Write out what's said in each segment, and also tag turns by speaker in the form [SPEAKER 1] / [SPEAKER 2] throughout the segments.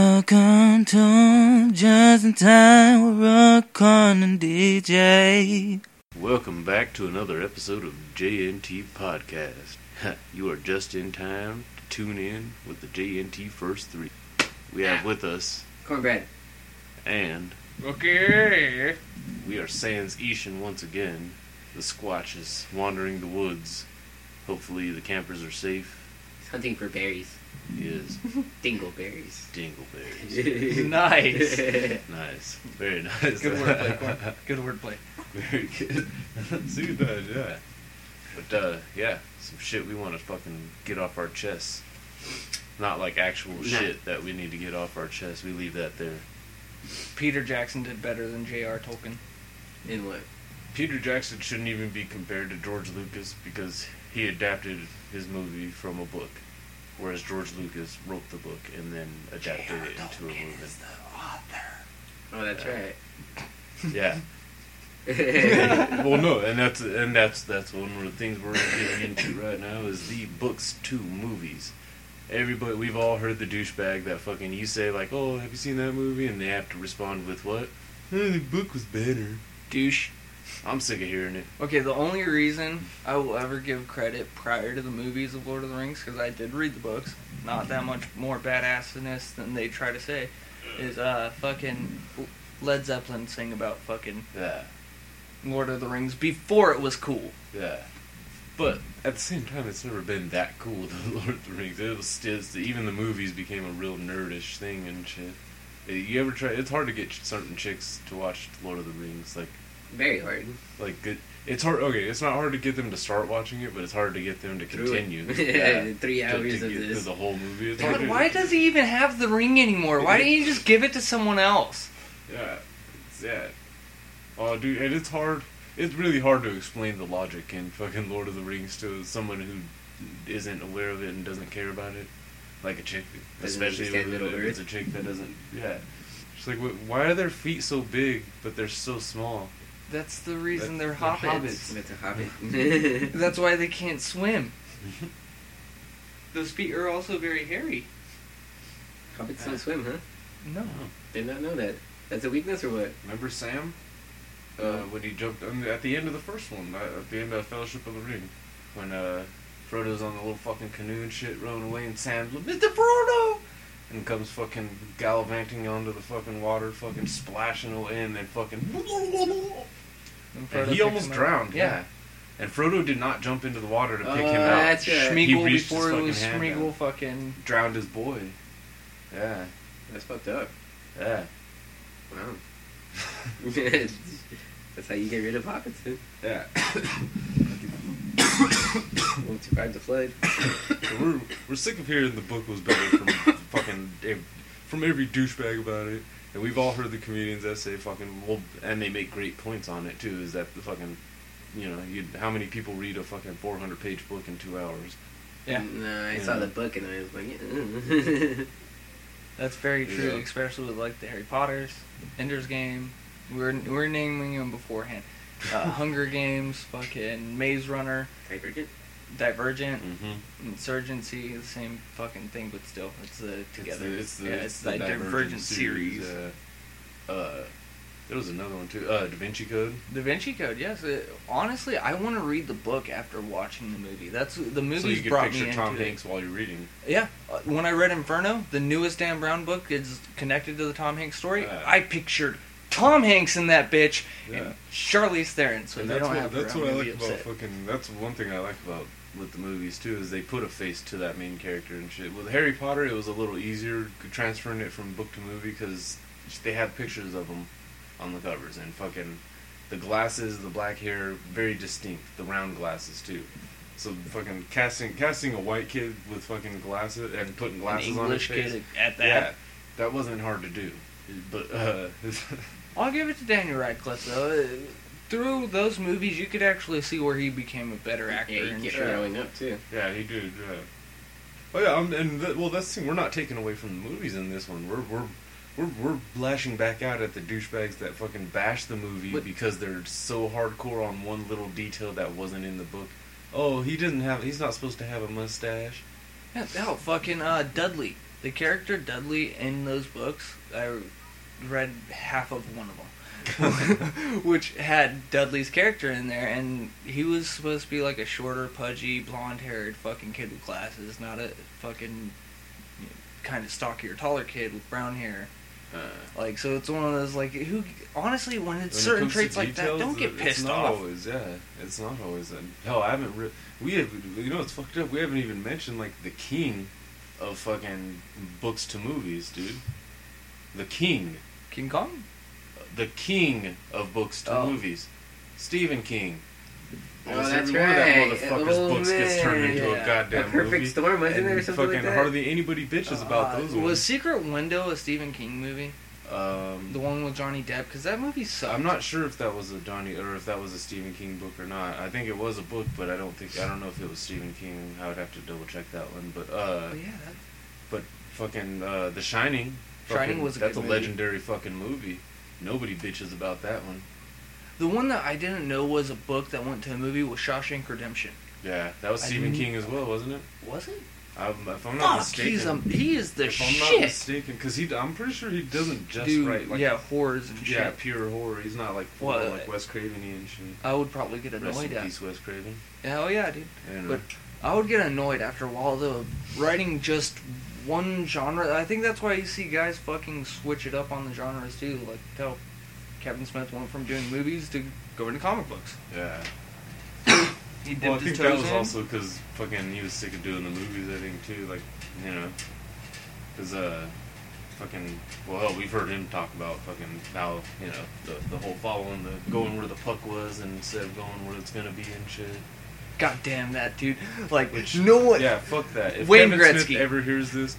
[SPEAKER 1] Welcome to Just in Time with Rock on and DJ.
[SPEAKER 2] Welcome back to another episode of JNT Podcast. you are just in time to tune in with the JNT First Three. We have with us,
[SPEAKER 3] Cornbread.
[SPEAKER 2] and
[SPEAKER 4] Okay.
[SPEAKER 2] we are Sans Ishan once again. The Squatch is wandering the woods. Hopefully, the campers are safe.
[SPEAKER 3] He's hunting for berries.
[SPEAKER 2] He is
[SPEAKER 3] Dingleberries.
[SPEAKER 2] dingleberries.
[SPEAKER 4] Nice.
[SPEAKER 2] Nice. Very nice.
[SPEAKER 4] Good wordplay, Corn. Good wordplay.
[SPEAKER 2] Very good. See that, yeah. But uh, yeah, some shit we want to fucking get off our chests. Not like actual
[SPEAKER 3] Nah.
[SPEAKER 2] shit that we need to get off our chest. We leave that there.
[SPEAKER 4] Peter Jackson did better than J.R. Tolkien.
[SPEAKER 3] In what?
[SPEAKER 2] Peter Jackson shouldn't even be compared to George Lucas because he adapted his movie from a book, whereas George Lucas wrote the book and then adapted it into a movie.
[SPEAKER 3] Oh, that's
[SPEAKER 2] Yeah.
[SPEAKER 3] right.
[SPEAKER 2] Yeah. well, no, and that's and that's that's one of the things we're getting into right now is the books to movies. Everybody, we've all heard the douchebag that fucking you say like, "Oh, have you seen that movie?" and they have to respond with what? "Eh, the book was better.
[SPEAKER 4] Douche.
[SPEAKER 2] I'm sick of hearing it.
[SPEAKER 4] Okay, the only reason I will ever give credit prior to the movies of Lord of the Rings, because I did read the books, not that much more badassness than they try to say, is uh fucking Led Zeppelin sing about fucking
[SPEAKER 2] Yeah,
[SPEAKER 4] Lord of the Rings before it was cool.
[SPEAKER 2] yeah. But at the same time, it's never been that cool. The Lord of the Rings. It was still even the movies became a real nerdish thing and shit. Eh, You ever try? It's hard to get certain chicks to watch Lord of the Rings. Like
[SPEAKER 3] Very hard.
[SPEAKER 2] like it, it's hard okay it's not hard to get them to start watching it but it's hard to get them to continue
[SPEAKER 3] Yeah, Three
[SPEAKER 2] to,
[SPEAKER 3] hours
[SPEAKER 2] to
[SPEAKER 3] of
[SPEAKER 2] get through
[SPEAKER 3] this.
[SPEAKER 2] the whole movie it's hard
[SPEAKER 4] God,
[SPEAKER 2] to-
[SPEAKER 4] why does he even have the ring anymore? Why didn't you just give it to someone else?
[SPEAKER 2] yeah it's, yeah oh dude and it's hard it's really hard to explain the logic in fucking Lord of the Rings to someone who isn't aware of it and doesn't care about it like a chick
[SPEAKER 3] Doesn't
[SPEAKER 2] especially if
[SPEAKER 3] understand Middle
[SPEAKER 2] it- if it's a
[SPEAKER 3] Earth.
[SPEAKER 2] chick that doesn't yeah She's like, "Wh- why are their feet so big, but they're so small?
[SPEAKER 4] That's the reason
[SPEAKER 2] That-
[SPEAKER 4] they're
[SPEAKER 2] they're
[SPEAKER 4] hobbits.
[SPEAKER 2] hobbits.
[SPEAKER 3] That's a hobbit.
[SPEAKER 4] That's why they can't swim. Those feet are also very hairy.
[SPEAKER 3] Hobbits don't swim, huh?
[SPEAKER 4] No.
[SPEAKER 3] Did not know that. That's a weakness or what?
[SPEAKER 2] Remember Sam? uh,
[SPEAKER 3] Uh,
[SPEAKER 2] when he jumped on the, at the end of the first one, uh, at the end of Fellowship of the Ring, when uh, Frodo's on the little fucking canoe and shit rowing away, and Sam's like, "Mr. Frodo," and comes fucking gallivanting onto the fucking water, fucking splashing away, and then fucking, and he almost drowned. Yeah. and Frodo did not jump into the water to pick
[SPEAKER 3] Oh,
[SPEAKER 2] him out.
[SPEAKER 3] that's right.
[SPEAKER 2] He
[SPEAKER 4] Uh, Schmeagle
[SPEAKER 2] reached his
[SPEAKER 4] before it
[SPEAKER 2] fucking
[SPEAKER 4] was
[SPEAKER 2] hand down.
[SPEAKER 4] Schmeagle fucking.
[SPEAKER 2] Drowned his boy. Yeah,
[SPEAKER 3] That's fucked up.
[SPEAKER 2] yeah,
[SPEAKER 3] Wow. That's how you get rid of hobbits. Huh?
[SPEAKER 2] yeah.
[SPEAKER 3] Won't survive the flood.
[SPEAKER 2] So we're, we're sick of hearing the book was better from fucking ev- from every douchebag about it, and we've all heard the comedians that say fucking well, and they make great points on it too. Is that the fucking, you know, you how many people read a fucking four hundred page book in two hours?
[SPEAKER 4] Yeah.
[SPEAKER 3] No, I
[SPEAKER 2] Yeah.
[SPEAKER 3] saw the book and I was like, "Mm." yeah.
[SPEAKER 4] That's very true,
[SPEAKER 2] Yeah.
[SPEAKER 4] especially with like the Harry Potters, Ender's Game. We're we're naming them beforehand. Uh, Hunger Games, fucking Maze Runner,
[SPEAKER 3] Divergent.
[SPEAKER 4] Divergent,
[SPEAKER 2] Mm-hmm.
[SPEAKER 4] Insurgency, the same fucking thing, but still, it's the together.
[SPEAKER 2] It's the, it's the,
[SPEAKER 4] yeah,
[SPEAKER 2] it's the Divergent, series. Uh, uh, there was another one too. Uh, Da Vinci Code.
[SPEAKER 4] Da Vinci Code, yes. It, honestly, I want to read the book after watching the movie. That's the movies
[SPEAKER 2] so you could
[SPEAKER 4] brought me
[SPEAKER 2] picture
[SPEAKER 4] into
[SPEAKER 2] Tom
[SPEAKER 4] it.
[SPEAKER 2] Hanks while you're reading.
[SPEAKER 4] Yeah, uh, when I read Inferno, the newest Dan Brown book is connected to the Tom Hanks story.
[SPEAKER 2] Yeah.
[SPEAKER 4] I pictured Tom Hanks in that bitch
[SPEAKER 2] Uh. Yeah.
[SPEAKER 4] and Charlize Theron, so
[SPEAKER 2] And
[SPEAKER 4] they
[SPEAKER 2] that's
[SPEAKER 4] don't
[SPEAKER 2] what,
[SPEAKER 4] have. her,
[SPEAKER 2] that's
[SPEAKER 4] I'm
[SPEAKER 2] what I
[SPEAKER 4] gonna
[SPEAKER 2] like
[SPEAKER 4] be
[SPEAKER 2] about
[SPEAKER 4] upset.
[SPEAKER 2] fucking. That's one thing I like about with the movies too is they put a face to that main character and shit. With Harry Potter, it was a little easier transferring it from book to movie because they have pictures of them on the covers and fucking the glasses, the black hair, very distinct. The round glasses too. So fucking casting casting a white kid with fucking glasses and putting
[SPEAKER 4] An
[SPEAKER 2] glasses on his
[SPEAKER 4] English
[SPEAKER 2] face.
[SPEAKER 4] kid at that.
[SPEAKER 2] yeah, that wasn't hard to do, but uh,
[SPEAKER 4] I'll give it to Daniel Radcliffe though. Uh, Through those movies, you could actually see where he became a better actor.
[SPEAKER 3] Yeah, you
[SPEAKER 4] and
[SPEAKER 3] get
[SPEAKER 4] shit.
[SPEAKER 5] uh,
[SPEAKER 3] growing up too.
[SPEAKER 2] Yeah, he did. Yeah. Oh yeah, um, and th- well, that's the thing. We're not taking away from the movies in this one. We're we're we're we're lashing back out at the douchebags that fucking bash the movie
[SPEAKER 3] But-
[SPEAKER 2] because they're so hardcore on one little detail that wasn't in the book. Oh, he didn't have. He's not supposed to have a mustache.
[SPEAKER 4] Yeah, hell, fucking uh, Dudley. The character Dudley in those books, I read half of one of them. which had Dudley's character in there, and he was supposed to be like a shorter, pudgy, blonde-haired fucking kid with glasses, not a fucking you know, kind of stockier, taller kid with brown hair.
[SPEAKER 2] Uh,
[SPEAKER 4] Like, so it's one of those like who honestly, when it's
[SPEAKER 2] when it
[SPEAKER 4] certain
[SPEAKER 2] comes to
[SPEAKER 4] traits like that,
[SPEAKER 2] details,
[SPEAKER 4] don't get
[SPEAKER 2] it-
[SPEAKER 4] pissed
[SPEAKER 2] it's not
[SPEAKER 4] off.
[SPEAKER 2] Always, yeah, it's not always that. Hell, I haven't. Re- we have. You know, it's fucked up. We haven't even mentioned like the king of fucking books to movies, dude. The king,
[SPEAKER 4] King Kong,
[SPEAKER 2] the king of books to
[SPEAKER 4] Oh.
[SPEAKER 2] movies, Stephen King.
[SPEAKER 3] Oh,
[SPEAKER 2] Almost
[SPEAKER 3] that's
[SPEAKER 2] every one of that
[SPEAKER 3] right.
[SPEAKER 2] motherfucker's
[SPEAKER 3] Oh,
[SPEAKER 2] books gets turned into
[SPEAKER 4] man.
[SPEAKER 2] a
[SPEAKER 3] A
[SPEAKER 2] goddamn
[SPEAKER 3] perfect
[SPEAKER 2] movie.
[SPEAKER 3] storm, wasn't
[SPEAKER 2] and
[SPEAKER 3] there? or Something
[SPEAKER 2] fucking
[SPEAKER 3] like that.
[SPEAKER 2] hardly anybody bitches about
[SPEAKER 4] Uh,
[SPEAKER 2] those
[SPEAKER 4] Was
[SPEAKER 2] ones.
[SPEAKER 4] Secret Window a Stephen King movie?
[SPEAKER 2] Um,
[SPEAKER 4] The one with Johnny Depp? Because that movie sucked.
[SPEAKER 2] I'm not sure if that was a Donnie or if that was a Stephen King book or not. I think it was a book, but I don't think I don't know if it was Stephen King. I would have to double check that one. But uh,
[SPEAKER 4] But Oh, yeah, that,
[SPEAKER 2] but fucking uh, The Shining.
[SPEAKER 4] Shining
[SPEAKER 2] fucking-
[SPEAKER 4] was a
[SPEAKER 2] that's
[SPEAKER 4] good
[SPEAKER 2] a
[SPEAKER 4] movie.
[SPEAKER 2] legendary fucking movie. Nobody bitches about that one.
[SPEAKER 4] the one that I didn't know was a book that went to a movie was Shawshank Redemption.
[SPEAKER 2] Yeah, that was
[SPEAKER 4] I
[SPEAKER 2] Stephen
[SPEAKER 4] knew-
[SPEAKER 2] King as well, wasn't it?
[SPEAKER 4] Was it?
[SPEAKER 2] I'm, Um, if I'm not
[SPEAKER 4] Fuck,
[SPEAKER 2] mistaken,
[SPEAKER 4] he's um, he is the
[SPEAKER 2] if I'm not
[SPEAKER 4] shit.
[SPEAKER 2] mistaken, because he I'm pretty sure he doesn't just
[SPEAKER 4] Dude,
[SPEAKER 2] write like
[SPEAKER 4] yeah, horrors and
[SPEAKER 2] yeah,
[SPEAKER 4] shit.
[SPEAKER 2] pure horror. He's not like full
[SPEAKER 4] Well,
[SPEAKER 2] on, like Wes Craven and shit.
[SPEAKER 4] I would probably get
[SPEAKER 2] Rest
[SPEAKER 4] annoyed
[SPEAKER 2] in
[SPEAKER 4] at.
[SPEAKER 2] peace, Wes Craven.
[SPEAKER 4] Hell yeah, dude.
[SPEAKER 2] And, uh,
[SPEAKER 4] But I would get annoyed after a while though of writing just one genre. I think that's why you see guys fucking switch it up on the genres too. Like how Kevin Smith went from doing movies to going to comic books.
[SPEAKER 2] yeah.
[SPEAKER 4] He dipped
[SPEAKER 2] Well, I
[SPEAKER 4] his
[SPEAKER 2] think that
[SPEAKER 4] toes
[SPEAKER 2] was
[SPEAKER 4] in.
[SPEAKER 2] also because fucking he was sick of doing the movies. I think too, like you know, because uh, fucking well, hell, we've heard him talk about fucking how you know the the whole following the going where the puck was and instead of going where it's gonna be and shit.
[SPEAKER 4] God damn that dude! Like
[SPEAKER 2] Which
[SPEAKER 4] no one.
[SPEAKER 2] Yeah, fuck that. If
[SPEAKER 4] Wayne
[SPEAKER 2] Kevin
[SPEAKER 4] Gretzky.
[SPEAKER 2] Smith ever hears this,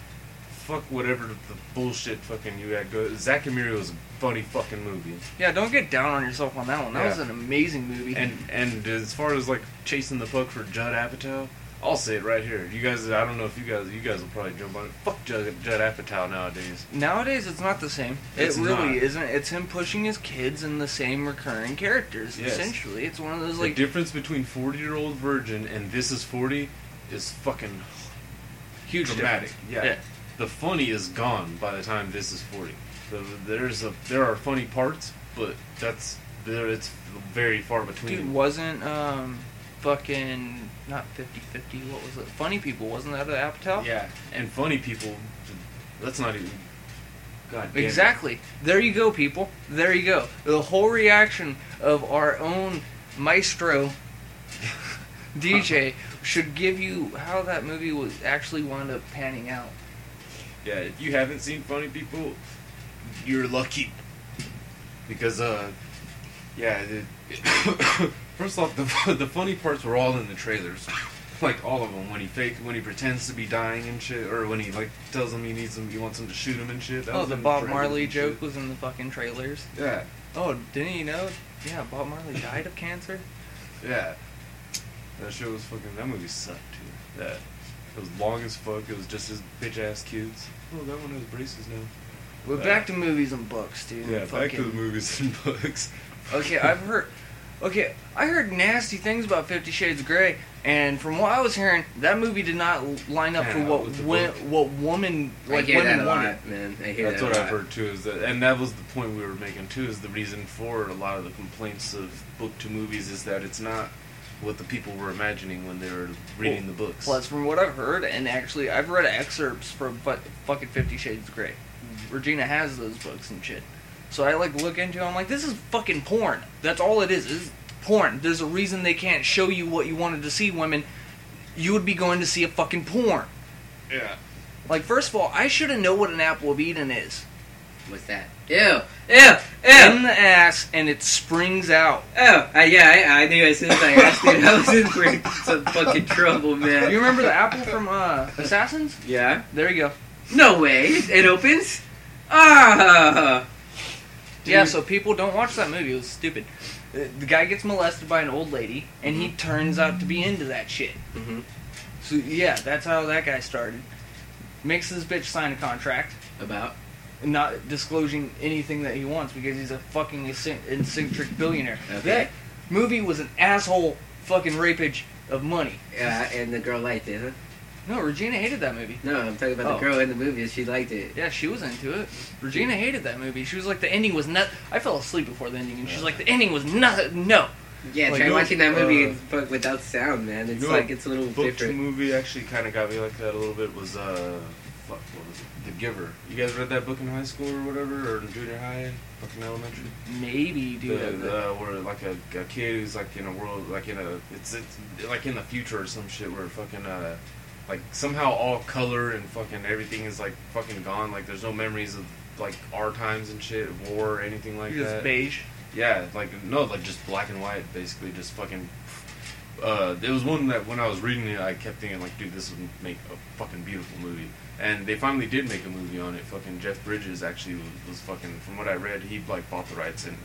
[SPEAKER 2] fuck whatever the bullshit fucking you had. Go. Zack and Miri was a funny fucking movie.
[SPEAKER 4] Yeah, don't get down on yourself on that one. That
[SPEAKER 2] Yeah.
[SPEAKER 4] was an amazing movie.
[SPEAKER 2] And and as far as like chasing the puck for Judd Apatow, I'll say it right here. You guys, I don't know if you guys, you guys will probably jump on it. Fuck Judd, Judd Apatow nowadays.
[SPEAKER 4] Nowadays, it's not the same.
[SPEAKER 2] It's
[SPEAKER 4] it really
[SPEAKER 2] not.
[SPEAKER 4] isn't. It's him pushing his kids in the same recurring characters.
[SPEAKER 2] Yes.
[SPEAKER 4] Essentially, it's one of those
[SPEAKER 2] the
[SPEAKER 4] like
[SPEAKER 2] difference between forty-year-old virgin and this is forty is fucking
[SPEAKER 4] huge
[SPEAKER 2] dramatic.
[SPEAKER 4] difference.
[SPEAKER 2] Yeah. the funny is gone by the time this is forty. The, there's a there are funny parts, but that's there. It's very far between.
[SPEAKER 4] Dude, wasn't um, fucking not 50-50, What was it? Funny people wasn't that at Apatow?
[SPEAKER 2] Yeah, and funny people. That's not even. God damn it.
[SPEAKER 4] Exactly. There you go, people. There you go. The whole reaction of our own maestro DJ should give you how that movie was actually wound up panning out.
[SPEAKER 2] Yeah, if you haven't seen Funny People, you're lucky. Because, uh, yeah, the, first off, the the funny parts were all in the trailers, like all of them. When he fake, when he pretends to be dying and shit, or when he like tells him he needs him, he wants him to shoot him and shit. That
[SPEAKER 4] Oh,
[SPEAKER 2] was
[SPEAKER 4] the
[SPEAKER 2] in
[SPEAKER 4] Bob
[SPEAKER 2] trailers
[SPEAKER 4] Marley
[SPEAKER 2] and shit.
[SPEAKER 4] joke was in the fucking trailers.
[SPEAKER 2] Yeah,
[SPEAKER 4] Oh, didn't you know? Yeah, Bob Marley died of cancer.
[SPEAKER 2] yeah. That shit was fucking. That movie sucked too. Yeah, it was long as fuck. It was just his bitch ass kids. Oh, that one has braces now.
[SPEAKER 4] We're
[SPEAKER 2] Yeah.
[SPEAKER 4] back to movies and books, dude.
[SPEAKER 2] Yeah, back to
[SPEAKER 4] Fucking-
[SPEAKER 2] the movies and books.
[SPEAKER 4] Okay, I've heard. Okay, I heard nasty things about Fifty Shades of Grey, and from what I was hearing, that movie did not l- line up for
[SPEAKER 2] Yeah,
[SPEAKER 4] what
[SPEAKER 2] with the
[SPEAKER 4] wo-
[SPEAKER 2] book.
[SPEAKER 4] what woman
[SPEAKER 3] I
[SPEAKER 4] like
[SPEAKER 3] hear that
[SPEAKER 4] women
[SPEAKER 3] a
[SPEAKER 4] wanted.
[SPEAKER 3] lot, man. I hear
[SPEAKER 2] That's
[SPEAKER 3] that
[SPEAKER 2] what
[SPEAKER 3] a
[SPEAKER 2] I've
[SPEAKER 3] lot.
[SPEAKER 2] heard too. Is that, and that was the point we were making too. Is the reason for a lot of the complaints of book to movies is that it's not what the people were imagining when they were reading the books.
[SPEAKER 4] Plus, from what I've heard, and actually, I've read excerpts from fu- fucking Fifty Shades of Grey.
[SPEAKER 2] Mm-hmm.
[SPEAKER 4] Regina has those books and shit, so I like look into. It, I'm like, this is fucking porn. That's all it is. It's porn. There's a reason they can't show you what you wanted to see, women. You would be going to see a fucking porn.
[SPEAKER 2] yeah,
[SPEAKER 4] Like, first of all, I should have known what an Applebeeton is.
[SPEAKER 3] What's that? Ew.
[SPEAKER 4] Yeah, in the ass, and it springs out.
[SPEAKER 3] Oh, uh, yeah, I, I knew as soon as I asked it, I was in for some fucking trouble,
[SPEAKER 4] Do
[SPEAKER 3] man.
[SPEAKER 4] you remember the apple from uh, Assassins?
[SPEAKER 3] Yeah?
[SPEAKER 4] There you go.
[SPEAKER 3] No way. It opens? Ah!
[SPEAKER 4] Yeah, so people don't watch that movie. It was stupid. Uh, The guy gets molested by an old lady, and he turns out to be into that shit.
[SPEAKER 3] Mm-hmm.
[SPEAKER 4] So yeah, that's how that guy started. Makes this bitch sign a contract,
[SPEAKER 3] About?
[SPEAKER 4] not disclosing anything that he wants because he's a fucking eccentric- eccentric billionaire.
[SPEAKER 3] Okay.
[SPEAKER 4] That movie was an asshole fucking rapage of money.
[SPEAKER 3] uh, Yeah, and the girl liked it, huh?
[SPEAKER 4] No, Regina hated that movie.
[SPEAKER 3] No, I'm talking about
[SPEAKER 4] Oh.
[SPEAKER 3] the girl in the movie. She liked it.
[SPEAKER 4] Yeah, she was into it. Regina hated that movie. She was like, the ending was not. I fell asleep before the ending, and she's like, the ending was not. No.
[SPEAKER 3] Yeah,
[SPEAKER 4] Like,
[SPEAKER 3] try
[SPEAKER 2] you-
[SPEAKER 3] watching that movie
[SPEAKER 2] uh,
[SPEAKER 3] but without sound, man. It's
[SPEAKER 2] you know
[SPEAKER 3] like
[SPEAKER 2] what
[SPEAKER 3] it's a little
[SPEAKER 2] Book to
[SPEAKER 3] different.
[SPEAKER 2] movie actually kind of got me like that a little bit. Was uh, fuck, what was it? The Giver. You guys read that book in high school or whatever, or in junior high, fucking elementary.
[SPEAKER 4] Maybe, dude.
[SPEAKER 2] the, the, uh, where like a, a kid who's like in a world like in a it's it's like in the future or some shit where fucking uh like somehow all color and fucking everything is like fucking gone like there's no memories of like our times and shit war or anything like
[SPEAKER 4] You're just
[SPEAKER 2] that
[SPEAKER 4] beige.
[SPEAKER 2] yeah like no like just black and white basically just fucking uh there was one that when I was reading it I kept thinking like dude this would make a fucking beautiful movie and they finally did make a movie on it fucking Jeff Bridges actually was, was fucking from what I read he like bought the rights and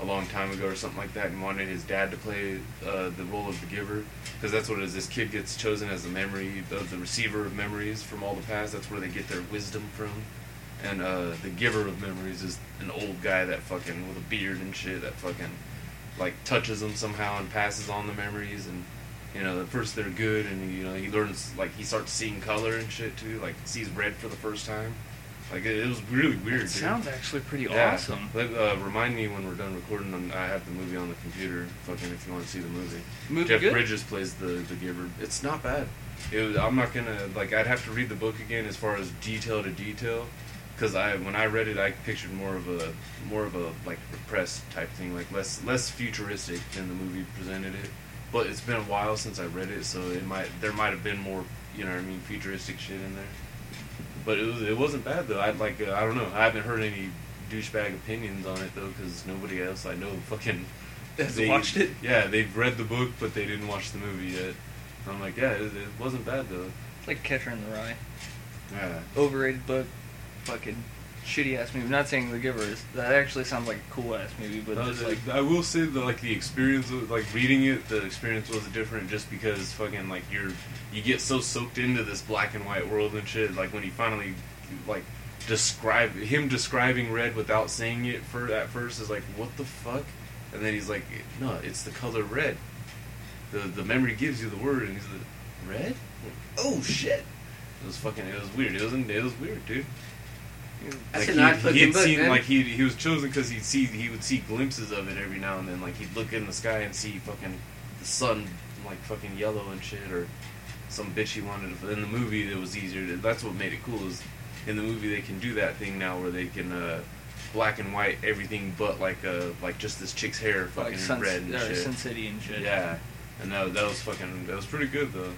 [SPEAKER 2] a long time ago or something like that and wanted his dad to play uh, the role of the giver because that's what it is this kid gets chosen as the memory of the receiver of memories from all the past that's where they get their wisdom from and uh, the giver of memories is an old guy that fucking with a beard and shit that fucking like touches them somehow and passes on the memories and you know at first they're good and you know he learns like he starts seeing color and shit too like sees red for the first time like it, it was really weird
[SPEAKER 4] That
[SPEAKER 2] dude.
[SPEAKER 4] sounds actually pretty
[SPEAKER 2] Yeah.
[SPEAKER 4] awesome.
[SPEAKER 2] Let- uh, remind me when we're done recording. um, I have the movie on the computer. Fucking, if you want to see the movie,
[SPEAKER 4] Movie
[SPEAKER 2] Jeff
[SPEAKER 4] good?
[SPEAKER 2] Bridges plays the the giver. It's not bad. It was, I'm not gonna like. I'd have to read the book again as far as detail to detail, because I when I read it, I pictured more of a more of a like repressed type thing, like less less futuristic than the movie presented it. But it's been a while since I read it, so it might there might have been more you know what I mean futuristic shit in there. But it was it wasn't bad though. I like uh, I don't know. I haven't heard any douchebag opinions on it though, because nobody else I know fucking
[SPEAKER 4] Has watched it?
[SPEAKER 2] Yeah, they've read the book, but they didn't watch the movie yet. And I'm like, yeah, it, it wasn't bad though.
[SPEAKER 4] It's like Catcher in the Rye.
[SPEAKER 2] Yeah.
[SPEAKER 4] Overrated book. Fucking shitty ass movie. Not saying The Giver is. That actually sounds like a cool ass movie, but
[SPEAKER 2] Uh,
[SPEAKER 4] just like.
[SPEAKER 2] I will say that like the experience of like reading it, the experience was different just because fucking like you're you get so soaked into this black and white world and shit. Like when he finally like describe him describing red without saying it for at first is like what the fuck, and then he's like no, it's the color red. The the memory gives you the word, and he's like red. oh shit! It was fucking. It was weird. It was it was weird, dude.
[SPEAKER 3] That's
[SPEAKER 2] Like,
[SPEAKER 3] an odd
[SPEAKER 2] he'd-
[SPEAKER 3] fucking
[SPEAKER 2] he'd
[SPEAKER 3] book,
[SPEAKER 2] seen,
[SPEAKER 3] man.
[SPEAKER 2] Like he he was chosen because he'd see he would see glimpses of it every now and then. Like he'd look in the sky and see fucking the sun like fucking yellow and shit, or some bitch he wanted. To, in the movie, it was easier. To, that's what made it cool. Is in the movie they can do that thing now where they can uh, black and white everything but like uh like just this chick's hair fucking
[SPEAKER 4] Like Sun,
[SPEAKER 2] red and
[SPEAKER 4] or
[SPEAKER 2] shit.
[SPEAKER 4] Sin City and shit.
[SPEAKER 2] Yeah, and that, that was fucking that was pretty good though,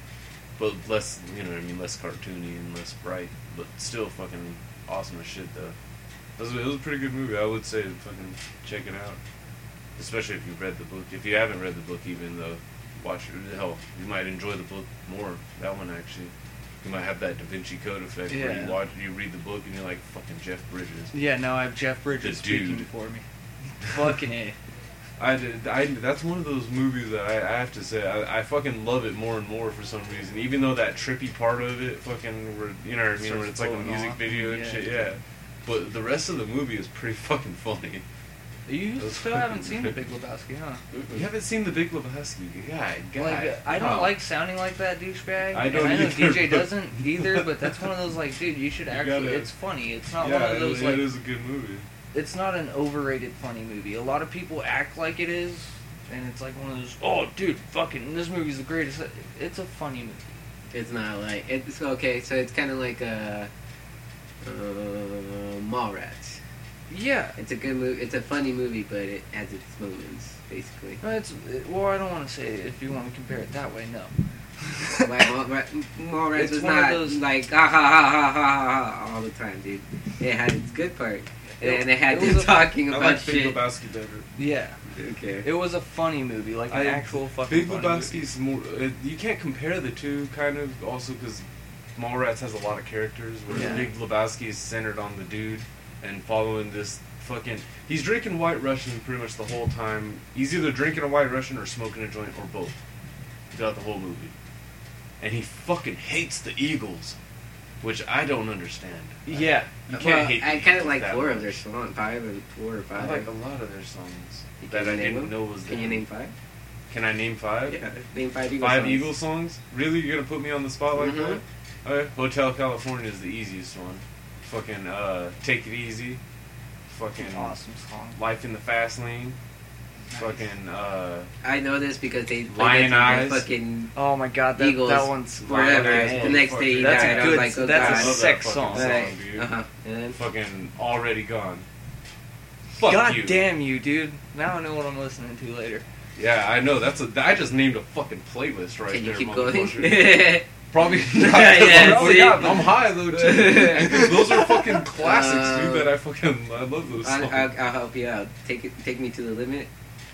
[SPEAKER 2] but less you know what I mean less cartoony and less bright, but still fucking awesome as shit though. It was, it was a pretty good movie. I would say to fucking check it out, especially if you've read the book. If you haven't read the book, even though, watch it. Hell, you might enjoy the book more. That one actually. You might have that Da Vinci Code effect where
[SPEAKER 4] Yeah.
[SPEAKER 2] you watch, you read the book, and you're like, "Fucking Jeff Bridges."
[SPEAKER 4] Yeah, now I have Jeff Bridges
[SPEAKER 2] The
[SPEAKER 4] speaking
[SPEAKER 2] dude.
[SPEAKER 4] for me. Fucking A.
[SPEAKER 2] I did. I, that's one of those movies that I, I have to say I, I fucking love it more and more for some reason. Even though that trippy part of it, fucking, where, you know what I mean,
[SPEAKER 4] Starts
[SPEAKER 2] where it's like a
[SPEAKER 4] blowing
[SPEAKER 2] music
[SPEAKER 4] off.
[SPEAKER 2] video and
[SPEAKER 4] Yeah.
[SPEAKER 2] shit. Yeah. But the rest of the movie is pretty fucking funny.
[SPEAKER 4] You
[SPEAKER 2] That's
[SPEAKER 4] still
[SPEAKER 2] fucking
[SPEAKER 4] haven't seen The Big
[SPEAKER 2] ridiculous.
[SPEAKER 4] Lebowski, huh?
[SPEAKER 2] You haven't seen The Big Lebowski, God, God.
[SPEAKER 4] Like, I don't
[SPEAKER 2] no.
[SPEAKER 4] like sounding like that douchebag.
[SPEAKER 2] I
[SPEAKER 4] and
[SPEAKER 2] don't
[SPEAKER 4] I know
[SPEAKER 2] either,
[SPEAKER 4] DJ
[SPEAKER 2] but-
[SPEAKER 4] doesn't either, but that's one of those like, dude, you should
[SPEAKER 2] You
[SPEAKER 4] actually.
[SPEAKER 2] gotta-
[SPEAKER 4] it's funny. It's not
[SPEAKER 2] Yeah,
[SPEAKER 4] one of
[SPEAKER 2] it-
[SPEAKER 4] those
[SPEAKER 2] it
[SPEAKER 4] like.
[SPEAKER 2] is a good movie.
[SPEAKER 4] It's not an overrated funny movie. A lot of people act like it is, and it's like one of those. Oh, dude, fucking, this movie's the greatest. It's a funny movie.
[SPEAKER 3] It's not like it's okay. So it's kind of like a uh, Mallrats.
[SPEAKER 4] Yeah.
[SPEAKER 3] It's a good movie. It's a funny movie, but it has its moments, basically.
[SPEAKER 4] No, it's well. I don't want to say it if you want to compare it that way. No.
[SPEAKER 3] like Mall, Ra- Mallrats
[SPEAKER 4] It's
[SPEAKER 3] was
[SPEAKER 4] one of
[SPEAKER 3] not
[SPEAKER 4] those-
[SPEAKER 3] like ah ha ha ha ha ha ha all the time, dude. It had its good part,
[SPEAKER 4] It-
[SPEAKER 3] and it had
[SPEAKER 4] it
[SPEAKER 3] them
[SPEAKER 4] was a-
[SPEAKER 3] talking
[SPEAKER 2] I
[SPEAKER 3] about
[SPEAKER 2] like Big
[SPEAKER 3] shit.
[SPEAKER 2] Lebowski better.
[SPEAKER 4] Yeah.
[SPEAKER 3] okay.
[SPEAKER 4] It was a funny movie, like an
[SPEAKER 2] I-
[SPEAKER 4] actual fucking.
[SPEAKER 2] Big
[SPEAKER 4] funny movie.
[SPEAKER 2] Lebowski's more. Uh, you can't compare the two, kind of. Also, because Mallrats has a lot of characters, whereas
[SPEAKER 4] Yeah.
[SPEAKER 2] Big Lebowski is centered on the dude and following this fucking. He's drinking White Russian pretty much the whole time. He's either drinking a White Russian or smoking a joint or both throughout the whole movie. And he fucking hates the Eagles, which I don't understand.
[SPEAKER 4] Yeah.
[SPEAKER 2] You can't
[SPEAKER 3] Well,
[SPEAKER 2] hate. the
[SPEAKER 3] I kind of
[SPEAKER 2] Eagles
[SPEAKER 3] like
[SPEAKER 2] that
[SPEAKER 3] four of
[SPEAKER 2] much.
[SPEAKER 3] their songs, five or four or
[SPEAKER 2] I
[SPEAKER 3] five.
[SPEAKER 2] like a lot of their songs
[SPEAKER 3] You
[SPEAKER 2] that
[SPEAKER 3] can
[SPEAKER 2] I
[SPEAKER 3] name them?
[SPEAKER 2] didn't know was.
[SPEAKER 3] Can you
[SPEAKER 2] them.
[SPEAKER 3] name five?
[SPEAKER 2] Can I name five?
[SPEAKER 3] Name five Eagles.
[SPEAKER 2] Five
[SPEAKER 3] songs.
[SPEAKER 2] Eagles songs? Really? You're gonna put me on the spot like
[SPEAKER 3] Mhm.
[SPEAKER 2] that? Okay, Hotel California is the easiest one. Fucking uh, Take It Easy. Fucking
[SPEAKER 4] Awesome song.
[SPEAKER 2] Life in the Fast Lane.
[SPEAKER 4] Nice.
[SPEAKER 2] Fucking uh,
[SPEAKER 5] I know this because they played
[SPEAKER 2] Lion
[SPEAKER 5] that
[SPEAKER 2] Eyes.
[SPEAKER 5] to my fucking
[SPEAKER 4] Oh my god, that,
[SPEAKER 5] Eagles.
[SPEAKER 4] that one's
[SPEAKER 2] Lion
[SPEAKER 5] wherever.
[SPEAKER 2] Eyes,
[SPEAKER 5] The next day he
[SPEAKER 4] That's a
[SPEAKER 5] died. I was
[SPEAKER 4] good-
[SPEAKER 5] like, oh
[SPEAKER 4] that's a
[SPEAKER 2] I
[SPEAKER 5] god.
[SPEAKER 2] love that
[SPEAKER 4] sex
[SPEAKER 2] fucking
[SPEAKER 4] song.
[SPEAKER 5] Right.
[SPEAKER 2] dude.
[SPEAKER 5] Uh-huh. And then
[SPEAKER 2] Fucking Already Gone. Fuck
[SPEAKER 4] God
[SPEAKER 2] you.
[SPEAKER 4] damn you, dude. Now I know what I'm listening to later.
[SPEAKER 2] Yeah, I know. That's a. I just named a fucking playlist right
[SPEAKER 5] can
[SPEAKER 2] there.
[SPEAKER 5] you keep going?
[SPEAKER 2] motherfucker. Probably not.
[SPEAKER 5] Yeah,
[SPEAKER 2] Probably
[SPEAKER 5] see?
[SPEAKER 2] not, but I'm high though too. those are fucking classics,
[SPEAKER 5] Um,
[SPEAKER 2] dude. That I fucking I love those
[SPEAKER 5] I'll,
[SPEAKER 2] songs.
[SPEAKER 5] I'll, I'll help you out. Take it, take me to the limit.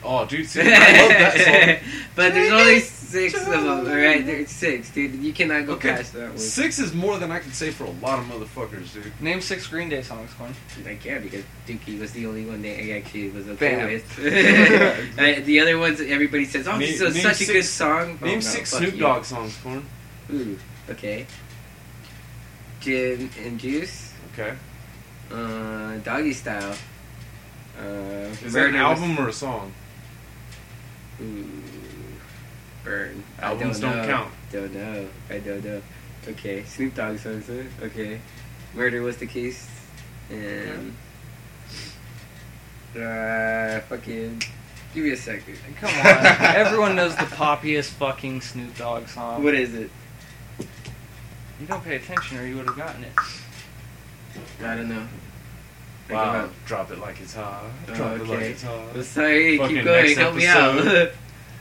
[SPEAKER 2] oh, dude, see, I love that
[SPEAKER 5] but there's
[SPEAKER 2] Take
[SPEAKER 5] only
[SPEAKER 2] it
[SPEAKER 5] six
[SPEAKER 2] to
[SPEAKER 5] of
[SPEAKER 2] the
[SPEAKER 5] them. All right,
[SPEAKER 2] limit.
[SPEAKER 5] there's six, dude. You cannot go
[SPEAKER 2] Okay.
[SPEAKER 5] past that
[SPEAKER 2] song.
[SPEAKER 5] one.
[SPEAKER 2] Six is more than I can say for a lot of motherfuckers, dude.
[SPEAKER 4] Name six Green Day songs, Corn.
[SPEAKER 5] I can't because Dookie was the only one that I actually was okay
[SPEAKER 4] Bam.
[SPEAKER 5] with. Uh, the other ones, everybody says, "Oh, this
[SPEAKER 2] Name-
[SPEAKER 5] is
[SPEAKER 2] name
[SPEAKER 5] such a good
[SPEAKER 2] six-
[SPEAKER 5] song." Oh,
[SPEAKER 2] Name
[SPEAKER 5] no,
[SPEAKER 2] six
[SPEAKER 5] fuck
[SPEAKER 2] Snoop
[SPEAKER 5] you.
[SPEAKER 2] Dogg songs, corn.
[SPEAKER 5] Ooh, okay. Gin and juice.
[SPEAKER 2] Okay,
[SPEAKER 5] Uh, doggy style. Uh,
[SPEAKER 2] is that an
[SPEAKER 5] Murder
[SPEAKER 2] album or a song?
[SPEAKER 5] Was, ooh, burn. I
[SPEAKER 2] Albums don't,
[SPEAKER 5] know.
[SPEAKER 2] count.
[SPEAKER 5] Don't know. I don't know. Okay, Snoop Dogg songs. huh? Okay, Murder was the case, and uh, fucking. Give me a second.
[SPEAKER 4] Come on. Everyone knows the poppiest fucking Snoop Dogg song.
[SPEAKER 5] What is it?
[SPEAKER 4] You don't pay attention or you would have gotten it.
[SPEAKER 5] I don't know. Think
[SPEAKER 2] Wow,
[SPEAKER 5] about-
[SPEAKER 2] drop it like it's hot.
[SPEAKER 5] Oh,
[SPEAKER 2] Drop it like
[SPEAKER 5] okay.
[SPEAKER 2] it's hot.
[SPEAKER 5] I'm sorry.
[SPEAKER 2] Fucking
[SPEAKER 5] keep going.
[SPEAKER 2] next
[SPEAKER 5] Help me
[SPEAKER 2] episode.
[SPEAKER 5] out.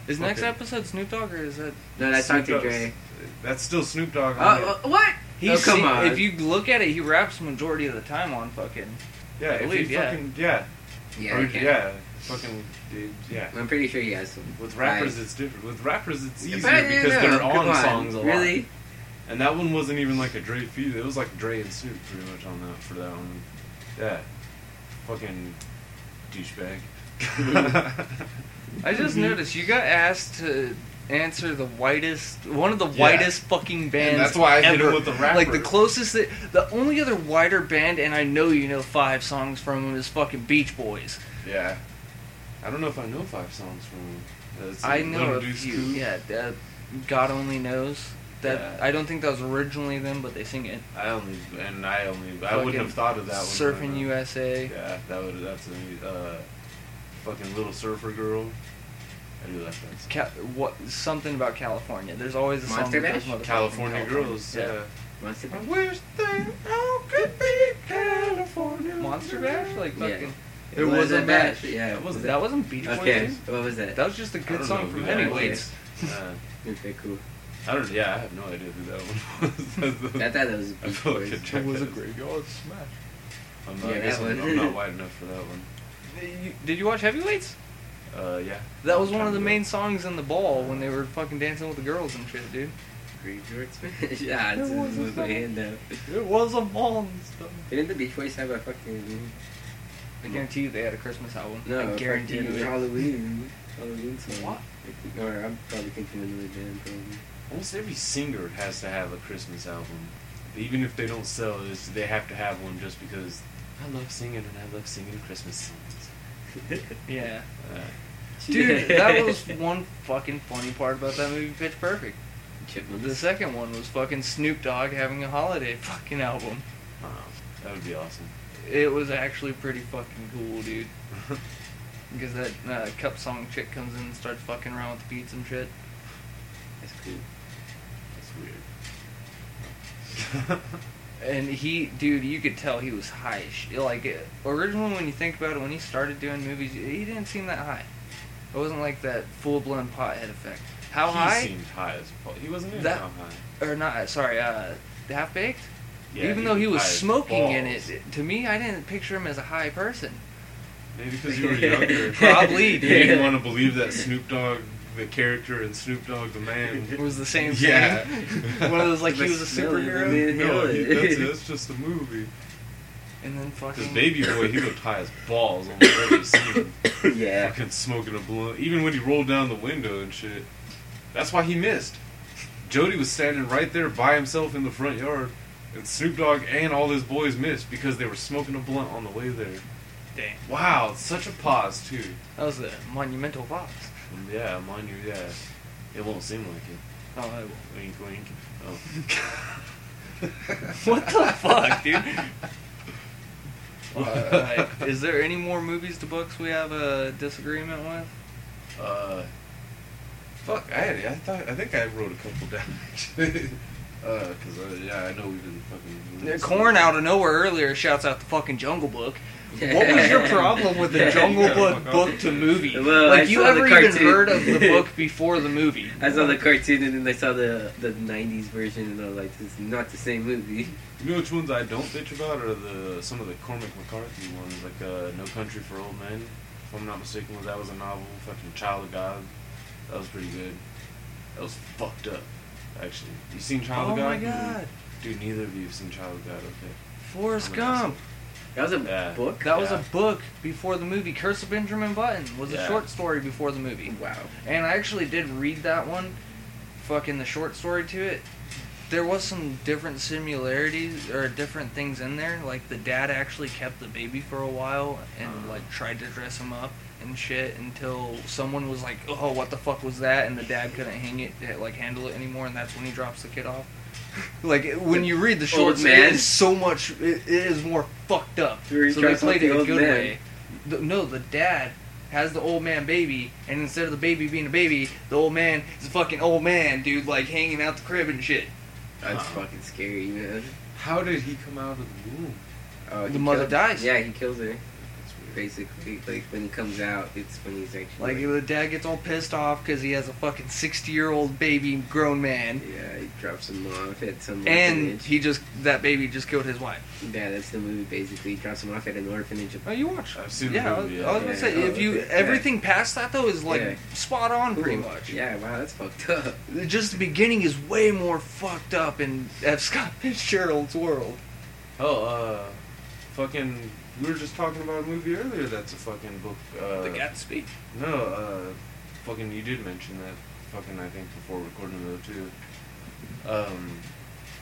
[SPEAKER 4] Is next
[SPEAKER 2] Okay.
[SPEAKER 4] episode Snoop Dogg or is that.
[SPEAKER 5] no, that's
[SPEAKER 2] Snoop
[SPEAKER 5] Dr.
[SPEAKER 2] Dogg's-
[SPEAKER 5] Dre.
[SPEAKER 2] That's still Snoop Dogg.
[SPEAKER 5] Uh,
[SPEAKER 2] on it.
[SPEAKER 5] uh, what?
[SPEAKER 4] He's
[SPEAKER 5] oh, come
[SPEAKER 4] sing-
[SPEAKER 5] on.
[SPEAKER 4] If you look at it, he raps majority of the time on fucking.
[SPEAKER 2] yeah,
[SPEAKER 4] I
[SPEAKER 2] if
[SPEAKER 4] believe,
[SPEAKER 2] you
[SPEAKER 4] yeah.
[SPEAKER 2] fucking yeah,
[SPEAKER 5] yeah,
[SPEAKER 2] Or-
[SPEAKER 5] I can't.
[SPEAKER 2] yeah, fucking dude, yeah.
[SPEAKER 5] I'm pretty sure he has some.
[SPEAKER 2] With rappers,
[SPEAKER 5] Right.
[SPEAKER 2] it's different. With rappers, it's easier
[SPEAKER 5] But I don't
[SPEAKER 2] because
[SPEAKER 5] know,
[SPEAKER 2] they're
[SPEAKER 5] come
[SPEAKER 2] on, songs a lot.
[SPEAKER 5] Really?
[SPEAKER 2] And that one wasn't even like a Dre feed. It was like Dre and Snoop pretty much on that for that one. Yeah, fucking douchebag.
[SPEAKER 4] I just
[SPEAKER 2] Mm-hmm.
[SPEAKER 4] noticed you got asked to answer the whitest, one of the
[SPEAKER 2] Yeah.
[SPEAKER 4] whitest fucking bands.
[SPEAKER 2] And that's why I hit him
[SPEAKER 4] ever.
[SPEAKER 2] with the rapper.
[SPEAKER 4] Like the closest, that, the only other wider band, and I know you know five songs from them is fucking Beach Boys.
[SPEAKER 2] yeah, I don't know if I know five songs from. him. That's
[SPEAKER 4] I
[SPEAKER 2] like
[SPEAKER 4] know
[SPEAKER 2] Little
[SPEAKER 4] a
[SPEAKER 2] Deuce
[SPEAKER 4] few.
[SPEAKER 2] Coupe.
[SPEAKER 4] Yeah, that, God only knows. That
[SPEAKER 2] Yeah.
[SPEAKER 4] I don't think that was originally them, but they sing it.
[SPEAKER 2] I only and I only. I
[SPEAKER 4] Fucking
[SPEAKER 2] wouldn't have thought of that one.
[SPEAKER 4] Surfing USA.
[SPEAKER 2] Yeah, that would. That's a uh, fucking little surfer girl. I do like that. song.
[SPEAKER 4] Ca- what something about California? There's always a song
[SPEAKER 5] Monster
[SPEAKER 4] that goes,
[SPEAKER 5] Mash?
[SPEAKER 4] "Motherfucker,
[SPEAKER 2] California,
[SPEAKER 4] California."
[SPEAKER 2] girls.
[SPEAKER 4] Yeah.
[SPEAKER 2] Yeah.
[SPEAKER 5] Monster
[SPEAKER 2] I
[SPEAKER 5] Mash?
[SPEAKER 2] wish they all could be California.
[SPEAKER 4] Monster Mash, like
[SPEAKER 5] Yeah.
[SPEAKER 4] fucking.
[SPEAKER 2] It
[SPEAKER 5] What
[SPEAKER 2] was
[SPEAKER 5] is
[SPEAKER 2] a
[SPEAKER 5] that
[SPEAKER 2] match.
[SPEAKER 5] bash? Yeah,
[SPEAKER 2] It
[SPEAKER 4] Was
[SPEAKER 2] wasn't
[SPEAKER 4] that wasn't Beach Boys.
[SPEAKER 5] Okay,
[SPEAKER 4] dude?
[SPEAKER 5] what was that?
[SPEAKER 4] That was just a
[SPEAKER 2] I
[SPEAKER 4] good
[SPEAKER 2] don't
[SPEAKER 4] song
[SPEAKER 2] know
[SPEAKER 4] from
[SPEAKER 2] who that
[SPEAKER 4] Anyways.
[SPEAKER 2] Uh,
[SPEAKER 5] Okay, cool.
[SPEAKER 2] I don't. Yeah, I have no idea who that one was.
[SPEAKER 5] I thought that was
[SPEAKER 2] I
[SPEAKER 5] Beach
[SPEAKER 2] feel
[SPEAKER 5] Boys.
[SPEAKER 2] like a jackass.
[SPEAKER 4] graveyard smash.
[SPEAKER 2] I'm not,
[SPEAKER 5] Yeah,
[SPEAKER 2] I guess
[SPEAKER 5] that
[SPEAKER 2] I'm,
[SPEAKER 5] one.
[SPEAKER 2] I'm not wide enough for that one.
[SPEAKER 4] Did you watch Heavyweights?
[SPEAKER 2] Uh, yeah.
[SPEAKER 4] That was one of the
[SPEAKER 2] Kinda.
[SPEAKER 4] main songs in the ball when they were fucking dancing with the girls and shit, dude.
[SPEAKER 5] Graveyard Smash? yeah, it's
[SPEAKER 4] It was a
[SPEAKER 5] with my
[SPEAKER 4] song.
[SPEAKER 5] hand up.
[SPEAKER 4] It was a monster.
[SPEAKER 5] uh, Didn't the Beach Boys have a fucking
[SPEAKER 4] I guarantee you they had a Christmas album.
[SPEAKER 5] no?
[SPEAKER 4] I guarantee
[SPEAKER 5] fucking
[SPEAKER 4] you.
[SPEAKER 5] Halloween, Halloween song.
[SPEAKER 4] What?
[SPEAKER 5] Or I'm probably thinking of another band probably.
[SPEAKER 2] Almost every singer has to have a Christmas album. Even if they don't sell, it's, they have to have one just because I love singing and I love singing Christmas songs.
[SPEAKER 4] Yeah.
[SPEAKER 2] Uh,
[SPEAKER 4] Dude, that was one fucking funny part about that movie, Pitch Perfect. The
[SPEAKER 5] Chipmunks.
[SPEAKER 4] second one was fucking Snoop Dogg having a holiday fucking album.
[SPEAKER 2] wow. That would be awesome.
[SPEAKER 4] It was actually pretty fucking cool, dude. Because that uh, cup song chick comes in and starts fucking around with the beats and shit.
[SPEAKER 5] That's cool.
[SPEAKER 2] That's weird.
[SPEAKER 4] And he, dude, you could tell he was high. as shit. Like it, originally, when you think about it, when he started doing movies, he didn't seem that high. It wasn't like that full blown pothead effect. How
[SPEAKER 2] he
[SPEAKER 4] high?
[SPEAKER 2] seemed high as fuck. He wasn't even
[SPEAKER 4] That-
[SPEAKER 2] that high.
[SPEAKER 4] or not? Sorry, uh, half baked.
[SPEAKER 2] Yeah,
[SPEAKER 4] Even though he was
[SPEAKER 2] high as
[SPEAKER 4] smoking in
[SPEAKER 2] balls.
[SPEAKER 4] it, it- to me, I didn't picture him as a high person.
[SPEAKER 2] Maybe because you were younger.
[SPEAKER 4] Probably,
[SPEAKER 2] you
[SPEAKER 4] dude.
[SPEAKER 2] didn't want to believe that Snoop Dogg, the character, and Snoop Dogg, the man.
[SPEAKER 4] It was the same thing.
[SPEAKER 2] Yeah.
[SPEAKER 4] One of those like he
[SPEAKER 5] Like
[SPEAKER 4] was a
[SPEAKER 5] smelling
[SPEAKER 4] superhero.
[SPEAKER 5] the man.
[SPEAKER 2] No, he, that's, that's just a movie.
[SPEAKER 4] And then fucking
[SPEAKER 2] Because Baby Boy, he looked high as balls on every scene.
[SPEAKER 5] yeah.
[SPEAKER 2] Fucking smoking a blunt. Even when he rolled down the window and shit. That's why he missed. Jody was standing right there by himself in the front yard, and Snoop Dogg and all his boys missed because they were smoking a blunt on the way there.
[SPEAKER 4] Dang.
[SPEAKER 2] Wow, such a pause, too.
[SPEAKER 4] That was a monumental box.
[SPEAKER 2] Yeah, mind you, yeah. It won't seem like it.
[SPEAKER 4] Oh, I will.
[SPEAKER 2] Wink, wink. Oh.
[SPEAKER 4] What the fuck, dude? Alright, Is there any more movies to books we have a disagreement with?
[SPEAKER 2] Uh, fuck, I had, I thought I think I wrote a couple down actually. Uh, cause uh, yeah, I know we've been fucking.
[SPEAKER 4] The Corn out of nowhere earlier shouts out the fucking Jungle Book. What was your problem with the Jungle
[SPEAKER 2] Yeah,
[SPEAKER 4] Book
[SPEAKER 2] fuck off.
[SPEAKER 4] book to movie?
[SPEAKER 5] Well, I
[SPEAKER 4] like you
[SPEAKER 5] saw the
[SPEAKER 4] ever even
[SPEAKER 5] cartoon.
[SPEAKER 4] heard of the book before the movie?
[SPEAKER 5] I saw the cartoon and then I saw the the '90s version and I was like, "This is not the same movie."
[SPEAKER 2] You know which ones I don't bitch about are the some of the Cormac McCarthy ones, like uh, No Country for Old Men. If I'm not mistaken, was that was a novel. Fucking Child of God, that was pretty good. That was fucked up, actually. You seen Child
[SPEAKER 4] Oh
[SPEAKER 2] of God?
[SPEAKER 4] my god,
[SPEAKER 2] Dude, neither of you have seen Child of God. Okay.
[SPEAKER 4] Forrest
[SPEAKER 2] I'm an asshole.
[SPEAKER 4] Gump.
[SPEAKER 5] That was a
[SPEAKER 2] Yeah.
[SPEAKER 5] book.
[SPEAKER 4] That was
[SPEAKER 2] Yeah.
[SPEAKER 4] a book before the movie. Curse of Benjamin Button was a
[SPEAKER 2] Yeah.
[SPEAKER 4] short story before the movie.
[SPEAKER 5] Wow.
[SPEAKER 4] And I actually did read that one, fucking the short story to it. There was some different similarities or different things in there. Like the dad actually kept the baby for a while and
[SPEAKER 5] Uh-huh.
[SPEAKER 4] like tried to dress him up and shit until someone was like, "Oh, what the fuck was that?" And the dad couldn't hang it, like handle it anymore, and that's when he drops the kid off. Like it- when you read the short
[SPEAKER 5] Old
[SPEAKER 4] story,
[SPEAKER 5] Oh, man.
[SPEAKER 4] it's so much. It, it is more fucked up. So
[SPEAKER 5] Where he
[SPEAKER 4] they
[SPEAKER 5] tries to
[SPEAKER 4] played
[SPEAKER 5] look
[SPEAKER 4] it
[SPEAKER 5] the
[SPEAKER 4] a
[SPEAKER 5] old
[SPEAKER 4] good
[SPEAKER 5] man.
[SPEAKER 4] way. The, no, the dad has the old man baby, and instead of the baby being a baby, the old man is a fucking old man, dude, like hanging out the crib and shit.
[SPEAKER 5] That's
[SPEAKER 2] Huh.
[SPEAKER 5] fucking scary, man.
[SPEAKER 2] How did he come out of the womb?
[SPEAKER 5] Oh, he
[SPEAKER 4] The mother
[SPEAKER 5] killed-
[SPEAKER 4] dies.
[SPEAKER 5] Yeah, he kills her.
[SPEAKER 2] That's weird.
[SPEAKER 5] Basically, like when he comes out, it's when he's actually
[SPEAKER 4] Like the dad gets all pissed off because he has a fucking sixty-year-old baby, grown man,
[SPEAKER 5] Yeah, he drops him off at some
[SPEAKER 4] and
[SPEAKER 5] orphanage.
[SPEAKER 4] he just that baby just killed his wife.
[SPEAKER 5] Yeah, that's the movie basically. He drops him off at an orphanage.
[SPEAKER 4] Oh, you watch?
[SPEAKER 2] I've seen
[SPEAKER 4] yeah,
[SPEAKER 2] the
[SPEAKER 4] I was,
[SPEAKER 2] movie.
[SPEAKER 4] I was
[SPEAKER 2] yeah.
[SPEAKER 4] gonna say
[SPEAKER 5] Yeah,
[SPEAKER 4] if you
[SPEAKER 5] yeah.
[SPEAKER 4] everything past that though is like
[SPEAKER 5] Yeah.
[SPEAKER 4] spot on, pretty
[SPEAKER 5] Ooh,
[SPEAKER 4] much.
[SPEAKER 5] Yeah, wow, that's fucked up.
[SPEAKER 4] Just the beginning is way more fucked up in F. Scott Fitzgerald's world.
[SPEAKER 2] Oh, uh, fucking. We were just talking about a movie earlier. That's a fucking book. Uh,
[SPEAKER 4] the Gatsby.
[SPEAKER 2] No, uh, fucking, you did mention that, fucking, I think, before recording though, too. Um,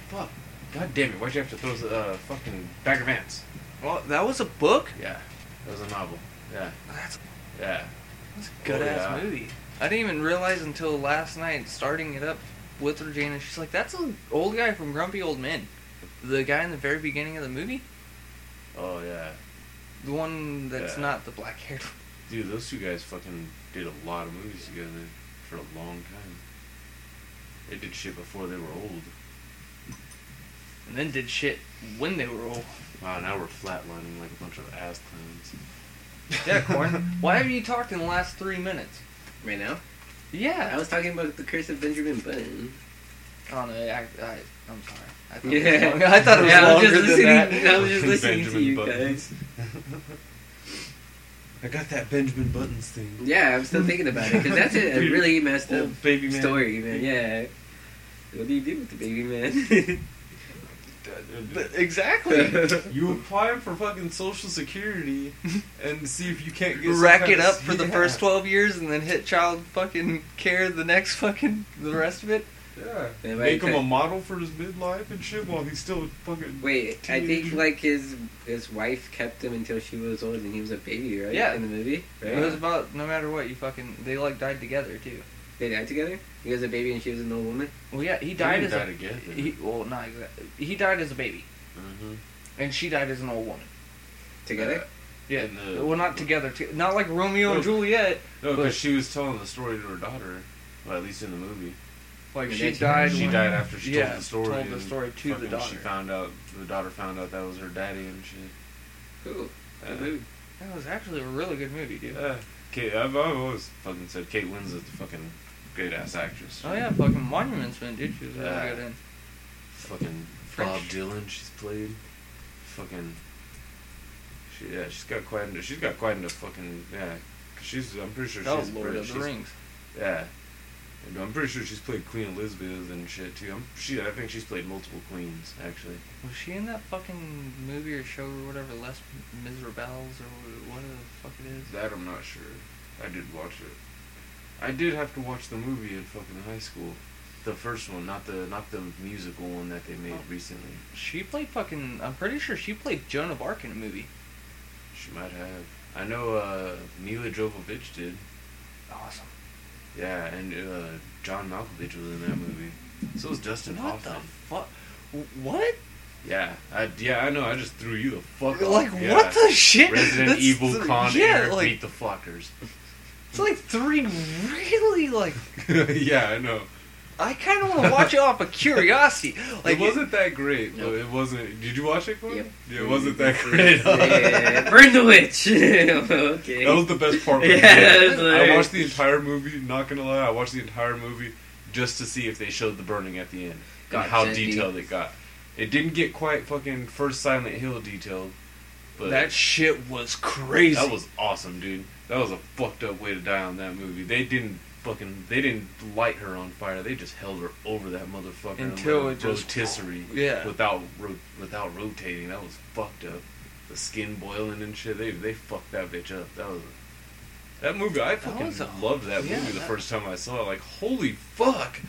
[SPEAKER 2] fuck. God damn it, why'd you have to throw the, uh, fucking Bagger Vance?
[SPEAKER 4] Well, Oh, that was a book.
[SPEAKER 2] Yeah. That was a novel. Yeah.
[SPEAKER 4] That's,
[SPEAKER 2] Yeah.
[SPEAKER 4] that's a good ass
[SPEAKER 2] Oh, yeah.
[SPEAKER 4] movie. I didn't even realize until last night, starting it up with Regina, she's like, "That's an old guy from Grumpy Old Men, the guy in the very beginning of the movie,
[SPEAKER 2] Oh, yeah.
[SPEAKER 4] the one that's
[SPEAKER 2] Yeah.
[SPEAKER 4] not the black haired."
[SPEAKER 2] Dude, those two guys fucking did a lot of movies together for a long time. They did shit before they were old.
[SPEAKER 4] And then did shit when they were old.
[SPEAKER 2] Wow, now we're flatlining like a bunch of ass clowns.
[SPEAKER 4] Yeah, Corn. Why have you talked in the last three minutes?
[SPEAKER 5] Right now, I
[SPEAKER 4] Yeah.
[SPEAKER 5] was talking about the Curse of Benjamin Button.
[SPEAKER 4] I don't know. Oh, I, I, I'm sorry. I thought
[SPEAKER 5] Yeah.
[SPEAKER 4] it was, long. I thought it was
[SPEAKER 5] Yeah, I was
[SPEAKER 4] longer
[SPEAKER 5] just
[SPEAKER 4] than
[SPEAKER 5] listening-
[SPEAKER 4] that.
[SPEAKER 5] I was just listening to
[SPEAKER 2] Benjamin
[SPEAKER 5] you
[SPEAKER 2] Buttons.
[SPEAKER 5] guys.
[SPEAKER 2] I got that Benjamin Buttons thing.
[SPEAKER 5] Yeah, I'm still thinking about it because that's a, a really messed up
[SPEAKER 2] Old baby man.
[SPEAKER 5] story, man. Yeah. What do you do with the baby man?
[SPEAKER 4] Exactly.
[SPEAKER 2] You apply for fucking Social Security and see if you can't get some
[SPEAKER 4] rack
[SPEAKER 2] kind
[SPEAKER 4] it
[SPEAKER 2] of-
[SPEAKER 4] up for the
[SPEAKER 2] Yeah.
[SPEAKER 4] first 12 years and then hit child fucking care the next fucking the rest of it
[SPEAKER 2] Yeah,
[SPEAKER 5] Yeah, but
[SPEAKER 2] make
[SPEAKER 5] I
[SPEAKER 2] him a
[SPEAKER 5] could-
[SPEAKER 2] model for his midlife and shit while he's still a fucking.
[SPEAKER 5] Wait, I think
[SPEAKER 2] Teenager.
[SPEAKER 5] like his his wife kept him until she was old and he was a baby, right?
[SPEAKER 4] Yeah.
[SPEAKER 5] In the movie, right?
[SPEAKER 4] it was about no matter what you fucking they like died together too
[SPEAKER 5] They died together. He was a baby and she was an old woman.
[SPEAKER 4] well yeah he died as
[SPEAKER 2] didn't
[SPEAKER 4] a
[SPEAKER 2] die together.
[SPEAKER 4] he well not exactly he died as a baby
[SPEAKER 2] Mhm.
[SPEAKER 4] and she died as an old woman
[SPEAKER 5] Together.
[SPEAKER 4] yeah
[SPEAKER 2] And the-
[SPEAKER 4] well not together to, not like romeo
[SPEAKER 2] Oh.
[SPEAKER 4] and juliet
[SPEAKER 2] No,
[SPEAKER 4] But-
[SPEAKER 2] because she was telling the story to her daughter, well, at least in the movie.
[SPEAKER 4] like
[SPEAKER 5] Yeah,
[SPEAKER 4] she
[SPEAKER 5] they-
[SPEAKER 4] died
[SPEAKER 2] She
[SPEAKER 4] when-
[SPEAKER 2] died after she
[SPEAKER 4] yeah,
[SPEAKER 2] told the story.
[SPEAKER 4] told the
[SPEAKER 2] and
[SPEAKER 4] story to the
[SPEAKER 2] fucking She
[SPEAKER 4] daughter.
[SPEAKER 2] found out the daughter found out that was her daddy and shit.
[SPEAKER 5] Cool.
[SPEAKER 2] Yeah.
[SPEAKER 5] Good movie.
[SPEAKER 4] that was actually a really good movie dude
[SPEAKER 2] Yeah, Kate, I've, I've always fucking said Kate Winslet's a fucking great ass actress.
[SPEAKER 4] oh yeah fucking monuments man dude she was really
[SPEAKER 2] Yeah.
[SPEAKER 4] good in
[SPEAKER 2] Fucking
[SPEAKER 4] French.
[SPEAKER 2] Bob Dylan, she's played. Fucking. She, yeah, she's got quite. Into, she's got quite into fucking. Yeah, 'cause she's. I'm pretty sure
[SPEAKER 4] that
[SPEAKER 2] she's
[SPEAKER 4] was lord
[SPEAKER 2] British.
[SPEAKER 4] of the
[SPEAKER 2] She's-
[SPEAKER 4] rings
[SPEAKER 2] Yeah. And I'm pretty sure she's played Queen Elizabeth and shit too. I'm, she, I think she's played multiple queens actually.
[SPEAKER 4] Was she in that fucking movie or show or whatever, Les Miserables or whatever the fuck it is?
[SPEAKER 2] That I'm not sure. I did watch it. I did have to watch the movie in fucking high school. The first one, not the not the musical one that they made
[SPEAKER 4] Oh.
[SPEAKER 2] recently.
[SPEAKER 4] She played fucking. I'm pretty sure she played Joan of Arc in a movie.
[SPEAKER 2] She might have. I know uh, Mila Jovovich did.
[SPEAKER 4] Awesome.
[SPEAKER 2] Yeah, and uh, John Malkovich was in that movie. So was Justin
[SPEAKER 4] What the
[SPEAKER 2] Hoffman.
[SPEAKER 4] fuck? "Wh- What?
[SPEAKER 2] Yeah, I, yeah, I know. I just threw you the fuck off.
[SPEAKER 4] Like
[SPEAKER 2] yeah.
[SPEAKER 4] what the shit?
[SPEAKER 2] Resident
[SPEAKER 4] That's
[SPEAKER 2] Evil
[SPEAKER 4] th-
[SPEAKER 2] Con
[SPEAKER 4] Yeah,
[SPEAKER 2] Air
[SPEAKER 4] like
[SPEAKER 2] beat the fuckers.
[SPEAKER 4] it's like three really like
[SPEAKER 2] yeah, I know.
[SPEAKER 4] I kind of want to watch it off of curiosity. Like
[SPEAKER 2] it wasn't that great.
[SPEAKER 3] Nope.
[SPEAKER 2] though. It wasn't. Did you watch it? Glenn?
[SPEAKER 3] Yep.
[SPEAKER 2] Yeah, it wasn't that great.
[SPEAKER 5] Yeah, burn the witch. okay.
[SPEAKER 2] That was the best part.
[SPEAKER 5] Yeah,
[SPEAKER 2] Yeah,
[SPEAKER 5] it's
[SPEAKER 2] I
[SPEAKER 5] like-
[SPEAKER 2] watched the entire movie. Not gonna lie, I watched the entire movie just to see if they showed the burning at the end
[SPEAKER 3] Got
[SPEAKER 2] and how
[SPEAKER 3] that deep.
[SPEAKER 2] detailed it got. It didn't get quite fucking first Silent Hill detailed, but
[SPEAKER 4] that shit was crazy.
[SPEAKER 2] that was awesome, dude. That was a fucked up way to die on that movie. They didn't fucking they didn't light her on fire. They just held her over that motherfucker and
[SPEAKER 4] Until
[SPEAKER 2] let her
[SPEAKER 4] it just-
[SPEAKER 2] rotisserie
[SPEAKER 4] yeah.
[SPEAKER 2] without ro- without rotating. That was fucked up. The skin boiling and shit. They they fucked that bitch up. That was that movie. I fucking
[SPEAKER 4] was a-
[SPEAKER 2] loved that
[SPEAKER 4] yeah,
[SPEAKER 2] movie the
[SPEAKER 4] that-
[SPEAKER 2] first time I saw it. Like holy fuck,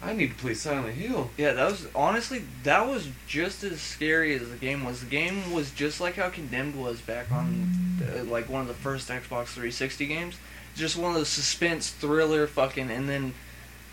[SPEAKER 2] I need to play Silent Hill.
[SPEAKER 4] Yeah, that was honestly that was just as scary as the game was. The game was just like how Condemned was back on uh, like one of the first Xbox 360 games. Just one of those suspense thriller fucking and then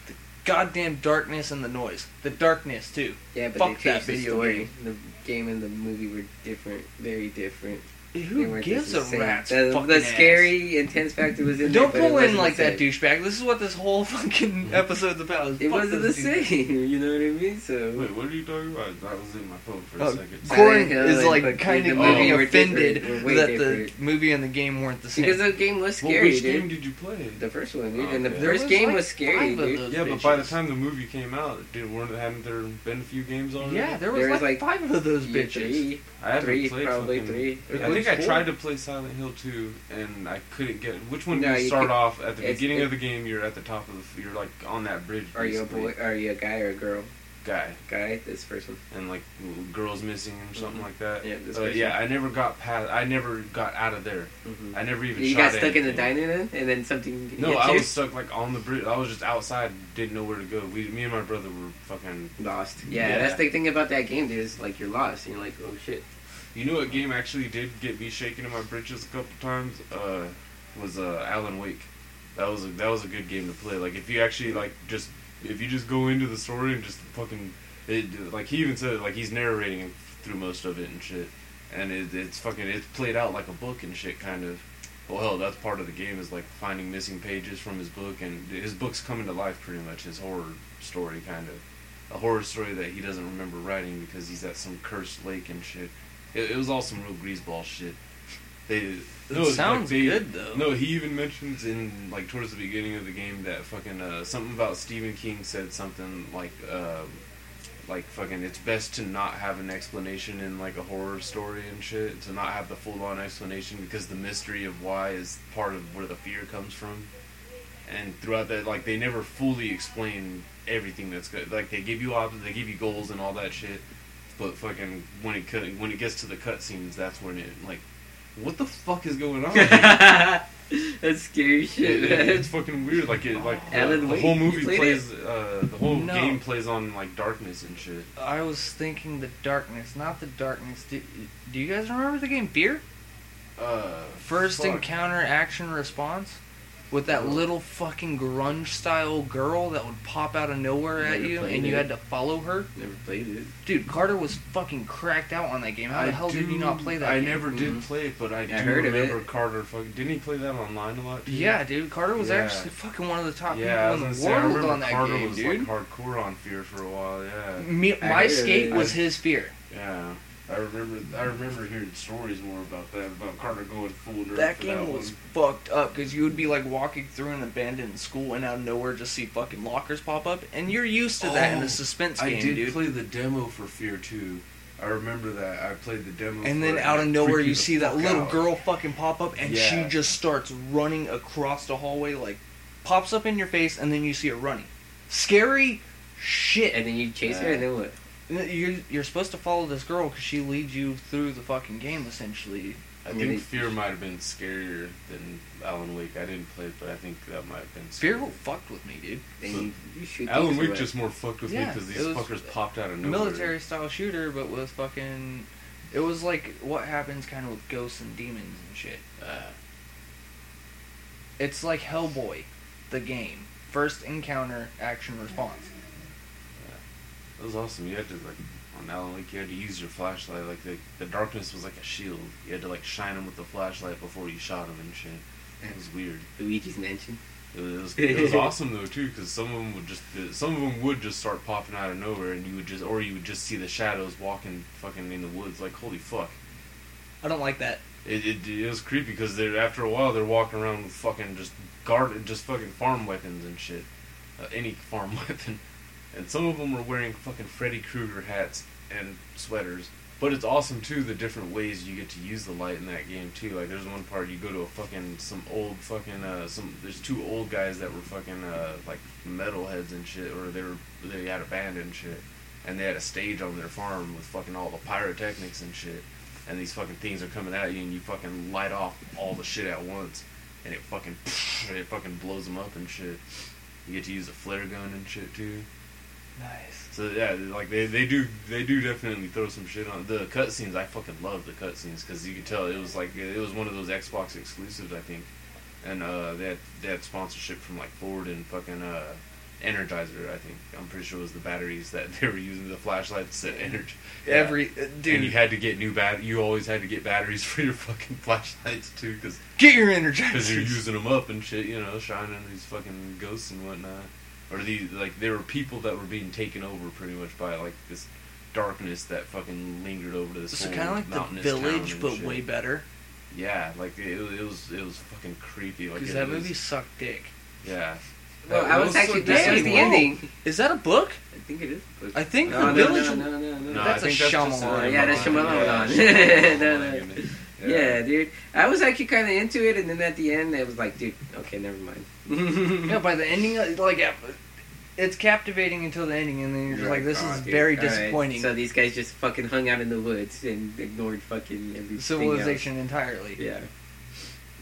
[SPEAKER 4] the goddamn darkness and the noise. The darkness too.
[SPEAKER 5] yeah, but
[SPEAKER 4] Fuck
[SPEAKER 5] they
[SPEAKER 4] that
[SPEAKER 5] changed the
[SPEAKER 4] video
[SPEAKER 5] story. The game and the movie were different, very different. They
[SPEAKER 4] Who
[SPEAKER 5] weren't
[SPEAKER 4] gives
[SPEAKER 5] the
[SPEAKER 4] a
[SPEAKER 5] same.
[SPEAKER 4] rat's
[SPEAKER 5] The,
[SPEAKER 4] fucking
[SPEAKER 5] the
[SPEAKER 4] ass?
[SPEAKER 5] scary intense factor was in.
[SPEAKER 4] Don't
[SPEAKER 5] there, but it
[SPEAKER 4] go in
[SPEAKER 5] wasn't
[SPEAKER 4] like
[SPEAKER 5] the
[SPEAKER 4] that
[SPEAKER 5] same.
[SPEAKER 4] douchebag. This is what this whole fucking episode's about. is
[SPEAKER 5] It
[SPEAKER 4] fuck
[SPEAKER 5] wasn't the
[SPEAKER 4] this douchebag.
[SPEAKER 5] same. You know what I mean? So
[SPEAKER 2] Wait, what are you talking about? That was in my phone for a
[SPEAKER 4] Uh,
[SPEAKER 2] second.
[SPEAKER 5] Silent
[SPEAKER 4] Corin
[SPEAKER 5] Hill
[SPEAKER 4] is
[SPEAKER 5] and
[SPEAKER 4] like
[SPEAKER 5] fucking
[SPEAKER 4] kind
[SPEAKER 5] the
[SPEAKER 4] of
[SPEAKER 2] movie
[SPEAKER 4] getting
[SPEAKER 5] were different,
[SPEAKER 4] offended
[SPEAKER 5] were way
[SPEAKER 4] that
[SPEAKER 5] different.
[SPEAKER 4] the movie and the game weren't the same.
[SPEAKER 5] because the game was
[SPEAKER 2] Well,
[SPEAKER 5] scary,
[SPEAKER 2] which game
[SPEAKER 5] dude.
[SPEAKER 2] did you play?
[SPEAKER 5] The first one,
[SPEAKER 2] Oh,
[SPEAKER 5] dude, and the
[SPEAKER 2] okay.
[SPEAKER 4] There
[SPEAKER 5] first
[SPEAKER 4] was,
[SPEAKER 5] game
[SPEAKER 4] like,
[SPEAKER 5] was scary,
[SPEAKER 4] five of
[SPEAKER 5] dude.
[SPEAKER 4] those
[SPEAKER 2] Yeah, but by the
[SPEAKER 4] bitches.
[SPEAKER 2] time the movie came out, did weren't hadn't there been a few games already?
[SPEAKER 4] Yeah, there was,
[SPEAKER 5] There was,
[SPEAKER 4] like,
[SPEAKER 5] like,
[SPEAKER 4] five of those
[SPEAKER 5] Yeah,
[SPEAKER 4] bitches.
[SPEAKER 5] three,
[SPEAKER 2] I haven't
[SPEAKER 5] three,
[SPEAKER 2] played
[SPEAKER 5] probably
[SPEAKER 2] fucking-
[SPEAKER 5] three.
[SPEAKER 4] It
[SPEAKER 2] I
[SPEAKER 4] was
[SPEAKER 2] think I
[SPEAKER 4] four.
[SPEAKER 2] tried to play Silent Hill 2 and I couldn't get which one
[SPEAKER 5] No,
[SPEAKER 2] do you
[SPEAKER 5] you
[SPEAKER 2] start
[SPEAKER 5] could-
[SPEAKER 2] off at the
[SPEAKER 5] it's-
[SPEAKER 2] beginning
[SPEAKER 5] it-
[SPEAKER 2] of the game. You're at the top of the you're like on that bridge.
[SPEAKER 5] Are you a
[SPEAKER 2] basically,
[SPEAKER 5] boy? Are you a guy or a girl?
[SPEAKER 2] guy
[SPEAKER 5] Guy. This first one.
[SPEAKER 2] and like little girls missing or something
[SPEAKER 5] Mhm.
[SPEAKER 2] like that?
[SPEAKER 5] Yeah, this
[SPEAKER 2] Uh,
[SPEAKER 5] person.
[SPEAKER 2] yeah. I never got past. I never got out of there.
[SPEAKER 5] Mhm.
[SPEAKER 2] Mm-hmm. I never even.
[SPEAKER 5] You
[SPEAKER 2] shot
[SPEAKER 5] got stuck in the
[SPEAKER 2] anything.
[SPEAKER 5] diner then, and then something.
[SPEAKER 2] No,
[SPEAKER 5] hit
[SPEAKER 2] I
[SPEAKER 5] you?
[SPEAKER 2] was stuck like on the bridge. I was just outside, didn't know where to go. We, me and my brother were fucking
[SPEAKER 5] lost. Yeah,
[SPEAKER 2] Yeah.
[SPEAKER 5] that's the thing about that game, dude. Is like you're lost. And you're like, oh shit.
[SPEAKER 2] You know what game actually did get me shaking in my britches a couple times? Uh, was uh, Alan Wake. That was a, that was a good game to play. Like if you actually like just if you just go into the story and just fucking it, like he even said it, like he's narrating through most of it and shit, and it, it's fucking it's played out like a book and shit kind of. Well, hell, that's part of the game is like finding missing pages from his book, and his book's coming to life pretty much. His horror story kind of a horror story that he doesn't remember writing because he's at some cursed lake and shit. It, it was all some real greaseball shit. They no,
[SPEAKER 4] it sounds
[SPEAKER 2] like they-
[SPEAKER 4] good though.
[SPEAKER 2] No, he even mentions in like towards the beginning of the game that fucking uh, something about Stephen King said something like uh, like fucking it's best to not have an explanation in like a horror story and shit to not have the full on explanation because the mystery of why is part of where the fear comes from. And throughout that, like they never fully explain everything that's good. Like they give you options, they give you goals and all that shit. But fucking when it cut, when it gets to the cutscenes, that's when it like, what the fuck is going on? here?
[SPEAKER 5] that's scary shit.
[SPEAKER 2] It- it-
[SPEAKER 5] man.
[SPEAKER 2] it's fucking weird. Like it, like
[SPEAKER 5] Alan
[SPEAKER 2] the, the
[SPEAKER 5] Wake,
[SPEAKER 2] whole
[SPEAKER 5] you
[SPEAKER 2] movie
[SPEAKER 5] played
[SPEAKER 2] plays, uh, the whole
[SPEAKER 4] No.
[SPEAKER 2] game plays on like darkness and shit.
[SPEAKER 4] I was thinking the darkness, not the darkness. Do, do you guys remember the game Beer?
[SPEAKER 2] Uh,
[SPEAKER 4] First
[SPEAKER 2] fuck.
[SPEAKER 4] encounter action response with that little fucking grunge style girl that would pop out of nowhere at
[SPEAKER 5] Never
[SPEAKER 4] you
[SPEAKER 5] played
[SPEAKER 4] and you
[SPEAKER 5] it.
[SPEAKER 4] had to follow her.
[SPEAKER 5] Never played it.
[SPEAKER 4] Dude, Carter was fucking cracked out on that game. How the
[SPEAKER 2] I
[SPEAKER 4] hell did
[SPEAKER 2] do-
[SPEAKER 4] you not play that
[SPEAKER 2] I
[SPEAKER 4] game? Mm-hmm.
[SPEAKER 2] never did
[SPEAKER 5] Mhm.
[SPEAKER 2] play it, but I, do
[SPEAKER 5] heard of
[SPEAKER 2] remember
[SPEAKER 5] it.
[SPEAKER 2] Carter. Fucking, didn't he play that online a lot? too?
[SPEAKER 4] Yeah, dude, Carter was
[SPEAKER 2] Yeah.
[SPEAKER 4] actually fucking one of the top
[SPEAKER 2] Yeah, I was
[SPEAKER 4] people
[SPEAKER 2] gonna
[SPEAKER 4] in the
[SPEAKER 2] say, I
[SPEAKER 4] world
[SPEAKER 2] remember
[SPEAKER 4] on that
[SPEAKER 2] Carter
[SPEAKER 4] game,
[SPEAKER 2] was like
[SPEAKER 4] dude.
[SPEAKER 2] hardcore on Fear for a while. Yeah,
[SPEAKER 4] Me,
[SPEAKER 5] I
[SPEAKER 4] my
[SPEAKER 5] heard
[SPEAKER 4] skate
[SPEAKER 5] it.
[SPEAKER 4] was his fear.
[SPEAKER 2] yeah. I remember. I remember hearing stories more about that about Carter going full nerd.
[SPEAKER 4] That
[SPEAKER 2] for
[SPEAKER 4] game
[SPEAKER 2] one.
[SPEAKER 4] was fucked up because you would be like walking through an abandoned school and out of nowhere just see fucking lockers pop up, and you're used to that in
[SPEAKER 2] Oh,
[SPEAKER 4] a suspense
[SPEAKER 2] I
[SPEAKER 4] game,
[SPEAKER 2] did
[SPEAKER 4] dude.
[SPEAKER 2] play the demo for Fear Two. I remember that. I played the demo.
[SPEAKER 4] and
[SPEAKER 2] for
[SPEAKER 4] then
[SPEAKER 2] it,
[SPEAKER 4] out of
[SPEAKER 2] it
[SPEAKER 4] nowhere,
[SPEAKER 2] freaked me
[SPEAKER 4] you
[SPEAKER 2] the
[SPEAKER 4] see that
[SPEAKER 2] fuck
[SPEAKER 4] little
[SPEAKER 2] out.
[SPEAKER 4] girl fucking pop up, and
[SPEAKER 2] Yeah.
[SPEAKER 4] she just starts running across the hallway, like pops up in your face, and then you see her running. Scary shit.
[SPEAKER 5] And then you chase her, and then what?
[SPEAKER 4] You're, you're supposed to follow this girl because she leads you through the fucking game, essentially.
[SPEAKER 2] I
[SPEAKER 5] And
[SPEAKER 2] think
[SPEAKER 5] then it-
[SPEAKER 2] Fear might have been scarier than Alan Wake. I didn't play it, but I think that might have been.
[SPEAKER 4] Fear
[SPEAKER 2] scarier.
[SPEAKER 4] fucked with me, dude.
[SPEAKER 5] Then you, you shoot.
[SPEAKER 2] Alan
[SPEAKER 5] things
[SPEAKER 2] Wake
[SPEAKER 5] away.
[SPEAKER 2] just more fucked with me
[SPEAKER 4] Yeah,
[SPEAKER 2] because these
[SPEAKER 4] it was-
[SPEAKER 2] fuckers popped out of nowhere.
[SPEAKER 4] Military style shooter, but with fucking. It was like what happens kind of with ghosts and demons and shit.
[SPEAKER 2] Uh,
[SPEAKER 4] It's like Hellboy, the game. First encounter, action response.
[SPEAKER 2] That was awesome. You had to like on Alan Wake, you had to use your flashlight. Like the the darkness was like a shield. You had to like shine him with the flashlight before you shot him and shit. It was weird.
[SPEAKER 5] Luigi's Mansion.
[SPEAKER 2] It was, it was, it was awesome though too, because some of them would just uh, some of them would just start popping out of nowhere, and you would just or you would just see the shadows walking fucking in the woods. Like holy fuck.
[SPEAKER 4] I don't like that.
[SPEAKER 2] It, it, it was creepy because they're after a while they're walking around with fucking just guard just fucking farm weapons and shit, uh, any farm weapon, and some of them were wearing fucking Freddy Krueger hats and sweaters. But it's awesome too the different ways you get to use the light in that game too. Like there's one part you go to a fucking some old fucking uh some there's two old guys that were fucking uh like metalheads and shit or they were they had a band and shit and they had a stage on their farm with fucking all the pyrotechnics and shit and these fucking things are coming at you and you fucking light off all the shit at once and it fucking it fucking blows them up and shit. You get to use a flare gun and shit too.
[SPEAKER 4] Nice.
[SPEAKER 2] So yeah, like they, they do they do definitely throw some shit on the cutscenes. I fucking love the cutscenes because you could tell it was like it was one of those Xbox exclusives, I think, and uh, that that sponsorship from like Ford and fucking uh, Energizer. I think I'm pretty sure it was the batteries that they were using the flashlights that energy.
[SPEAKER 4] Every uh, dude,
[SPEAKER 2] and you had to get new bat. You always had to get batteries for your fucking flashlights too, because
[SPEAKER 4] get your
[SPEAKER 2] because you're
[SPEAKER 4] energizers.
[SPEAKER 2] using them up and shit, you know, shining these fucking ghosts and whatnot. Or these, like, there were people that were being taken over pretty much by, like, this darkness that fucking lingered over this
[SPEAKER 4] So
[SPEAKER 2] whole
[SPEAKER 4] kind of like the
[SPEAKER 2] mountainous town
[SPEAKER 4] village,
[SPEAKER 2] and
[SPEAKER 4] but
[SPEAKER 2] shit.
[SPEAKER 4] way better.
[SPEAKER 2] Yeah, like, it, it was it was fucking creepy. Like,
[SPEAKER 4] Because
[SPEAKER 2] it
[SPEAKER 4] that
[SPEAKER 2] was-
[SPEAKER 4] movie sucked dick.
[SPEAKER 2] Yeah.
[SPEAKER 5] Well, I was
[SPEAKER 2] so
[SPEAKER 5] actually
[SPEAKER 4] this
[SPEAKER 5] this
[SPEAKER 4] is
[SPEAKER 5] was the
[SPEAKER 4] wrong.
[SPEAKER 5] ending.
[SPEAKER 4] Is that a book?
[SPEAKER 5] I think it is.
[SPEAKER 4] I think
[SPEAKER 5] No,
[SPEAKER 4] the
[SPEAKER 5] no,
[SPEAKER 4] village.
[SPEAKER 5] no, no, no, no.
[SPEAKER 2] No, I
[SPEAKER 4] That's a
[SPEAKER 2] think just
[SPEAKER 4] Shyamalan.
[SPEAKER 2] a
[SPEAKER 5] Yeah, that's Shyamalan. No, no.
[SPEAKER 2] Shyamalan.
[SPEAKER 5] Yeah. dude. I was actually kind of into it, and then at the end, I was like, dude, okay, never mind.
[SPEAKER 4] Yeah, by the ending, uh, like yeah, it's captivating until the ending, and then you're just like, this
[SPEAKER 5] "Aw,
[SPEAKER 4] is
[SPEAKER 5] dude,
[SPEAKER 4] very
[SPEAKER 5] all right."
[SPEAKER 4] disappointing.
[SPEAKER 5] So these guys just fucking hung out in the woods and ignored fucking everything.
[SPEAKER 4] Civilization entirely.
[SPEAKER 5] Else. Yeah.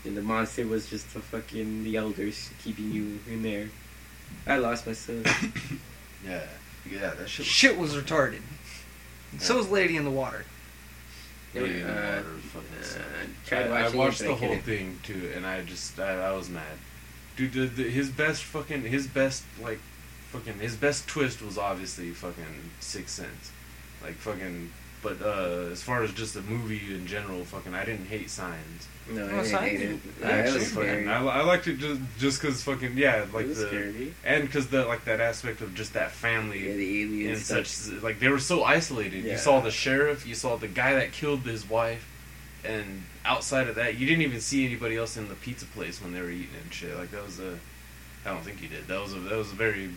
[SPEAKER 5] And the monster was just the fucking the elders keeping you in there. I lost my son.
[SPEAKER 2] Yeah. Yeah, that shit was.
[SPEAKER 4] Shit was retarded. So was Lady in the Water.
[SPEAKER 5] Yeah,
[SPEAKER 2] Lady in the
[SPEAKER 5] uh,
[SPEAKER 2] Water was fucking
[SPEAKER 5] Uh,
[SPEAKER 2] sick. I,
[SPEAKER 5] tried
[SPEAKER 2] I
[SPEAKER 5] watching it,
[SPEAKER 2] watched
[SPEAKER 5] but
[SPEAKER 2] the
[SPEAKER 5] I
[SPEAKER 2] whole
[SPEAKER 5] couldn't.
[SPEAKER 2] thing too, and I just I, I was mad. Dude, the, the, his best fucking his best like fucking his best twist was obviously fucking Sixth Sense, like fucking. But uh, as far as just the movie in general, fucking, I didn't hate Signs.
[SPEAKER 5] No, I
[SPEAKER 4] Well,
[SPEAKER 5] didn't
[SPEAKER 4] Oh, so I
[SPEAKER 5] hate it.
[SPEAKER 4] didn't-
[SPEAKER 5] Yeah,
[SPEAKER 2] I
[SPEAKER 5] it
[SPEAKER 2] actually
[SPEAKER 5] was
[SPEAKER 2] fucking
[SPEAKER 5] scary.
[SPEAKER 2] I, I liked it just just cause fucking yeah like
[SPEAKER 5] it was
[SPEAKER 2] the
[SPEAKER 5] scary.
[SPEAKER 2] and because the like that aspect of just that
[SPEAKER 5] Yeah,
[SPEAKER 2] family
[SPEAKER 5] the
[SPEAKER 2] and
[SPEAKER 5] aliens.
[SPEAKER 2] such like they were so isolated.
[SPEAKER 5] Yeah.
[SPEAKER 2] You saw the sheriff, you saw the guy that killed his wife, and outside of that, you didn't even see anybody else in the pizza place when they were eating and shit. Like that was a, I don't think you did. That was a that was a very,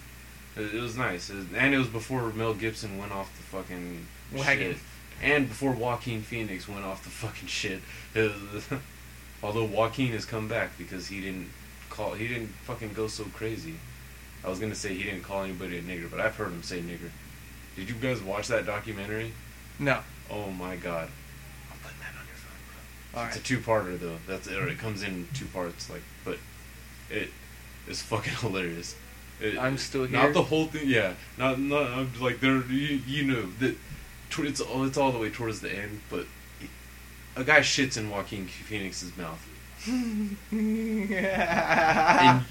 [SPEAKER 2] it it was nice, It was- and it was before Mel Gibson went off the fucking
[SPEAKER 4] Wagon.
[SPEAKER 2] shit. and before Joaquin Phoenix went off the fucking shit. It was- although Joaquin has come back because he didn't call, he didn't fucking go so crazy. I was gonna say he didn't call anybody a nigger, but I've heard him say nigger. Did you guys watch that documentary?
[SPEAKER 4] No.
[SPEAKER 2] Oh my god. I'm putting that on your phone,
[SPEAKER 4] All
[SPEAKER 2] bro. It's a
[SPEAKER 4] right.
[SPEAKER 2] two parter though. That's or it comes in two parts, like but it is fucking hilarious. It-
[SPEAKER 4] I'm still here.
[SPEAKER 2] Not the whole thing, yeah. Not not I'm like there you, you know that tw- it's all it's all the way towards the end, but a guy shits in Joaquin Phoenix's mouth.
[SPEAKER 4] Ah.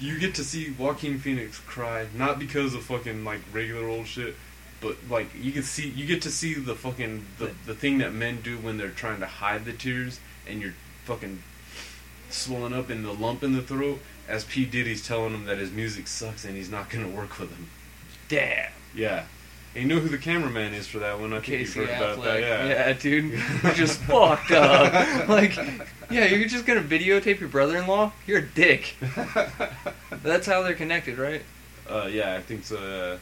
[SPEAKER 2] and you get to see Joaquin Phoenix cry, not because of fucking like regular old shit, but like you can see you get to see the fucking the, the thing that men do when they're trying to hide the tears and you're fucking swollen up in the lump in the throat as P Diddy's telling him that his music sucks and he's not gonna work with him.
[SPEAKER 4] Damn.
[SPEAKER 2] Yeah. And you know who the cameraman is for that one? I think
[SPEAKER 4] Casey
[SPEAKER 2] you've heard
[SPEAKER 4] Affleck.
[SPEAKER 2] about that. Yeah.
[SPEAKER 4] dude. You're just fucked up. Like, yeah, you're just gonna videotape your brother-in-law? You're a dick. That's how they're connected, right?
[SPEAKER 2] Uh, yeah, I think so. Uh,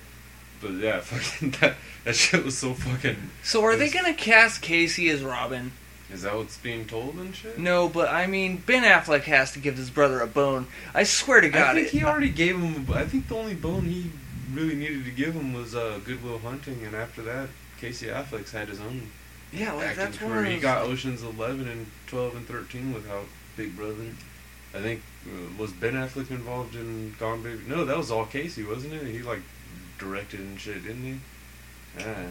[SPEAKER 2] but yeah, fucking that, that shit was so fucking.
[SPEAKER 4] So are they
[SPEAKER 2] Yes.
[SPEAKER 4] gonna cast Casey as Robin?
[SPEAKER 2] Is that what's being told and shit?
[SPEAKER 4] No, but I mean, Ben Affleck has to give his brother a bone. I swear to God.
[SPEAKER 2] I think
[SPEAKER 4] it-
[SPEAKER 2] he already gave him. I think the only bone he really needed to give him was uh, Goodwill Hunting, and after that, Casey Affleck's had his own
[SPEAKER 4] yeah, like
[SPEAKER 2] acting
[SPEAKER 4] that's one
[SPEAKER 2] career.
[SPEAKER 4] of
[SPEAKER 2] He
[SPEAKER 4] those.
[SPEAKER 2] got Ocean's Eleven and Twelve and Thirteen without Big Brother. I think uh, was Ben Affleck involved in Gone Baby? No, that was all Casey, wasn't it? He like directed and shit, didn't he? Yeah.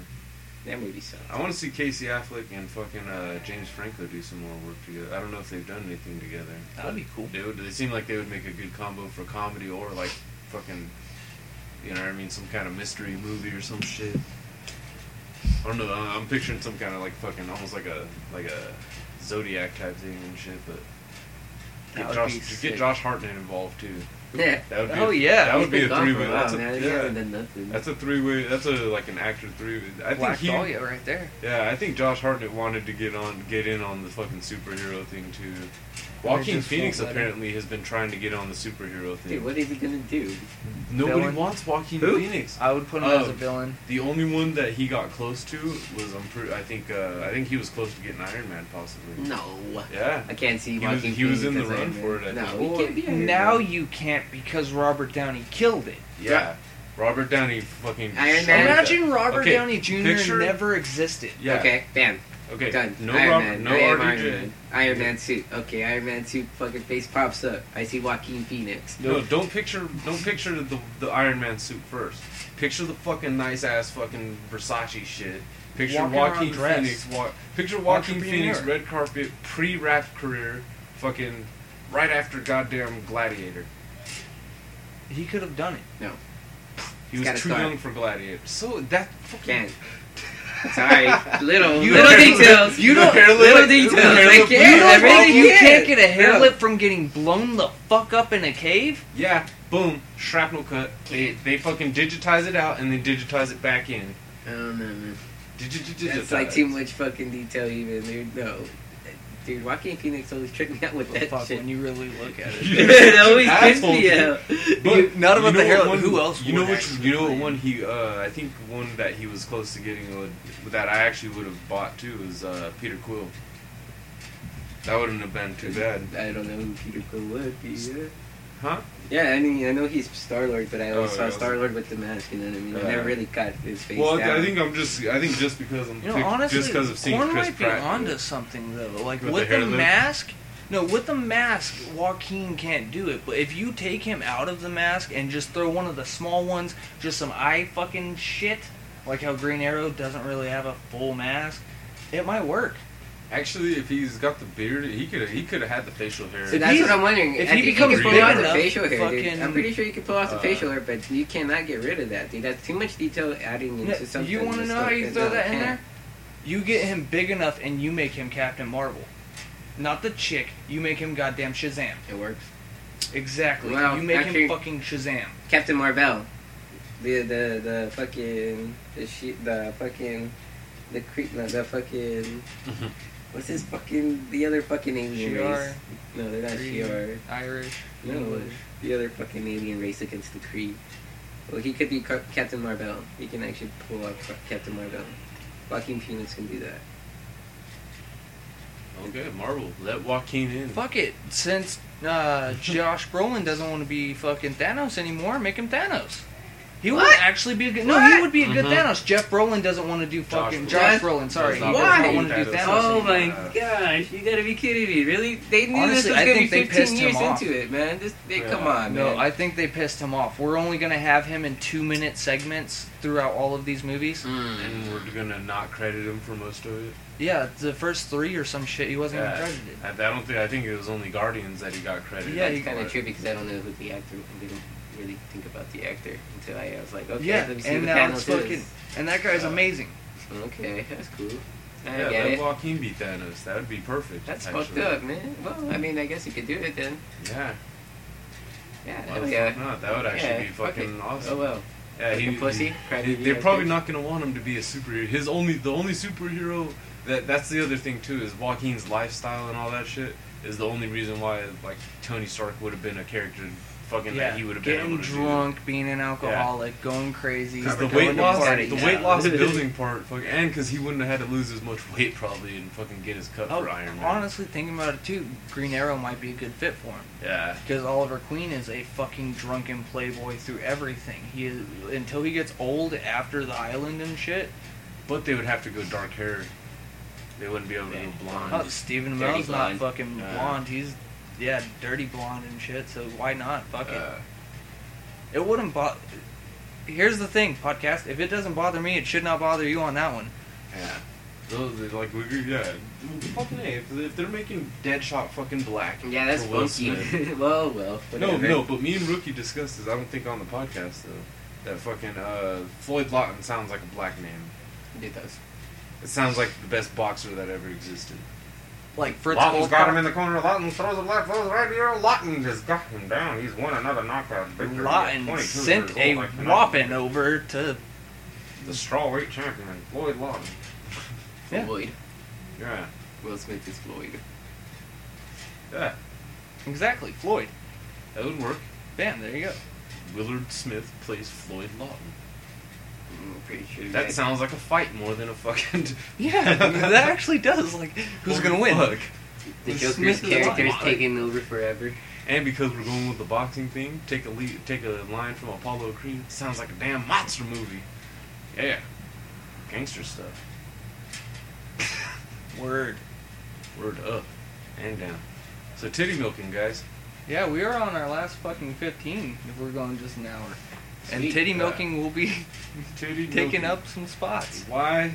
[SPEAKER 5] That movie sucked.
[SPEAKER 2] I want to see Casey Affleck and fucking uh, James Franco do some more work together. I don't know if they've done anything together.
[SPEAKER 4] That'd be cool.
[SPEAKER 2] They would. They seem like they would make a good combo for comedy or like fucking, you know what I mean, some kind of mystery movie or some shit. I don't know. I- I'm picturing some kind of like fucking almost like a like a zodiac type thing and shit. But
[SPEAKER 4] That
[SPEAKER 2] get
[SPEAKER 4] would
[SPEAKER 2] Josh
[SPEAKER 4] be
[SPEAKER 2] get
[SPEAKER 4] sick.
[SPEAKER 2] Josh Hartnett involved too.
[SPEAKER 5] Yeah.
[SPEAKER 2] That would be
[SPEAKER 4] Oh,
[SPEAKER 2] a,
[SPEAKER 4] yeah.
[SPEAKER 2] that would be a
[SPEAKER 5] He's been gone
[SPEAKER 2] three
[SPEAKER 5] for
[SPEAKER 2] way.
[SPEAKER 5] a while,
[SPEAKER 2] That's a
[SPEAKER 5] man. He
[SPEAKER 2] yeah,
[SPEAKER 5] hasn't done nothing.
[SPEAKER 2] that's a three way. That's a like an actor three. I think
[SPEAKER 4] Black
[SPEAKER 2] he.
[SPEAKER 4] Dahlia right there.
[SPEAKER 2] Yeah, I think Josh Hartnett wanted to get on, get in on the fucking superhero thing too.
[SPEAKER 4] they
[SPEAKER 2] Joaquin
[SPEAKER 4] just
[SPEAKER 2] Phoenix
[SPEAKER 4] won't let him.
[SPEAKER 2] apparently has been trying to get on the superhero thing.
[SPEAKER 6] Dude, what is he gonna do?
[SPEAKER 2] Nobody
[SPEAKER 4] Villain?
[SPEAKER 2] wants Joaquin
[SPEAKER 6] Who?
[SPEAKER 2] Phoenix.
[SPEAKER 4] I would put him
[SPEAKER 2] Oh.
[SPEAKER 4] as a villain.
[SPEAKER 2] The only one that he got close to was I'm pre- I think uh, I think he was close to getting Iron Man possibly.
[SPEAKER 5] No.
[SPEAKER 2] Yeah.
[SPEAKER 5] I can't
[SPEAKER 2] He
[SPEAKER 5] see
[SPEAKER 2] was-
[SPEAKER 5] Joaquin
[SPEAKER 2] he was
[SPEAKER 5] Phoenix
[SPEAKER 2] in the
[SPEAKER 5] as
[SPEAKER 2] run
[SPEAKER 5] Iron Man.
[SPEAKER 2] for it, I
[SPEAKER 5] No,
[SPEAKER 2] think.
[SPEAKER 5] he can't be Iron Man.
[SPEAKER 4] Now you can't because Robert Downey killed it.
[SPEAKER 2] Yeah. Robert Downey fucking
[SPEAKER 5] Iron
[SPEAKER 2] shot
[SPEAKER 5] Man.
[SPEAKER 2] that.
[SPEAKER 4] Imagine Robert
[SPEAKER 2] Okay,
[SPEAKER 4] Downey Jr.
[SPEAKER 2] picture-
[SPEAKER 4] never existed.
[SPEAKER 2] Yeah.
[SPEAKER 5] Okay, bam.
[SPEAKER 2] Okay.
[SPEAKER 5] Done.
[SPEAKER 2] No
[SPEAKER 5] Iron
[SPEAKER 2] Robert.
[SPEAKER 5] Man.
[SPEAKER 2] No
[SPEAKER 5] I am
[SPEAKER 2] RDJ.
[SPEAKER 5] Iron Man. Iron Man suit. Okay, Iron Man suit. Fucking face pops up. I see Joaquin Phoenix.
[SPEAKER 2] No, don't picture don't picture the the Iron Man suit first. Picture the fucking nice ass fucking Versace shit. Picture
[SPEAKER 4] Walking around
[SPEAKER 2] Joaquin
[SPEAKER 4] dressed.
[SPEAKER 2] Phoenix. Wa- picture
[SPEAKER 4] Watch
[SPEAKER 2] Joaquin
[SPEAKER 4] him be
[SPEAKER 2] Phoenix
[SPEAKER 4] an
[SPEAKER 2] red carpet pre rap career, fucking right after goddamn Gladiator.
[SPEAKER 4] He could have done it.
[SPEAKER 2] He
[SPEAKER 5] It's
[SPEAKER 2] was
[SPEAKER 5] gotta
[SPEAKER 2] too
[SPEAKER 5] start.
[SPEAKER 2] young for Gladiator. So that fucking
[SPEAKER 5] Can't. Sorry. Little,
[SPEAKER 4] You
[SPEAKER 5] little
[SPEAKER 4] don't-
[SPEAKER 5] details.
[SPEAKER 4] you don't-
[SPEAKER 5] Little,
[SPEAKER 2] little
[SPEAKER 5] details. I
[SPEAKER 2] details.
[SPEAKER 5] can't.
[SPEAKER 2] Yeah,
[SPEAKER 4] you, don't-
[SPEAKER 5] I really
[SPEAKER 4] you can't get
[SPEAKER 5] No.
[SPEAKER 4] a hair lip from getting blown the fuck up in a cave.
[SPEAKER 2] yeah, boom, shrapnel cut. They they fucking digitize it out and then digitize it back in.
[SPEAKER 5] I don't know, man.
[SPEAKER 2] Digitize.
[SPEAKER 5] Oh, That's like too much fucking detail, even, dude. No. Dude, Joaquin Phoenix always tricked me out with
[SPEAKER 4] Well,
[SPEAKER 5] that
[SPEAKER 4] fuck,
[SPEAKER 5] shit.
[SPEAKER 4] when you really look at it.
[SPEAKER 5] it always tricked
[SPEAKER 2] Asshole,
[SPEAKER 5] me
[SPEAKER 2] dude.
[SPEAKER 5] out.
[SPEAKER 4] You- not
[SPEAKER 2] you know
[SPEAKER 4] about the hair,
[SPEAKER 2] what
[SPEAKER 4] like, who else
[SPEAKER 2] You know
[SPEAKER 4] would
[SPEAKER 2] which?
[SPEAKER 4] actually
[SPEAKER 2] You know what
[SPEAKER 4] play
[SPEAKER 2] one he? Uh, I think one that he was close to getting uh, that I actually would have bought too was uh, Peter Quill. That wouldn't have been too bad,
[SPEAKER 5] I don't know who Peter Quill would be. Yeah.
[SPEAKER 2] huh?
[SPEAKER 5] Yeah, I mean, I know he's Star Lord, but I always
[SPEAKER 2] Oh,
[SPEAKER 5] saw
[SPEAKER 2] yeah,
[SPEAKER 5] Star Lord with the mask, you know what I mean? I
[SPEAKER 2] Yeah.
[SPEAKER 5] never really got his face
[SPEAKER 2] Well,
[SPEAKER 5] down.
[SPEAKER 2] I think I'm just. I think just because I'm
[SPEAKER 4] You know,
[SPEAKER 2] pic-
[SPEAKER 4] honestly,
[SPEAKER 2] just because of seeing
[SPEAKER 4] Korn
[SPEAKER 2] Chris
[SPEAKER 4] might be
[SPEAKER 2] Pratt.
[SPEAKER 4] onto something though. Like
[SPEAKER 2] With
[SPEAKER 4] with,
[SPEAKER 2] the
[SPEAKER 4] the,
[SPEAKER 2] hair loop?
[SPEAKER 4] mask, no, with the mask, Joaquin can't do it. But if you take him out of the mask and just throw one of the small ones, just some eye fucking shit, like how Green Arrow doesn't really have a full mask, it might work.
[SPEAKER 2] Actually, if he's got the beard, he could he could have had the facial hair.
[SPEAKER 5] So that's
[SPEAKER 4] he's-
[SPEAKER 5] what I'm wondering.
[SPEAKER 4] if
[SPEAKER 5] I
[SPEAKER 4] he
[SPEAKER 5] think
[SPEAKER 4] becomes
[SPEAKER 5] you can pull
[SPEAKER 2] big
[SPEAKER 5] off the
[SPEAKER 4] enough,
[SPEAKER 5] facial hair, dude.
[SPEAKER 4] fucking-
[SPEAKER 5] I'm pretty sure you can pull off the
[SPEAKER 2] Uh,
[SPEAKER 5] facial hair, but you cannot get rid of that, dude. That's too much detail adding into
[SPEAKER 4] No,
[SPEAKER 5] something.
[SPEAKER 4] you want to
[SPEAKER 5] just
[SPEAKER 4] know how
[SPEAKER 5] like
[SPEAKER 4] you
[SPEAKER 5] that.
[SPEAKER 4] throw
[SPEAKER 5] No, I
[SPEAKER 4] that in
[SPEAKER 5] can't.
[SPEAKER 4] there? You get him big enough and you make him Captain Marvel. Not the chick, you make him goddamn Shazam.
[SPEAKER 5] It works.
[SPEAKER 4] Exactly.
[SPEAKER 5] Well,
[SPEAKER 4] you make
[SPEAKER 5] actually-
[SPEAKER 4] him fucking Shazam.
[SPEAKER 5] Captain Marvel, the the the fucking the she, the fucking the creep no, the fucking
[SPEAKER 4] Mm-hmm.
[SPEAKER 5] what's his fucking the other fucking alien
[SPEAKER 4] Shi'ar,
[SPEAKER 5] race? No, they're not
[SPEAKER 4] Kree,
[SPEAKER 5] Shi'ar.
[SPEAKER 4] Irish.
[SPEAKER 5] No,
[SPEAKER 4] English.
[SPEAKER 5] the other fucking alien race against the Kree. Well, he could be Ca- Captain Marvel. He can actually pull off Ca- Captain Marvel. Joaquin Phoenix can do that.
[SPEAKER 2] okay, Marvel. Let Joaquin in.
[SPEAKER 4] Fuck it. Since uh, Josh Brolin doesn't want to be fucking Thanos anymore, make him Thanos. He would
[SPEAKER 5] What?
[SPEAKER 4] actually be a good. No, he
[SPEAKER 5] What?
[SPEAKER 4] would be a good
[SPEAKER 2] Mhm.
[SPEAKER 4] Thanos. Jeff Brolin doesn't want to do fucking
[SPEAKER 2] Josh
[SPEAKER 4] Josh, Brolin. Sorry,
[SPEAKER 2] Josh
[SPEAKER 4] he doesn't
[SPEAKER 5] Brolin.
[SPEAKER 4] want to do
[SPEAKER 2] Why?
[SPEAKER 4] Thanos.
[SPEAKER 2] Oh
[SPEAKER 5] Oh
[SPEAKER 4] anymore.
[SPEAKER 2] my
[SPEAKER 5] my gosh! You gotta be kidding me! Really? They knew
[SPEAKER 4] Honestly,
[SPEAKER 5] this was
[SPEAKER 4] I
[SPEAKER 5] gonna be
[SPEAKER 4] think they pissed
[SPEAKER 5] 15
[SPEAKER 4] him
[SPEAKER 5] years
[SPEAKER 4] off.
[SPEAKER 5] into it, man. Just they,
[SPEAKER 2] Yeah.
[SPEAKER 5] come on,
[SPEAKER 4] No,
[SPEAKER 5] man.
[SPEAKER 4] I think they pissed him off. We're only gonna have him in two-minute segments throughout all of these movies.
[SPEAKER 2] Mm. And we're gonna not credit him for most of it.
[SPEAKER 4] Yeah, the first three or some shit. He wasn't even
[SPEAKER 2] Yeah.
[SPEAKER 4] credited.
[SPEAKER 2] I, I don't think. I think it was only Guardians that he got credit.
[SPEAKER 4] Yeah, he-
[SPEAKER 5] It's kind of trippy because I don't know who the actor. I didn't really think about the actor until I, I was like, okay,
[SPEAKER 4] Yeah,
[SPEAKER 5] let me see
[SPEAKER 4] and
[SPEAKER 5] who
[SPEAKER 4] now
[SPEAKER 5] Thanos
[SPEAKER 4] it's fucking.
[SPEAKER 5] is.
[SPEAKER 4] And that guy's
[SPEAKER 2] Uh,
[SPEAKER 4] amazing.
[SPEAKER 5] Okay, that's cool. I
[SPEAKER 2] Yeah,
[SPEAKER 5] get
[SPEAKER 2] let
[SPEAKER 5] it.
[SPEAKER 2] Joaquin beat Thanos. That would be perfect.
[SPEAKER 5] That's fucked
[SPEAKER 2] actually.
[SPEAKER 5] up, man. Well, I mean, I guess you could do it then.
[SPEAKER 2] Yeah.
[SPEAKER 5] Yeah,
[SPEAKER 2] Why
[SPEAKER 5] hell
[SPEAKER 2] the
[SPEAKER 5] yeah.
[SPEAKER 2] fuck not? That would actually
[SPEAKER 5] Yeah,
[SPEAKER 2] be
[SPEAKER 5] fuck
[SPEAKER 2] fucking
[SPEAKER 5] it.
[SPEAKER 2] awesome.
[SPEAKER 5] Oh well.
[SPEAKER 2] yeah,
[SPEAKER 5] Fucking pussy. Cry
[SPEAKER 2] they-
[SPEAKER 5] baby
[SPEAKER 2] they're
[SPEAKER 5] ass
[SPEAKER 2] probably
[SPEAKER 5] bitch.
[SPEAKER 2] not gonna want him to be a superhero. His only, the only superhero that that's the other thing too is Joaquin's lifestyle and all that shit is the only reason why like Tony Stark would have been a character fucking
[SPEAKER 4] yeah,
[SPEAKER 2] that he would have been
[SPEAKER 4] getting
[SPEAKER 2] able to
[SPEAKER 4] drunk, being an alcoholic, going crazy.
[SPEAKER 2] Because the
[SPEAKER 4] going
[SPEAKER 2] weight
[SPEAKER 4] to
[SPEAKER 2] loss,
[SPEAKER 4] parties.
[SPEAKER 2] the weight loss building part, fucking, and because he wouldn't have had to lose as much weight probably and fucking get his cut
[SPEAKER 4] Oh,
[SPEAKER 2] for Iron Man.
[SPEAKER 4] honestly, thinking about it too, Green Arrow might be a good fit for him
[SPEAKER 2] Yeah.
[SPEAKER 4] because Oliver Queen is a fucking drunken playboy through everything. He is until he gets old after the island and shit.
[SPEAKER 2] But they would have to go dark hair. They wouldn't be able to go blonde.
[SPEAKER 4] Oh, Stephen
[SPEAKER 5] dirty
[SPEAKER 4] Amell's not
[SPEAKER 5] blonde.
[SPEAKER 4] fucking
[SPEAKER 2] Yeah.
[SPEAKER 4] blonde. He's yeah, dirty blonde and shit. So why not? Fuck
[SPEAKER 2] Uh,
[SPEAKER 4] it. It wouldn't bother. Here's the thing, podcast. If it doesn't bother me, it should not bother you on that one.
[SPEAKER 2] yeah. Those are like we we- yeah. Fucking A, if, if they're making Deadshot fucking black.
[SPEAKER 5] Yeah, that's
[SPEAKER 2] for Will Smith.
[SPEAKER 5] funky. well, well.
[SPEAKER 2] no,
[SPEAKER 5] whatever.
[SPEAKER 2] no, but me and Rookie discussed this. I don't think on the podcast though. That fucking uh, Floyd Lawton sounds like a black man.
[SPEAKER 5] It does.
[SPEAKER 2] It sounds like the best boxer that ever existed.
[SPEAKER 4] Like Fritz
[SPEAKER 2] Lawton's
[SPEAKER 4] Holcomb.
[SPEAKER 2] got him in the corner. Lawton throws a left, throws a right here. Lawton just got him down. He's won another knockout victory. He's
[SPEAKER 4] Lawton
[SPEAKER 2] 22
[SPEAKER 4] sent
[SPEAKER 2] years
[SPEAKER 4] a
[SPEAKER 2] old. I cannot
[SPEAKER 4] whopping
[SPEAKER 2] believe
[SPEAKER 4] over to
[SPEAKER 2] it. the strawweight champion, Floyd Lawton.
[SPEAKER 4] Yeah.
[SPEAKER 5] Floyd.
[SPEAKER 2] Yeah,
[SPEAKER 5] Will Smith is Floyd.
[SPEAKER 2] yeah,
[SPEAKER 4] exactly Floyd.
[SPEAKER 2] that would work.
[SPEAKER 4] Bam, there you go.
[SPEAKER 2] Willard Smith plays Floyd Lawton.
[SPEAKER 5] I'm pretty sure
[SPEAKER 2] That sounds like a fight more than a fucking.
[SPEAKER 4] Yeah, that actually does. Like, who's
[SPEAKER 2] Holy
[SPEAKER 4] gonna win?
[SPEAKER 2] fuck.
[SPEAKER 5] the
[SPEAKER 4] Will
[SPEAKER 5] Joker's
[SPEAKER 4] Smith is
[SPEAKER 5] character's
[SPEAKER 2] alive.
[SPEAKER 5] taking over forever.
[SPEAKER 2] And because we're going with the boxing thing, take a lead, take a line from Apollo Creed. Sounds like a damn monster movie. Yeah, gangster stuff.
[SPEAKER 4] Word.
[SPEAKER 2] Word up and down. So titty milking, guys.
[SPEAKER 4] Yeah, we are on our last fucking 15 if we're going just an hour. and
[SPEAKER 2] Sweet.
[SPEAKER 4] titty
[SPEAKER 2] Yeah.
[SPEAKER 4] milking will be
[SPEAKER 2] Titty
[SPEAKER 4] taking up some spots.
[SPEAKER 2] Why,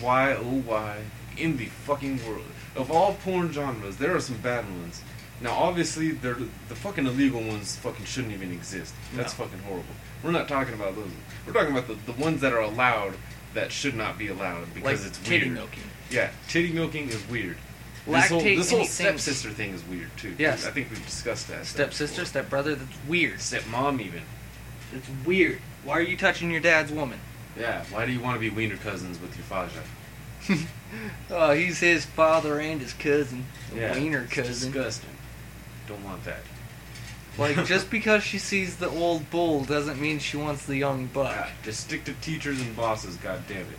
[SPEAKER 2] why, oh why, in the fucking world of all porn genres, there are some bad ones. Now, obviously, they're, the fucking illegal ones fucking shouldn't even exist. That's
[SPEAKER 4] No.
[SPEAKER 2] fucking horrible. We're not talking about those. We're talking about the, the ones that are allowed that should not be allowed because
[SPEAKER 4] Like
[SPEAKER 2] it's
[SPEAKER 4] titty
[SPEAKER 2] weird.
[SPEAKER 4] milking.
[SPEAKER 2] Yeah, titty milking is weird. this
[SPEAKER 4] Lactate
[SPEAKER 2] whole, this whole
[SPEAKER 4] anything.
[SPEAKER 2] stepsister thing is weird too.
[SPEAKER 4] Yes.
[SPEAKER 2] I think we've discussed that. stuff
[SPEAKER 4] Stepsister, stepbrother, that's weird.
[SPEAKER 2] before. stepmom, even.
[SPEAKER 4] It's weird. Why are you touching your dad's woman?
[SPEAKER 2] Yeah. Why do you want to be wiener cousins with your faja?
[SPEAKER 4] Oh, he's his father and his cousin. The
[SPEAKER 2] Yeah,
[SPEAKER 4] wiener
[SPEAKER 2] it's
[SPEAKER 4] cousin.
[SPEAKER 2] Disgusting. Don't want that.
[SPEAKER 4] Like, just because she sees the old bull doesn't mean she wants the young buck.
[SPEAKER 2] God, just stick to teachers and bosses, god damn it.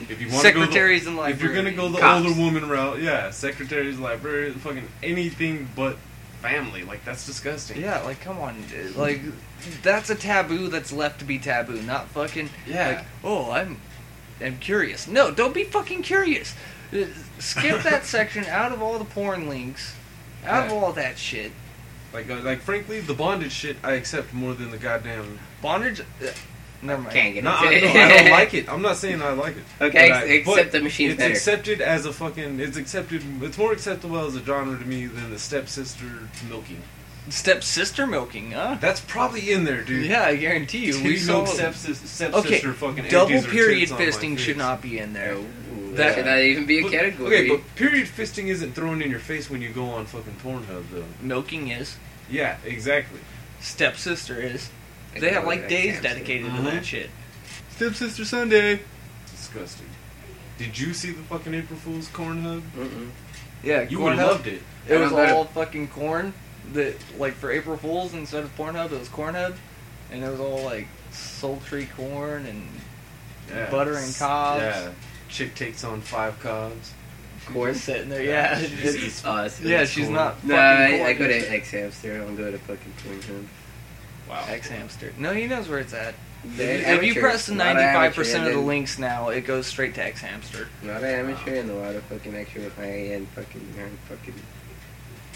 [SPEAKER 2] if you want
[SPEAKER 4] Secretaries and
[SPEAKER 2] go the, if you're gonna go the
[SPEAKER 5] Cops.
[SPEAKER 2] older woman route, yeah, secretaries, librarians, fucking anything but family. Like that's disgusting.
[SPEAKER 4] Yeah, like come on, dude. like that's a taboo that's left to be taboo, not fucking.
[SPEAKER 2] Yeah.
[SPEAKER 4] Like, oh, I'm, I'm curious. No, don't be fucking curious. Uh, Skip that section out of all the porn links, out
[SPEAKER 2] Yeah.
[SPEAKER 4] of all that shit.
[SPEAKER 2] Like uh, like frankly, the bondage shit I accept more than the goddamn.
[SPEAKER 4] Bondage. Uh, never mind.
[SPEAKER 5] Can't get
[SPEAKER 2] No,
[SPEAKER 5] into
[SPEAKER 2] I,
[SPEAKER 5] it.
[SPEAKER 2] no, I don't like it. I'm not saying I like it.
[SPEAKER 5] Okay,
[SPEAKER 2] But I-
[SPEAKER 5] ex-
[SPEAKER 2] but
[SPEAKER 5] except the machine's
[SPEAKER 2] it's
[SPEAKER 5] better.
[SPEAKER 2] accepted as a fucking. It's accepted. It's more acceptable as a genre to me than the stepsister milking.
[SPEAKER 4] Step sister milking, huh?
[SPEAKER 2] That's probably in there, dude.
[SPEAKER 4] Yeah, I guarantee you.
[SPEAKER 2] Dude,
[SPEAKER 4] we
[SPEAKER 2] you
[SPEAKER 4] saw.
[SPEAKER 2] know stepsis- stepsister
[SPEAKER 4] okay,
[SPEAKER 2] fucking
[SPEAKER 4] double
[SPEAKER 2] empties her
[SPEAKER 4] period
[SPEAKER 2] tits on my
[SPEAKER 4] fisting
[SPEAKER 2] face.
[SPEAKER 4] should not be in there.
[SPEAKER 5] Ooh,
[SPEAKER 4] That-
[SPEAKER 5] that should not even be a
[SPEAKER 2] But-
[SPEAKER 5] category.
[SPEAKER 2] Okay, but period fisting isn't thrown in your face when you go on fucking Pornhub, though.
[SPEAKER 4] Milking is.
[SPEAKER 2] Yeah, exactly.
[SPEAKER 4] Step sister is.
[SPEAKER 5] I
[SPEAKER 4] They have
[SPEAKER 5] know
[SPEAKER 4] like
[SPEAKER 5] that
[SPEAKER 4] days
[SPEAKER 5] example.
[SPEAKER 4] dedicated to
[SPEAKER 2] Mhm.
[SPEAKER 4] that shit. Step sister Sunday.
[SPEAKER 2] Disgusting. Did you see the fucking April Fool's Cornhub?
[SPEAKER 5] Mm-mm.
[SPEAKER 4] Yeah,
[SPEAKER 2] You would
[SPEAKER 4] Pornhub.
[SPEAKER 2] have loved it.
[SPEAKER 4] It
[SPEAKER 5] I
[SPEAKER 4] was
[SPEAKER 5] don't go to-
[SPEAKER 4] all fucking corn. That like for April Fools instead of Pornhub, it was Cornhub, and it was all like sultry corn and
[SPEAKER 2] Yeah.
[SPEAKER 4] Butter and cobs.
[SPEAKER 2] Yeah. Chick takes on five cobs.
[SPEAKER 5] Corn?
[SPEAKER 4] sitting there.
[SPEAKER 2] Yeah,
[SPEAKER 4] Yeah,
[SPEAKER 2] she
[SPEAKER 4] it's-
[SPEAKER 2] just eats
[SPEAKER 5] Oh, that's-
[SPEAKER 4] yeah,
[SPEAKER 5] that's
[SPEAKER 4] she's
[SPEAKER 5] corn.
[SPEAKER 4] not.
[SPEAKER 5] No,
[SPEAKER 4] fucking
[SPEAKER 5] I, I go
[SPEAKER 4] corn.
[SPEAKER 5] to X Hamster. I don't go to fucking Pornhub.
[SPEAKER 2] Wow.
[SPEAKER 4] X hamster. No, he knows where it's at.
[SPEAKER 5] They're
[SPEAKER 4] if you
[SPEAKER 5] amateurs.
[SPEAKER 4] press
[SPEAKER 5] A
[SPEAKER 4] the
[SPEAKER 5] lot of
[SPEAKER 4] ninety-five percent of
[SPEAKER 5] amateur
[SPEAKER 4] the
[SPEAKER 5] and
[SPEAKER 4] links now, it goes straight to X hamster.
[SPEAKER 5] then- A lot of amateur and a lot of fucking extra high end fucking high-end fucking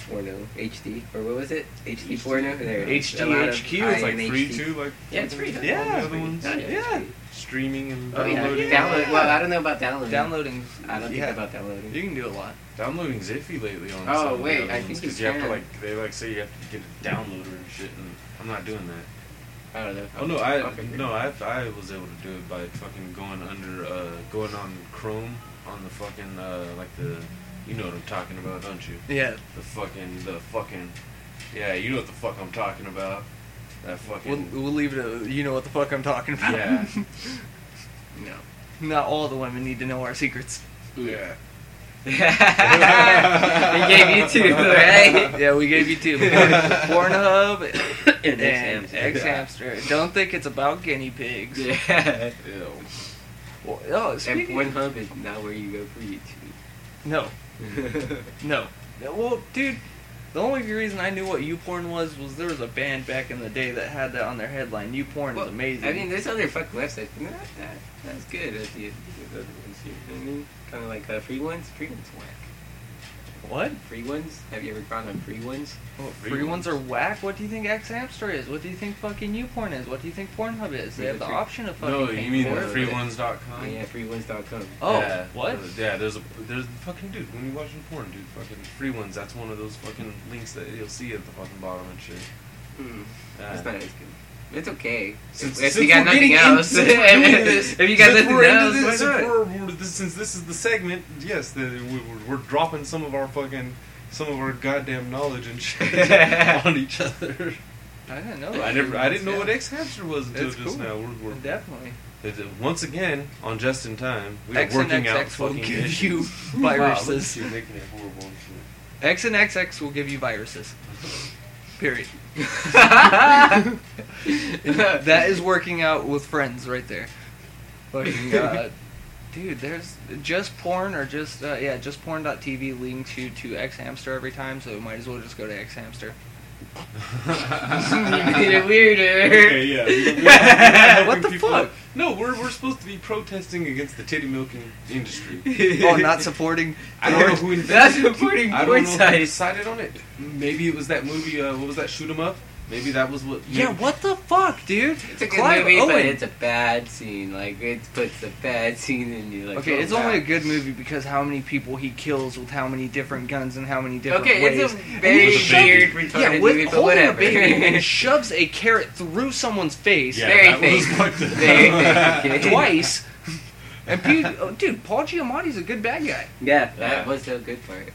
[SPEAKER 5] porno HD or what was it HD, porno? There, it is. A lot of
[SPEAKER 4] HDHQ
[SPEAKER 2] It's like
[SPEAKER 5] high-end
[SPEAKER 2] free
[SPEAKER 5] HD.
[SPEAKER 2] too, like
[SPEAKER 5] Yeah, it's free.
[SPEAKER 2] all the other
[SPEAKER 5] Free.
[SPEAKER 2] ones.
[SPEAKER 5] Oh, yeah.
[SPEAKER 4] Yeah.
[SPEAKER 2] Streaming and
[SPEAKER 5] Oh yeah,
[SPEAKER 2] downloading.
[SPEAKER 5] download. Well, I don't know about downloading.
[SPEAKER 4] Downloading.
[SPEAKER 5] I don't think
[SPEAKER 4] yeah,
[SPEAKER 5] about downloading.
[SPEAKER 4] You can do a lot.
[SPEAKER 2] Downloading Ziffy lately on.
[SPEAKER 5] Oh,
[SPEAKER 2] some of the
[SPEAKER 5] wait,
[SPEAKER 2] other
[SPEAKER 5] I
[SPEAKER 2] ones,
[SPEAKER 5] think
[SPEAKER 2] 'cause
[SPEAKER 5] you
[SPEAKER 2] you have to
[SPEAKER 5] can.
[SPEAKER 2] like they like say you have to get a downloader and shit, and I'm not doing that.
[SPEAKER 5] I don't know.
[SPEAKER 2] Oh no, I
[SPEAKER 5] I'll figure it
[SPEAKER 2] no
[SPEAKER 5] out.
[SPEAKER 2] I I was able to do it by fucking going under uh going on Chrome on the fucking uh like the you know what I'm talking about, don't you?
[SPEAKER 4] Yeah.
[SPEAKER 2] The fucking the fucking yeah, you know what the fuck I'm talking about. That
[SPEAKER 4] We'll,
[SPEAKER 2] fucking
[SPEAKER 4] we'll leave it. At, you know what the fuck I'm talking about.
[SPEAKER 2] yeah
[SPEAKER 5] no.
[SPEAKER 4] Not all the women need to know our secrets.
[SPEAKER 2] yeah.
[SPEAKER 5] they gave you two, right?
[SPEAKER 4] Yeah, we gave you two. Pornhub
[SPEAKER 5] And
[SPEAKER 4] and
[SPEAKER 5] X-Hamster.
[SPEAKER 4] X Hamster. Don't think it's about guinea pigs.
[SPEAKER 5] Yeah.
[SPEAKER 2] Ew.
[SPEAKER 4] Well, oh,
[SPEAKER 5] And
[SPEAKER 4] speaking
[SPEAKER 5] Pornhub is not where you go for YouTube.
[SPEAKER 4] no, no. Well, dude, the only reason I knew what YouPorn was was there was a band back in the day that had that on their headline. YouPorn
[SPEAKER 5] Well,
[SPEAKER 4] is amazing.
[SPEAKER 5] I mean, there's other fuck websites, but not that. That's good. If you, if you- if you- I mean, kind of like uh, free ones. Free ones whack.
[SPEAKER 4] what?
[SPEAKER 5] Free ones. Have you ever gone on free ones?
[SPEAKER 4] Well,
[SPEAKER 2] Free
[SPEAKER 4] free
[SPEAKER 2] ones.
[SPEAKER 4] ones are whack. What do you think X Hamster is? What do you think fucking YouPorn is? What do you think Pornhub is? They
[SPEAKER 5] Yeah,
[SPEAKER 4] have the
[SPEAKER 5] free-
[SPEAKER 4] option of fucking.
[SPEAKER 2] No, you
[SPEAKER 4] paying
[SPEAKER 2] mean
[SPEAKER 4] for
[SPEAKER 2] the
[SPEAKER 4] it.
[SPEAKER 5] Oh,
[SPEAKER 2] freeones.com?
[SPEAKER 5] yeah, freeones.com.
[SPEAKER 4] Oh,
[SPEAKER 2] Yeah.
[SPEAKER 4] what?
[SPEAKER 2] Yeah, there's a there's fucking dude when you're watching porn, dude. Fucking free ones. That's one of those fucking links that you'll see at the fucking bottom and shit.
[SPEAKER 5] Mm.
[SPEAKER 2] Yeah.
[SPEAKER 5] That's not as good. It's okay.
[SPEAKER 2] Hmm. Uh, Since,
[SPEAKER 5] If
[SPEAKER 2] since
[SPEAKER 5] you got
[SPEAKER 2] we're
[SPEAKER 5] nothing
[SPEAKER 2] getting
[SPEAKER 5] else,
[SPEAKER 2] into this,
[SPEAKER 5] if you got
[SPEAKER 2] since
[SPEAKER 5] nothing
[SPEAKER 2] we're into
[SPEAKER 5] else,
[SPEAKER 2] this,
[SPEAKER 5] why
[SPEAKER 2] since,
[SPEAKER 5] not?
[SPEAKER 2] we're, we're- this, since this is the segment, yes, the, we, we're- we're dropping some of our fucking, some of our goddamn knowledge and shit on each other.
[SPEAKER 4] I didn't know.
[SPEAKER 2] I
[SPEAKER 4] that.
[SPEAKER 2] never, I didn't know what
[SPEAKER 4] Yeah.
[SPEAKER 2] X Hamster was until
[SPEAKER 4] It's
[SPEAKER 2] just
[SPEAKER 4] cool.
[SPEAKER 2] now. We're, we're
[SPEAKER 4] Definitely.
[SPEAKER 2] It's, uh, Once again, on Just in Time, we are
[SPEAKER 4] X and
[SPEAKER 2] working out
[SPEAKER 4] XX will
[SPEAKER 2] fucking
[SPEAKER 4] give
[SPEAKER 2] issues.
[SPEAKER 4] you
[SPEAKER 2] Wow,
[SPEAKER 4] viruses.
[SPEAKER 2] you're making it horrible and shit.
[SPEAKER 4] X and XX will give you viruses. Period. that is working out with friends right there. Fucking uh, dude, there's just porn or just uh, yeah, just porn.tv links you to X Hamster every time, so might as well just go to X Hamster.
[SPEAKER 5] You made it weirder.
[SPEAKER 2] okay, yeah. we- we- we're not helping
[SPEAKER 4] What the
[SPEAKER 2] people
[SPEAKER 4] fuck?
[SPEAKER 2] out. No, we're, we're supposed to be protesting against the titty milking industry.
[SPEAKER 4] Oh, not supporting.
[SPEAKER 2] I don't know who
[SPEAKER 5] That's
[SPEAKER 2] invented it.
[SPEAKER 5] reporting
[SPEAKER 2] I don't
[SPEAKER 5] porn
[SPEAKER 2] know who
[SPEAKER 5] size.
[SPEAKER 2] decided on it. Maybe it was that movie, uh, what was that, Shoot 'em Up? Maybe that was what.
[SPEAKER 4] Yeah,
[SPEAKER 2] maybe-
[SPEAKER 4] what the fuck, dude?
[SPEAKER 5] It's a good
[SPEAKER 4] Clive
[SPEAKER 5] movie, but
[SPEAKER 4] Owen.
[SPEAKER 5] it's a bad scene. Like it puts a bad scene in you. Like
[SPEAKER 4] Okay,
[SPEAKER 5] oh,
[SPEAKER 4] it's only a
[SPEAKER 5] wow.
[SPEAKER 4] good movie because how many people he kills with how many different guns and how many different
[SPEAKER 5] okay.
[SPEAKER 4] ways.
[SPEAKER 5] It's a
[SPEAKER 4] And
[SPEAKER 5] very
[SPEAKER 4] he
[SPEAKER 2] With a baby.
[SPEAKER 5] weird, retarded
[SPEAKER 4] yeah,
[SPEAKER 5] movie,
[SPEAKER 4] with
[SPEAKER 5] but
[SPEAKER 4] holding a
[SPEAKER 5] whatever.
[SPEAKER 4] baby and shoves a carrot through someone's face
[SPEAKER 2] yeah,
[SPEAKER 5] very
[SPEAKER 2] that was
[SPEAKER 5] fake.
[SPEAKER 2] fucked up.
[SPEAKER 5] Very fake, okay.
[SPEAKER 4] twice. and P- oh, dude, Paul Giamatti's a good bad guy.
[SPEAKER 5] yeah, that
[SPEAKER 2] Yeah.
[SPEAKER 5] was so good for it.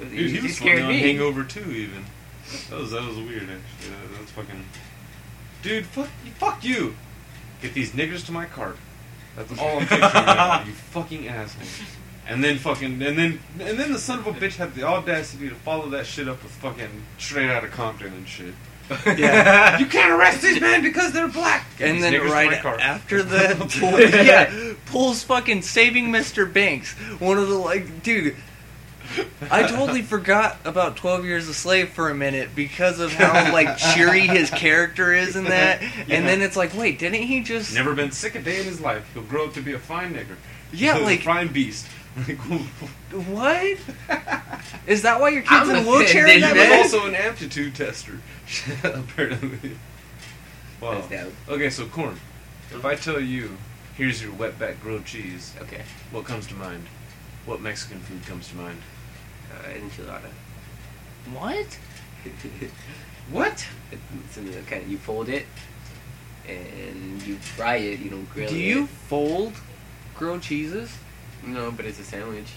[SPEAKER 2] Dude, he was scared on Hangover 2 even. That was that was weird actually. That, that's fucking. Dude, fuck you, fuck you. Get these niggers to my cart. That's all I'm picturing. right now, you fucking asshole. And then fucking and then and then the son of a bitch had the audacity to follow that shit up with fucking straight out of Compton and shit.
[SPEAKER 4] Yeah.
[SPEAKER 2] You can't arrest these men because they're black. Get
[SPEAKER 4] And
[SPEAKER 2] these
[SPEAKER 4] then
[SPEAKER 2] niggers to
[SPEAKER 4] right
[SPEAKER 2] my cart.
[SPEAKER 4] after that, pull- yeah, pulls fucking saving Mr. Banks. One of the like, dude, I totally forgot about Twelve Years a Slave for a minute because of how like cheery his character is in that.
[SPEAKER 2] Yeah.
[SPEAKER 4] And then it's like, wait, didn't he just?
[SPEAKER 2] Never been sick a day in his life. He'll grow up to be a fine nigger.
[SPEAKER 4] Yeah,
[SPEAKER 2] He's a
[SPEAKER 4] like-
[SPEAKER 2] fine beast. Like,
[SPEAKER 4] What? Is that why your kid's
[SPEAKER 5] I'm
[SPEAKER 4] in a
[SPEAKER 5] offended,
[SPEAKER 4] wheelchair? in that
[SPEAKER 2] He was
[SPEAKER 5] man.
[SPEAKER 4] movie?
[SPEAKER 2] also an aptitude tester, apparently. Wow.
[SPEAKER 5] That's dope.
[SPEAKER 2] Okay, so corn. If I tell you, here's your wetback grilled cheese,
[SPEAKER 5] Okay,
[SPEAKER 2] what comes to mind? What Mexican food comes to mind?
[SPEAKER 5] uh, enchilada.
[SPEAKER 4] What? What?
[SPEAKER 5] It's in the kind. You fold it, and you fry it. You don't grill it.
[SPEAKER 4] Do you fold grilled cheeses?
[SPEAKER 5] No, but it's a sandwich.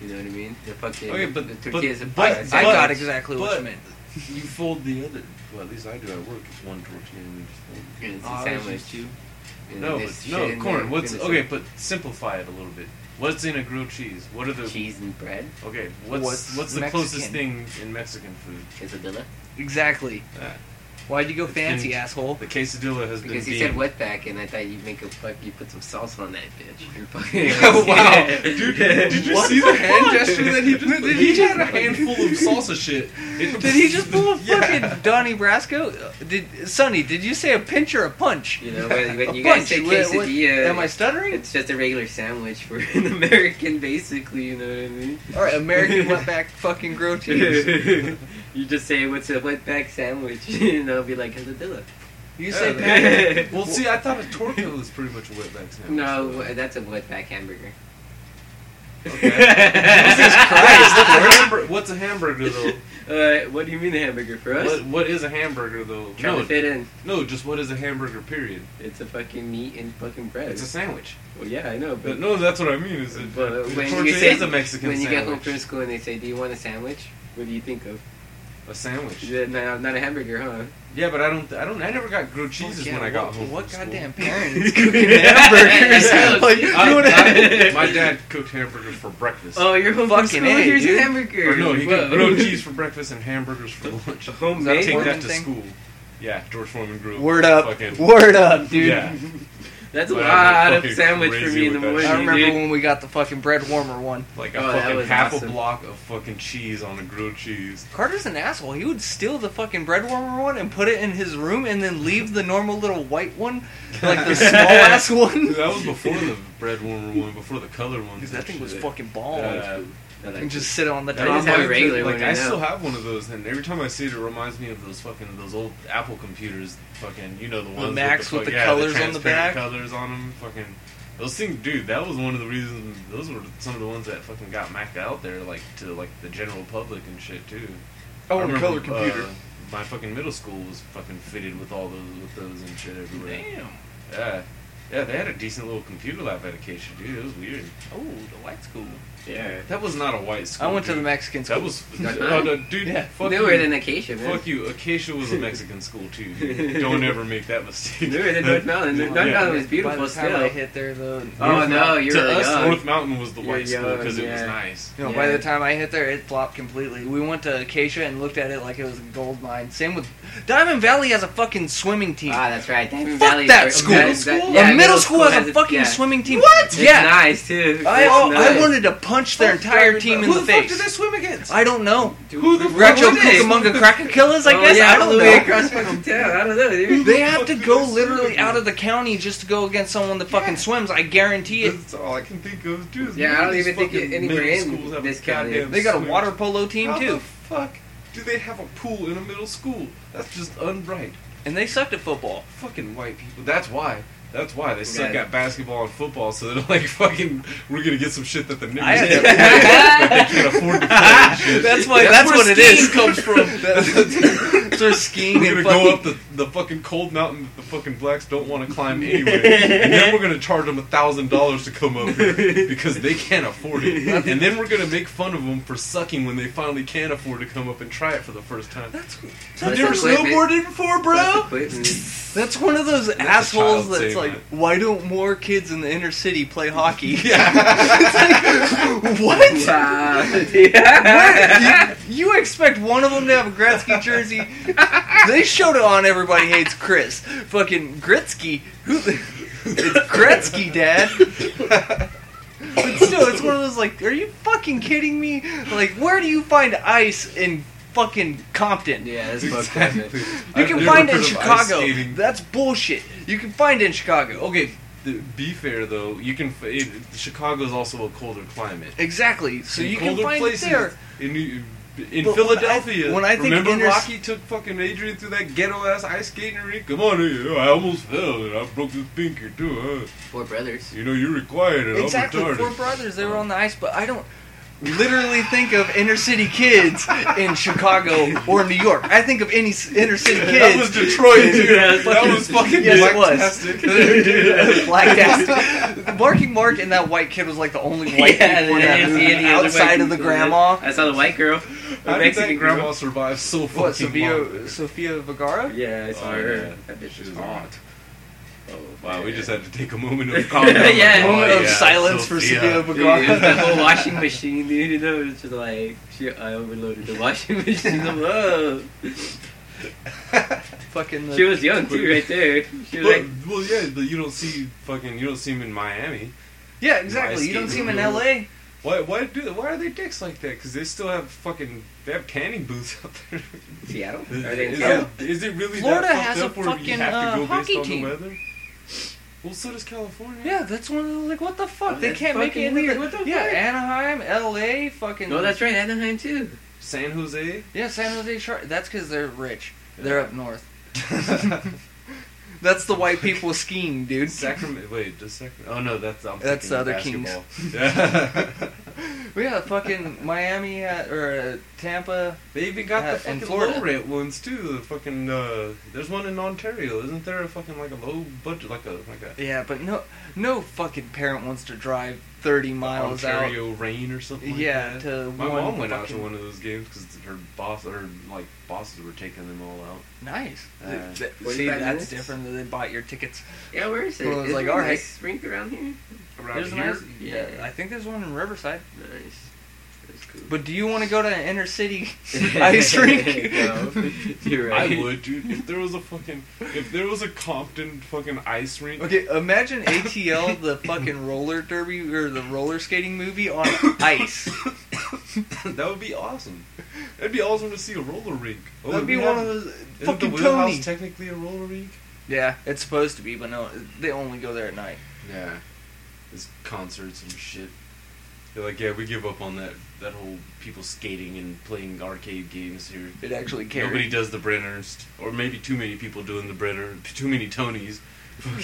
[SPEAKER 5] You know what I mean? The fucking
[SPEAKER 2] Okay, but-
[SPEAKER 5] the
[SPEAKER 2] but-
[SPEAKER 5] tortillas and
[SPEAKER 2] but-
[SPEAKER 5] pie.
[SPEAKER 4] I
[SPEAKER 2] But-
[SPEAKER 4] got exactly what
[SPEAKER 2] but-
[SPEAKER 4] you meant.
[SPEAKER 2] You fold the other. Well, at least I do. I work with one tortilla. And we just fold it.
[SPEAKER 5] And it's
[SPEAKER 4] Oh,
[SPEAKER 5] a
[SPEAKER 4] I was
[SPEAKER 5] sandwich.
[SPEAKER 4] just-
[SPEAKER 5] And
[SPEAKER 2] no,
[SPEAKER 5] there's
[SPEAKER 2] but-
[SPEAKER 5] shit
[SPEAKER 2] no,
[SPEAKER 5] in there.
[SPEAKER 2] corn. What's
[SPEAKER 5] Goodness,
[SPEAKER 2] okay? But simplify it a little bit. What's in a grilled cheese? What are the
[SPEAKER 5] cheese and bread
[SPEAKER 2] Okay, what's what's,
[SPEAKER 4] What's
[SPEAKER 2] the closest thing
[SPEAKER 4] Mexican?
[SPEAKER 2] in Mexican food?
[SPEAKER 5] quesadilla.
[SPEAKER 4] Exactly.
[SPEAKER 2] Uh,
[SPEAKER 4] Why'd you go
[SPEAKER 2] It's been-
[SPEAKER 4] fancy, asshole?
[SPEAKER 2] The quesadilla has
[SPEAKER 5] Because
[SPEAKER 2] been
[SPEAKER 5] you said
[SPEAKER 2] deemed-
[SPEAKER 5] wetback, and I thought you'd make a fuck. You put some salsa on that bitch.
[SPEAKER 2] Oh,
[SPEAKER 5] And fucking-
[SPEAKER 2] wow, dude! Did you
[SPEAKER 4] What
[SPEAKER 2] see the
[SPEAKER 4] the
[SPEAKER 2] hand
[SPEAKER 4] fuck?
[SPEAKER 2] gesture that he just?
[SPEAKER 4] Did
[SPEAKER 2] he
[SPEAKER 4] he
[SPEAKER 2] had a
[SPEAKER 4] just-
[SPEAKER 2] handful of salsa shit. It-
[SPEAKER 4] Did he just pull a
[SPEAKER 2] Yeah.
[SPEAKER 4] fucking Donnie Brasco? Uh, Did Sonny? Did you say a pinch or a punch?
[SPEAKER 5] You know, when, when
[SPEAKER 4] A
[SPEAKER 5] you guys
[SPEAKER 4] punch.
[SPEAKER 5] say
[SPEAKER 4] What- what-
[SPEAKER 5] quesadilla,
[SPEAKER 4] Am I stuttering?
[SPEAKER 5] it's just a regular sandwich for an American, basically. You know what I mean?
[SPEAKER 4] All right, American wetback fucking grilled cheese.
[SPEAKER 5] you just say, "What's a wetback sandwich?" and they'll be like quesadilla.
[SPEAKER 4] You say
[SPEAKER 2] Yeah,
[SPEAKER 4] pan-
[SPEAKER 2] they- Well, see, I thought a torpedo was pretty much a wetback sandwich.
[SPEAKER 5] No, that's a wetback hamburger.
[SPEAKER 2] Jesus Christ! What's a, hamburger, what's a hamburger though?
[SPEAKER 5] Uh, what do you mean a hamburger for us?
[SPEAKER 2] What, what is a hamburger though?
[SPEAKER 5] Trying
[SPEAKER 2] No,
[SPEAKER 5] to fit in.
[SPEAKER 2] no, just what is a hamburger? Period.
[SPEAKER 5] It's a fucking meat and fucking bread.
[SPEAKER 2] It's a sandwich.
[SPEAKER 5] well, yeah, I know,
[SPEAKER 2] But
[SPEAKER 5] but,
[SPEAKER 2] no, that's what I mean. Is it?
[SPEAKER 5] but uh,
[SPEAKER 2] a
[SPEAKER 5] when you
[SPEAKER 2] tortilla
[SPEAKER 5] say
[SPEAKER 2] is a Mexican
[SPEAKER 5] when you
[SPEAKER 2] sandwich.
[SPEAKER 5] get home from school and they say, "Do you want a sandwich?" What do you think of?
[SPEAKER 2] a sandwich.
[SPEAKER 5] Yeah, No, not a hamburger, huh?
[SPEAKER 2] Yeah, but I don't. I don't. I never got grilled cheeses
[SPEAKER 4] Yeah,
[SPEAKER 2] when I got
[SPEAKER 4] what,
[SPEAKER 2] home.
[SPEAKER 4] What
[SPEAKER 2] from
[SPEAKER 4] goddamn
[SPEAKER 2] school.
[SPEAKER 4] parent is cooking hamburgers? like, you
[SPEAKER 2] I,
[SPEAKER 4] wanna-
[SPEAKER 2] I, my dad cooked hamburgers for breakfast.
[SPEAKER 5] Oh, you're home
[SPEAKER 4] Fucking
[SPEAKER 5] from school.
[SPEAKER 4] A,
[SPEAKER 5] Here's
[SPEAKER 4] dude.
[SPEAKER 5] a hamburger.
[SPEAKER 2] or no, he cooked
[SPEAKER 5] Whoa.
[SPEAKER 2] grilled cheese for breakfast and hamburgers for lunch. I
[SPEAKER 5] Homemade.
[SPEAKER 2] take that
[SPEAKER 4] Foreman
[SPEAKER 2] to
[SPEAKER 4] thing?
[SPEAKER 2] school. Yeah, George Foreman grilled.
[SPEAKER 4] Word up.
[SPEAKER 2] Fucking,
[SPEAKER 4] Word up, dude.
[SPEAKER 2] Yeah.
[SPEAKER 5] That's a
[SPEAKER 2] Wow,
[SPEAKER 5] lot of
[SPEAKER 2] fucking
[SPEAKER 5] sandwich for
[SPEAKER 2] crazy
[SPEAKER 5] me in the
[SPEAKER 2] with that shit.
[SPEAKER 5] morning.
[SPEAKER 4] I remember
[SPEAKER 5] dude.
[SPEAKER 4] when we got the fucking bread warmer one.
[SPEAKER 2] Like
[SPEAKER 5] Oh,
[SPEAKER 2] a
[SPEAKER 5] that
[SPEAKER 2] fucking
[SPEAKER 5] was
[SPEAKER 2] half a
[SPEAKER 5] awesome.
[SPEAKER 2] block of fucking cheese on a grilled cheese.
[SPEAKER 4] Carter's an asshole. He would steal the fucking bread warmer one and put it in his room and then leave the normal little white one, like the small ass one.
[SPEAKER 2] Dude, that was before the bread warmer one, before the color one.
[SPEAKER 4] Dude, that thing was
[SPEAKER 2] Shit.
[SPEAKER 4] fucking bomb.
[SPEAKER 2] Uh,
[SPEAKER 5] That
[SPEAKER 4] and just sit on the
[SPEAKER 2] That
[SPEAKER 5] I
[SPEAKER 4] top.
[SPEAKER 5] just have a
[SPEAKER 2] reminds me-
[SPEAKER 5] regular
[SPEAKER 2] like
[SPEAKER 5] one
[SPEAKER 2] I
[SPEAKER 5] right now.
[SPEAKER 2] still have one of those, and every time I see it, it reminds me of those fucking those old Apple computers. Fucking, you know the ones
[SPEAKER 4] Macs with
[SPEAKER 2] fuck-
[SPEAKER 4] the
[SPEAKER 2] yeah,
[SPEAKER 4] colors on the
[SPEAKER 2] transparent
[SPEAKER 4] back.
[SPEAKER 2] colors on them. Fucking those things, dude. That was one of the reasons. Those were some of the ones that fucking got Mac out there, like to like the general public and shit too.
[SPEAKER 4] I
[SPEAKER 2] remember, uh, my fucking middle school was fucking fitted with all those with those and shit everywhere.
[SPEAKER 4] Damn.
[SPEAKER 2] Yeah, yeah, they had a decent little computer lab education, dude. It was weird.
[SPEAKER 4] Oh, the white school.
[SPEAKER 2] Yeah, that was not a white school.
[SPEAKER 4] I went to the
[SPEAKER 2] dude.
[SPEAKER 4] Mexican school.
[SPEAKER 2] That was oh, no, dude.
[SPEAKER 4] Yeah.
[SPEAKER 2] fuck
[SPEAKER 5] they
[SPEAKER 2] you.
[SPEAKER 5] were in Acacia, man.
[SPEAKER 2] Fuck you. Acacia was a Mexican school too. dude. Don't ever make that mistake.
[SPEAKER 5] They were in North Mountain. North
[SPEAKER 2] Yeah.
[SPEAKER 5] Mountain was
[SPEAKER 4] By
[SPEAKER 5] beautiful
[SPEAKER 4] the time
[SPEAKER 5] still.
[SPEAKER 4] I hit there, though,
[SPEAKER 5] oh no, you're
[SPEAKER 2] to us,
[SPEAKER 5] young.
[SPEAKER 2] North Mountain was the
[SPEAKER 5] You're
[SPEAKER 2] white school because it
[SPEAKER 5] young,
[SPEAKER 2] was
[SPEAKER 5] yeah.
[SPEAKER 2] nice.
[SPEAKER 4] You know, by
[SPEAKER 5] Yeah.
[SPEAKER 4] the time I hit there, it flopped completely. We went to Acacia and looked at it like it was a gold mine. Same with Diamond Valley has a fucking swimming team.
[SPEAKER 5] Ah, that's right. Diamond
[SPEAKER 4] Fuck
[SPEAKER 5] Valley-
[SPEAKER 4] that school.
[SPEAKER 5] that-
[SPEAKER 4] a
[SPEAKER 5] that-
[SPEAKER 4] middle,
[SPEAKER 5] yeah,
[SPEAKER 4] school has a
[SPEAKER 5] its-
[SPEAKER 4] fucking
[SPEAKER 5] yeah.
[SPEAKER 4] swimming team. What?
[SPEAKER 5] It's
[SPEAKER 4] Yeah.
[SPEAKER 5] nice too.
[SPEAKER 4] I,
[SPEAKER 5] It's
[SPEAKER 4] oh,
[SPEAKER 5] nice.
[SPEAKER 4] I wanted to punch their entire team in
[SPEAKER 2] Who
[SPEAKER 4] the,
[SPEAKER 2] the, fuck
[SPEAKER 4] face.
[SPEAKER 2] did they swim against?
[SPEAKER 4] I don't know.
[SPEAKER 2] Who the fuck
[SPEAKER 4] Rancho
[SPEAKER 2] was it?
[SPEAKER 4] Cucamonga Crackakilas, I
[SPEAKER 5] Oh,
[SPEAKER 4] guess?
[SPEAKER 5] yeah,
[SPEAKER 4] I don't
[SPEAKER 5] all the
[SPEAKER 4] know.
[SPEAKER 5] way across fucking town. I don't know, dude.
[SPEAKER 4] They
[SPEAKER 2] the
[SPEAKER 4] have
[SPEAKER 2] fuck
[SPEAKER 4] to
[SPEAKER 2] did
[SPEAKER 4] go
[SPEAKER 2] they swim
[SPEAKER 4] literally
[SPEAKER 2] against?
[SPEAKER 4] out of the county just to go against someone that fucking swims. I guarantee it.
[SPEAKER 2] That's all I can think of, dude.
[SPEAKER 5] Yeah, I
[SPEAKER 2] none of
[SPEAKER 5] don't
[SPEAKER 2] these
[SPEAKER 5] even think
[SPEAKER 2] fucking
[SPEAKER 5] it- anywhere
[SPEAKER 2] middle
[SPEAKER 5] in
[SPEAKER 2] schools have
[SPEAKER 5] this
[SPEAKER 2] a
[SPEAKER 5] county.
[SPEAKER 2] goddamn
[SPEAKER 4] They got a
[SPEAKER 2] swim.
[SPEAKER 4] water polo team
[SPEAKER 2] How the
[SPEAKER 4] too,
[SPEAKER 2] fuck do they have a pool in a middle school? That's just unright.
[SPEAKER 4] and they sucked at football.
[SPEAKER 2] Fucking white people. That's why. That's why they suck
[SPEAKER 5] Yeah.
[SPEAKER 2] at basketball and football. So they're like, fucking, we're gonna get some shit that the niggers
[SPEAKER 4] I
[SPEAKER 2] can't, that they can't afford to play. and shit.
[SPEAKER 4] That's why. That's,
[SPEAKER 2] where
[SPEAKER 4] what it
[SPEAKER 2] skiing
[SPEAKER 4] is.
[SPEAKER 2] Comes from.
[SPEAKER 4] That's where skiing
[SPEAKER 2] We're
[SPEAKER 4] and
[SPEAKER 2] gonna
[SPEAKER 4] fucking
[SPEAKER 2] go up the, the fucking cold mountain that the fucking blacks don't want to climb anyway, and then we're gonna charge them a thousand dollars to come up here because they can't afford it, and then we're gonna make fun of them for sucking when they finally can't afford to come up and try it for the first time.
[SPEAKER 4] That's
[SPEAKER 2] Have
[SPEAKER 5] That's
[SPEAKER 2] you ever
[SPEAKER 5] equipment.
[SPEAKER 2] snowboarded before, bro?
[SPEAKER 5] Equipment.
[SPEAKER 4] that's one of those
[SPEAKER 2] a child
[SPEAKER 4] assholes that's
[SPEAKER 2] saying
[SPEAKER 4] like,
[SPEAKER 2] that.
[SPEAKER 4] why don't more kids in the inner city play hockey?
[SPEAKER 2] Yeah.
[SPEAKER 4] what?
[SPEAKER 5] Wow, dude.
[SPEAKER 4] You expect one of them to have a Gretzky jersey? they showed it on Everybody Hates Chris. Fucking Gretzky. Who? It's Gretzky, Dad. But still, it's one of those like, are you fucking kidding me? Like, where do you find ice in fucking Compton?
[SPEAKER 5] Yeah, that's fucked up. man.
[SPEAKER 2] Exactly.
[SPEAKER 4] You
[SPEAKER 2] I've
[SPEAKER 4] can
[SPEAKER 2] never
[SPEAKER 4] find it
[SPEAKER 2] heard
[SPEAKER 4] in
[SPEAKER 2] of ice
[SPEAKER 4] Chicago.
[SPEAKER 2] skating.
[SPEAKER 4] That's bullshit. You can find it in Chicago. Okay,
[SPEAKER 2] Th- Be fair though, you can. f- It, Chicago's also a colder climate.
[SPEAKER 4] exactly. So
[SPEAKER 2] In
[SPEAKER 4] you can
[SPEAKER 2] colder
[SPEAKER 4] find
[SPEAKER 2] places,
[SPEAKER 4] it there.
[SPEAKER 2] In, New- in
[SPEAKER 4] But when I-
[SPEAKER 2] Philadelphia,
[SPEAKER 4] when I think
[SPEAKER 2] remember
[SPEAKER 4] inter-
[SPEAKER 2] Rocky took fucking Adrian through that ghetto ass ice skating rink. Come on, here. I almost fell and I broke this pinky too. Huh?
[SPEAKER 5] Four brothers.
[SPEAKER 2] You know you're required and
[SPEAKER 4] Exactly.
[SPEAKER 2] I'm retarded.
[SPEAKER 4] Four brothers. They were on the ice, but I don't literally think of inner city kids in Chicago or New York. I think of any s- inner city
[SPEAKER 2] that was
[SPEAKER 4] kids.
[SPEAKER 2] Detroit, dude.
[SPEAKER 4] Yeah,
[SPEAKER 2] that
[SPEAKER 4] fucking-
[SPEAKER 2] was fucking
[SPEAKER 4] yes, it was.
[SPEAKER 2] fantastic.
[SPEAKER 4] Blacktastic. Marky Mark and that white kid was like the only white
[SPEAKER 5] Yeah,
[SPEAKER 4] people in
[SPEAKER 5] yeah,
[SPEAKER 4] that
[SPEAKER 5] yeah,
[SPEAKER 4] movie
[SPEAKER 5] yeah, the other
[SPEAKER 4] outside
[SPEAKER 5] white
[SPEAKER 4] of the
[SPEAKER 5] people,
[SPEAKER 4] grandma.
[SPEAKER 5] I saw the white girl. The
[SPEAKER 2] How did that
[SPEAKER 5] Mexican
[SPEAKER 2] grandma
[SPEAKER 5] grandma.
[SPEAKER 2] survive so fucking
[SPEAKER 4] What,
[SPEAKER 2] long?
[SPEAKER 4] Sophia, Sophia Vergara?
[SPEAKER 5] Yeah, I saw
[SPEAKER 2] Oh,
[SPEAKER 5] her.
[SPEAKER 2] yeah.
[SPEAKER 5] That bitch
[SPEAKER 2] She
[SPEAKER 5] was
[SPEAKER 2] was
[SPEAKER 5] hot.
[SPEAKER 2] hot.
[SPEAKER 5] Oh,
[SPEAKER 2] Wow, we
[SPEAKER 5] man.
[SPEAKER 2] just had to take a moment of comment.
[SPEAKER 5] Yeah,
[SPEAKER 2] Oh,
[SPEAKER 4] Moment of silence for
[SPEAKER 2] Sophia.
[SPEAKER 4] Sophia
[SPEAKER 5] Dude, it was the
[SPEAKER 4] Vergara.
[SPEAKER 5] whole washing machine, dude. You know, it's just like shit, I overloaded the washing machine. I'm, Whoa!
[SPEAKER 4] Fucking the
[SPEAKER 5] She was young too, right there. She was
[SPEAKER 2] Well,
[SPEAKER 5] like,
[SPEAKER 2] well, yeah, but you don't see fucking you don't see him in Miami.
[SPEAKER 4] Yeah, exactly. You don't see him in LA.
[SPEAKER 2] Why why do why are they dicks like that? Because they still have fucking they have tanning booths out there.
[SPEAKER 5] Seattle.
[SPEAKER 2] Is,
[SPEAKER 5] Are they in
[SPEAKER 2] is
[SPEAKER 5] Seattle?
[SPEAKER 2] it- is it really
[SPEAKER 4] Florida
[SPEAKER 2] that fucked
[SPEAKER 4] has a
[SPEAKER 2] up where you
[SPEAKER 4] fucking,
[SPEAKER 2] have
[SPEAKER 4] uh,
[SPEAKER 2] to go
[SPEAKER 4] hockey
[SPEAKER 2] based on
[SPEAKER 4] team.
[SPEAKER 2] the weather? Well, so does California.
[SPEAKER 4] Yeah, that's one of the, like, what the fuck?
[SPEAKER 5] Oh,
[SPEAKER 4] they
[SPEAKER 5] that's
[SPEAKER 4] can't make it
[SPEAKER 5] fucking
[SPEAKER 4] into
[SPEAKER 5] weird.
[SPEAKER 4] the-
[SPEAKER 5] What the
[SPEAKER 4] Yeah,
[SPEAKER 5] fuck?
[SPEAKER 4] Anaheim, LA, fucking.
[SPEAKER 5] No, that's right, Anaheim too.
[SPEAKER 2] San Jose.
[SPEAKER 4] Yeah, San Jose Shark. That's because they're rich. They're up north. That's the white people skiing, dude.
[SPEAKER 2] Sacramento. Wait, does Sacramento? Oh no, that's I'm
[SPEAKER 4] That's the other
[SPEAKER 2] thinking
[SPEAKER 4] Kings.
[SPEAKER 2] basketball.
[SPEAKER 4] We got fucking Miami uh, or uh, Tampa.
[SPEAKER 2] They even got
[SPEAKER 4] Uh,
[SPEAKER 2] the fucking
[SPEAKER 4] in Florida.
[SPEAKER 2] low rate ones too. The fucking uh, there's one in Ontario, isn't there? A fucking like a low budget, like a like a
[SPEAKER 4] Yeah, but no, no fucking parent wants to drive thirty miles out.
[SPEAKER 2] Ontario rain or something. like
[SPEAKER 4] Yeah,
[SPEAKER 2] that.
[SPEAKER 4] to
[SPEAKER 2] my
[SPEAKER 4] one
[SPEAKER 2] mom went out to
[SPEAKER 4] fucking-
[SPEAKER 2] one of those games because her boss her like bosses were taking them all out.
[SPEAKER 4] Nice.
[SPEAKER 2] Uh,
[SPEAKER 4] Th- See,
[SPEAKER 5] 45
[SPEAKER 4] that's
[SPEAKER 5] minutes?
[SPEAKER 4] different. than They bought your tickets.
[SPEAKER 5] Yeah, where is it?
[SPEAKER 4] Well, it's
[SPEAKER 5] Is
[SPEAKER 4] like,
[SPEAKER 5] there a
[SPEAKER 4] alright.
[SPEAKER 5] nice rink around here.
[SPEAKER 2] Around
[SPEAKER 5] There's a
[SPEAKER 2] here,
[SPEAKER 5] nice-
[SPEAKER 4] Yeah,
[SPEAKER 5] Yeah.
[SPEAKER 4] I think there's one in Riverside.
[SPEAKER 5] Nice. That's cool.
[SPEAKER 4] But do you want to go to an inner city ice rink?
[SPEAKER 5] no, you're right.
[SPEAKER 2] I would, dude. If there was a fucking, if there was a Compton fucking ice rink,
[SPEAKER 4] Okay, imagine ATL, the fucking roller derby or the roller skating movie on ice.
[SPEAKER 2] that would be awesome. That'd be awesome to see a roller rink. Oh,
[SPEAKER 4] That'd be
[SPEAKER 2] we
[SPEAKER 4] one
[SPEAKER 2] have-
[SPEAKER 4] of those
[SPEAKER 2] isn't
[SPEAKER 4] fucking
[SPEAKER 2] the wheelhouse
[SPEAKER 4] Tony.
[SPEAKER 2] technically a roller rink?
[SPEAKER 4] yeah, it's supposed to be, but no, they only go there at night.
[SPEAKER 2] Yeah. There's concerts and shit. They're like, yeah, we give up on that that whole people skating and playing arcade games here.
[SPEAKER 4] It actually
[SPEAKER 2] Nobody
[SPEAKER 4] carries.
[SPEAKER 2] does the Brent Ernst, or maybe too many people doing the Brent Ernst, too many Tonys.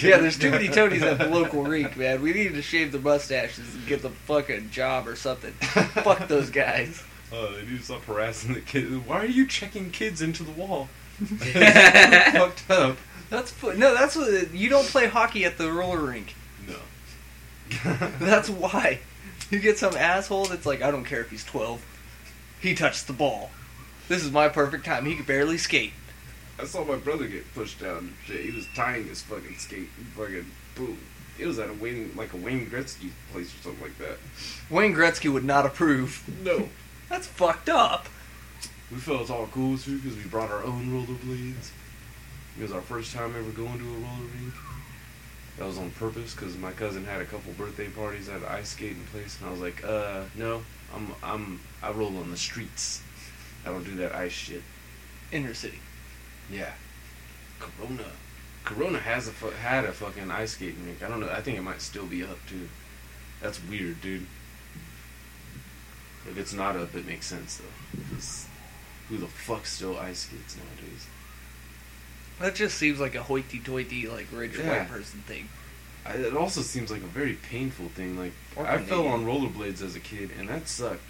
[SPEAKER 4] Yeah, there's too many Tonys at the local rink, man. We need to shave the mustaches and get the fucking job or something. Fuck those guys.
[SPEAKER 2] Oh, they need to stop harassing the kids. Why are you checking kids into the wall? fucked up.
[SPEAKER 4] That's put, no. That's what you don't play hockey at the roller rink.
[SPEAKER 2] No.
[SPEAKER 4] That's why. You get some asshole that's like, I don't care if he's 12. He touched the ball. This is my perfect time. He could barely skate.
[SPEAKER 2] I saw my brother get pushed down. and Shit, he was tying his fucking skate. and Fucking boom. It was at a Wayne, like a Wayne Gretzky place or something like that.
[SPEAKER 4] Wayne Gretzky would not approve.
[SPEAKER 2] No.
[SPEAKER 4] That's fucked up.
[SPEAKER 2] We felt all cool too because we brought our own rollerblades. It was our first time ever going to a roller rink. That was on purpose because my cousin had a couple birthday parties at an ice skating place, and I was like, "Uh, no, I'm I'm I roll on the streets. I don't do that ice shit."
[SPEAKER 4] Inner city.
[SPEAKER 2] Yeah. Corona. Corona has a fu- had a fucking ice skating rink. I don't know. I think it might still be up too. That's weird, dude. If it's not up, it makes sense though. 'Cause who the fuck still ice skates nowadays?
[SPEAKER 4] That just seems like a hoity-toity, like rich
[SPEAKER 2] Yeah.
[SPEAKER 4] white person thing.
[SPEAKER 2] I, it also seems like a very painful thing. Like
[SPEAKER 4] Or
[SPEAKER 2] I fell on
[SPEAKER 4] Canadian.
[SPEAKER 2] rollerblades as a kid, and that sucked.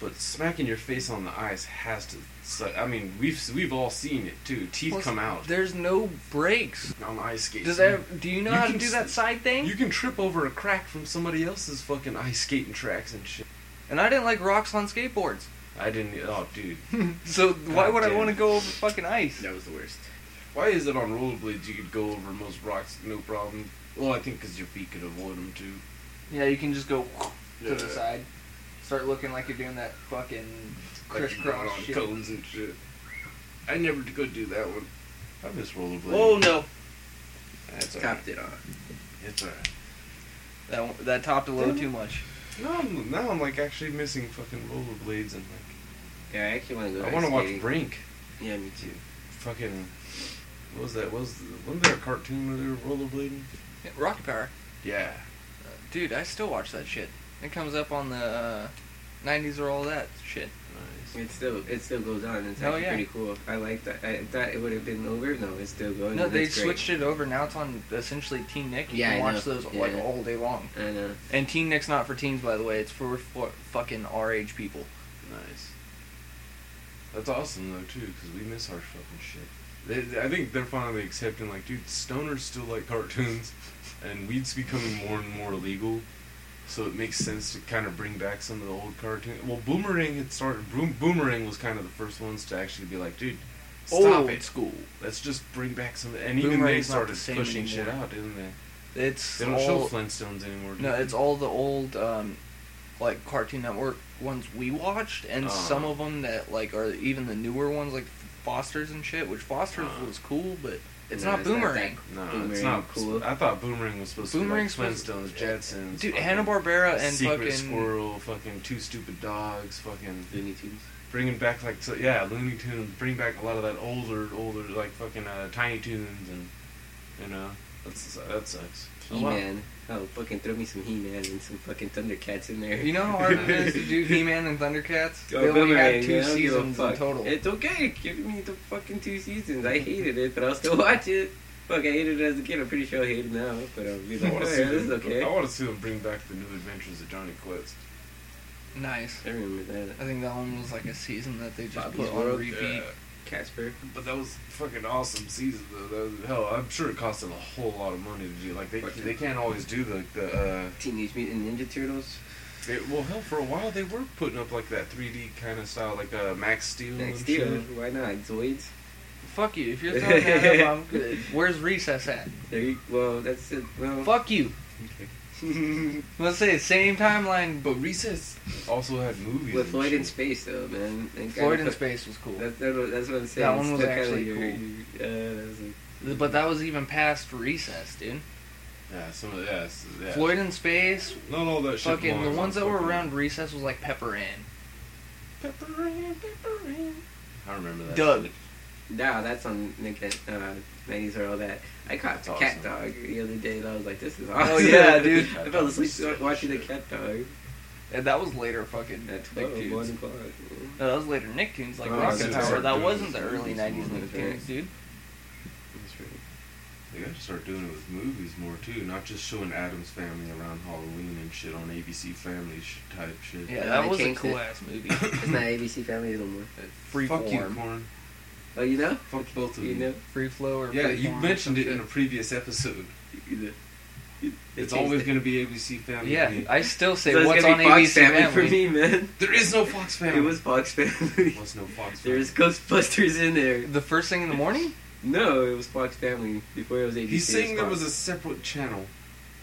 [SPEAKER 2] But smacking your face on the ice has to suck. I mean, we've we've all seen it too. Teeth
[SPEAKER 4] Plus,
[SPEAKER 2] come out
[SPEAKER 4] There's no breaks.
[SPEAKER 2] on ice skates.
[SPEAKER 4] Does that? Do you know
[SPEAKER 2] You
[SPEAKER 4] how to
[SPEAKER 2] can
[SPEAKER 4] do
[SPEAKER 2] s-
[SPEAKER 4] that side thing?
[SPEAKER 2] You can trip over a crack from somebody else's fucking ice skating tracks and shit.
[SPEAKER 4] and I didn't like rocks on skateboards.
[SPEAKER 2] I didn't. Oh, dude.
[SPEAKER 4] So why
[SPEAKER 2] God
[SPEAKER 4] would I
[SPEAKER 2] damn.
[SPEAKER 4] want to go over fucking ice?
[SPEAKER 5] That was the worst.
[SPEAKER 2] Why is it on rollerblades you could go over most rocks no problem? Well, I think because your feet could avoid them too.
[SPEAKER 4] Yeah, you can just go to the
[SPEAKER 2] Yeah.
[SPEAKER 4] side, start looking like you're doing that fucking
[SPEAKER 2] Like you ride
[SPEAKER 4] crisscross
[SPEAKER 2] on
[SPEAKER 4] shit.
[SPEAKER 2] cones and shit. I never go do that one. I miss rollerblades.
[SPEAKER 4] Oh no!
[SPEAKER 2] That's alright.
[SPEAKER 5] Topped it off.
[SPEAKER 2] It's alright.
[SPEAKER 4] That that topped a little too much.
[SPEAKER 2] Now I'm, now I'm like actually missing fucking rollerblades and like
[SPEAKER 5] Yeah, I actually want to go.
[SPEAKER 2] I want to
[SPEAKER 5] ice
[SPEAKER 2] watch
[SPEAKER 5] skating.
[SPEAKER 2] Brink.
[SPEAKER 5] Yeah, me too.
[SPEAKER 2] Fucking what was that? What was wasn't there a cartoon where they were rollerblading?
[SPEAKER 4] Yeah, Rocket Power,
[SPEAKER 2] Yeah.
[SPEAKER 4] dude, I still watch that shit. It comes up on the uh, '90s or all that shit.
[SPEAKER 2] Nice.
[SPEAKER 5] It still it still goes on. It's
[SPEAKER 4] Oh,
[SPEAKER 5] actually
[SPEAKER 4] yeah.
[SPEAKER 5] pretty cool. I like that. I thought it would have been over. No, it's still going.
[SPEAKER 4] no,
[SPEAKER 5] and
[SPEAKER 4] they
[SPEAKER 5] it's Oh, great.
[SPEAKER 4] switched it over. Now it's on essentially Teen Nick. You
[SPEAKER 5] Yeah,
[SPEAKER 4] can
[SPEAKER 5] I
[SPEAKER 4] watch
[SPEAKER 5] know.
[SPEAKER 4] those like
[SPEAKER 5] Yeah.
[SPEAKER 4] all day long.
[SPEAKER 5] I know.
[SPEAKER 4] And Teen Nick's not for teens, by the way. It's for, for fucking our age people.
[SPEAKER 2] Nice. That's awesome though too, because we miss our fucking shit. They, they- I think they're finally accepting, like, dude, stoners still like cartoons, and weed's becoming more and more illegal, so it makes sense to kind of bring back some of the old cartoons. Well, Boomerang had started. Boom, Boomerang was kind of the first ones to actually be like, dude, stop
[SPEAKER 4] Old
[SPEAKER 2] it.
[SPEAKER 4] school.
[SPEAKER 2] Let's just bring back some. And even they
[SPEAKER 4] Boomerang's not the
[SPEAKER 2] started
[SPEAKER 4] same
[SPEAKER 2] pushing shit
[SPEAKER 4] anymore.
[SPEAKER 2] out, didn't they?
[SPEAKER 4] It's
[SPEAKER 2] They don't show
[SPEAKER 4] all
[SPEAKER 2] Flintstones anymore. do
[SPEAKER 4] no.
[SPEAKER 2] they?
[SPEAKER 4] It's all the old um, like Cartoon Network ones we watched, and
[SPEAKER 2] Uh.
[SPEAKER 5] Uh-huh.
[SPEAKER 4] some of them that like are even the newer ones like Foster's and shit. Which Foster's
[SPEAKER 5] Uh-huh.
[SPEAKER 2] Uh.
[SPEAKER 4] was cool, but it's
[SPEAKER 5] No,
[SPEAKER 4] not
[SPEAKER 5] it's not
[SPEAKER 4] Boomerang.
[SPEAKER 2] No, it's
[SPEAKER 5] Boomerang,
[SPEAKER 2] not
[SPEAKER 5] cool.
[SPEAKER 2] I thought Boomerang was supposed
[SPEAKER 4] Boomerang's
[SPEAKER 2] to be like
[SPEAKER 4] supposed-
[SPEAKER 2] Flintstones, Jetsons.
[SPEAKER 4] Dude,
[SPEAKER 2] fucking-
[SPEAKER 4] Hanna Barbera and
[SPEAKER 2] Secret
[SPEAKER 4] fucking
[SPEAKER 2] Squirrel, fucking Two Stupid Dogs, fucking
[SPEAKER 5] Looney Tunes.
[SPEAKER 2] bringing back like so, yeah, Looney Tunes, bring back a lot of that older, older like fucking uh, Tiny Tunes and you know that's that sucks. Oh,
[SPEAKER 5] He
[SPEAKER 2] wow.
[SPEAKER 5] Man. Oh, fucking throw me some He Man and some fucking Thundercats in there.
[SPEAKER 4] You know how hard it is to do He-Man and Thundercats.
[SPEAKER 5] Oh,
[SPEAKER 4] They only
[SPEAKER 5] Boomerang, I
[SPEAKER 4] had two
[SPEAKER 5] don't give a
[SPEAKER 4] seasons in
[SPEAKER 5] fuck.
[SPEAKER 4] total.
[SPEAKER 5] It's okay. Give me the fucking two seasons. I hated it, but I'll still watch it. Fuck, I hated it as a kid. I'm pretty sure I hate it now, but I'll be
[SPEAKER 2] I
[SPEAKER 5] like, oh,
[SPEAKER 2] want to
[SPEAKER 5] yeah,
[SPEAKER 2] see
[SPEAKER 5] this is
[SPEAKER 2] them. I
[SPEAKER 5] okay.
[SPEAKER 2] want to see them bring back the new Adventures of Johnny Quest.
[SPEAKER 4] nice.
[SPEAKER 5] I remember that.
[SPEAKER 4] I think that one was like a season that they just
[SPEAKER 5] Bobby's
[SPEAKER 4] put on
[SPEAKER 5] World,
[SPEAKER 4] repeat.
[SPEAKER 2] Yeah.
[SPEAKER 5] Casper.
[SPEAKER 2] But that was fucking awesome season though. That was, hell, I'm sure it cost them a whole lot of money to do. Like they
[SPEAKER 5] Fucking-
[SPEAKER 2] they can't always do the the. Uh,
[SPEAKER 5] Teenage Mutant Ninja Turtles.
[SPEAKER 2] They, well, hell, for a while they were putting up like that 3D kind of style, like uh, Max Steel.
[SPEAKER 5] Max
[SPEAKER 2] and
[SPEAKER 5] Steel.
[SPEAKER 2] shit.
[SPEAKER 5] Why not? Zoids.
[SPEAKER 4] Fuck you. If you're throwing that up, I'm good. Where's recess at?
[SPEAKER 5] There you, well, that's it. Well,
[SPEAKER 4] Fuck you.
[SPEAKER 5] with
[SPEAKER 4] Let's say same timeline, but
[SPEAKER 2] But Recess also had movies. and
[SPEAKER 5] Floyd in
[SPEAKER 2] shit.
[SPEAKER 5] space, though, man. They kinda
[SPEAKER 4] Floyd in
[SPEAKER 5] put-
[SPEAKER 4] Space was cool.
[SPEAKER 5] That, that, was- that's what I'm saying.
[SPEAKER 4] That one was
[SPEAKER 5] It's kinda
[SPEAKER 4] actually
[SPEAKER 5] your-
[SPEAKER 4] cool.
[SPEAKER 5] your- uh, that was like-
[SPEAKER 4] But that was even past recess, dude.
[SPEAKER 2] Yeah, some of yeah, s- yeah.
[SPEAKER 4] Floyd in Space,
[SPEAKER 2] Not all that shit.
[SPEAKER 4] fucking the
[SPEAKER 2] belongs on
[SPEAKER 4] ones that were
[SPEAKER 2] fucking-
[SPEAKER 4] around recess was like Pepper Ann.
[SPEAKER 2] Pepper Ann, Pepper Ann. I remember that.
[SPEAKER 4] Doug.
[SPEAKER 2] shit.
[SPEAKER 5] No, that's on Nick uh, 90s or all that. I caught
[SPEAKER 2] That's
[SPEAKER 5] the
[SPEAKER 2] awesome.
[SPEAKER 5] cat dog the other day, and I was like, "This is awesome."
[SPEAKER 4] yeah, dude.
[SPEAKER 5] I fell asleep watching the cat dog
[SPEAKER 4] And that was later fucking
[SPEAKER 5] at 12, Oh, one
[SPEAKER 4] Nicktoons.
[SPEAKER 5] o'clock.
[SPEAKER 4] No, that was later Nicktoons, like
[SPEAKER 5] Oh,
[SPEAKER 4] Rocket
[SPEAKER 5] that's
[SPEAKER 4] Power.
[SPEAKER 5] right.
[SPEAKER 4] That wasn't the early
[SPEAKER 2] That's
[SPEAKER 4] 90s
[SPEAKER 2] right.
[SPEAKER 4] Nicktoons, dude.
[SPEAKER 5] That's right.
[SPEAKER 2] They you gotta start doing it with movies more too, not just showing Adam's family around Halloween and shit on ABC Family sh- type shit.
[SPEAKER 4] Yeah,
[SPEAKER 5] No,
[SPEAKER 4] that
[SPEAKER 5] they
[SPEAKER 4] was a
[SPEAKER 5] changed
[SPEAKER 4] cool
[SPEAKER 5] it.
[SPEAKER 4] ass movie.
[SPEAKER 5] It's not ABC Family anymore.
[SPEAKER 4] Free
[SPEAKER 2] Fuck you,
[SPEAKER 4] form.
[SPEAKER 2] corn.
[SPEAKER 5] Oh, you know?
[SPEAKER 2] Fuck both of
[SPEAKER 5] You
[SPEAKER 2] you.
[SPEAKER 5] know?
[SPEAKER 4] Free flow or
[SPEAKER 2] Yeah,
[SPEAKER 4] free
[SPEAKER 2] you
[SPEAKER 4] form or
[SPEAKER 2] mentioned
[SPEAKER 4] some
[SPEAKER 2] it in a
[SPEAKER 4] shit.
[SPEAKER 2] previous episode.
[SPEAKER 5] They
[SPEAKER 2] it's
[SPEAKER 5] changed
[SPEAKER 2] always
[SPEAKER 5] it.
[SPEAKER 2] going to be ABC Family.
[SPEAKER 4] Yeah,
[SPEAKER 2] Man.
[SPEAKER 4] I still say
[SPEAKER 5] So it's
[SPEAKER 4] what's
[SPEAKER 5] gonna
[SPEAKER 4] on
[SPEAKER 5] be Fox
[SPEAKER 4] ABC
[SPEAKER 5] Family,
[SPEAKER 4] Family.
[SPEAKER 5] for me, man.
[SPEAKER 2] there is no Fox Family.
[SPEAKER 5] It was Fox Family.
[SPEAKER 2] What's no Fox Family.
[SPEAKER 5] There's Ghostbusters in there.
[SPEAKER 4] The first thing in the morning?
[SPEAKER 5] No, it was Fox Family before it was ABC.
[SPEAKER 2] He's saying
[SPEAKER 5] it
[SPEAKER 2] there was a separate channel.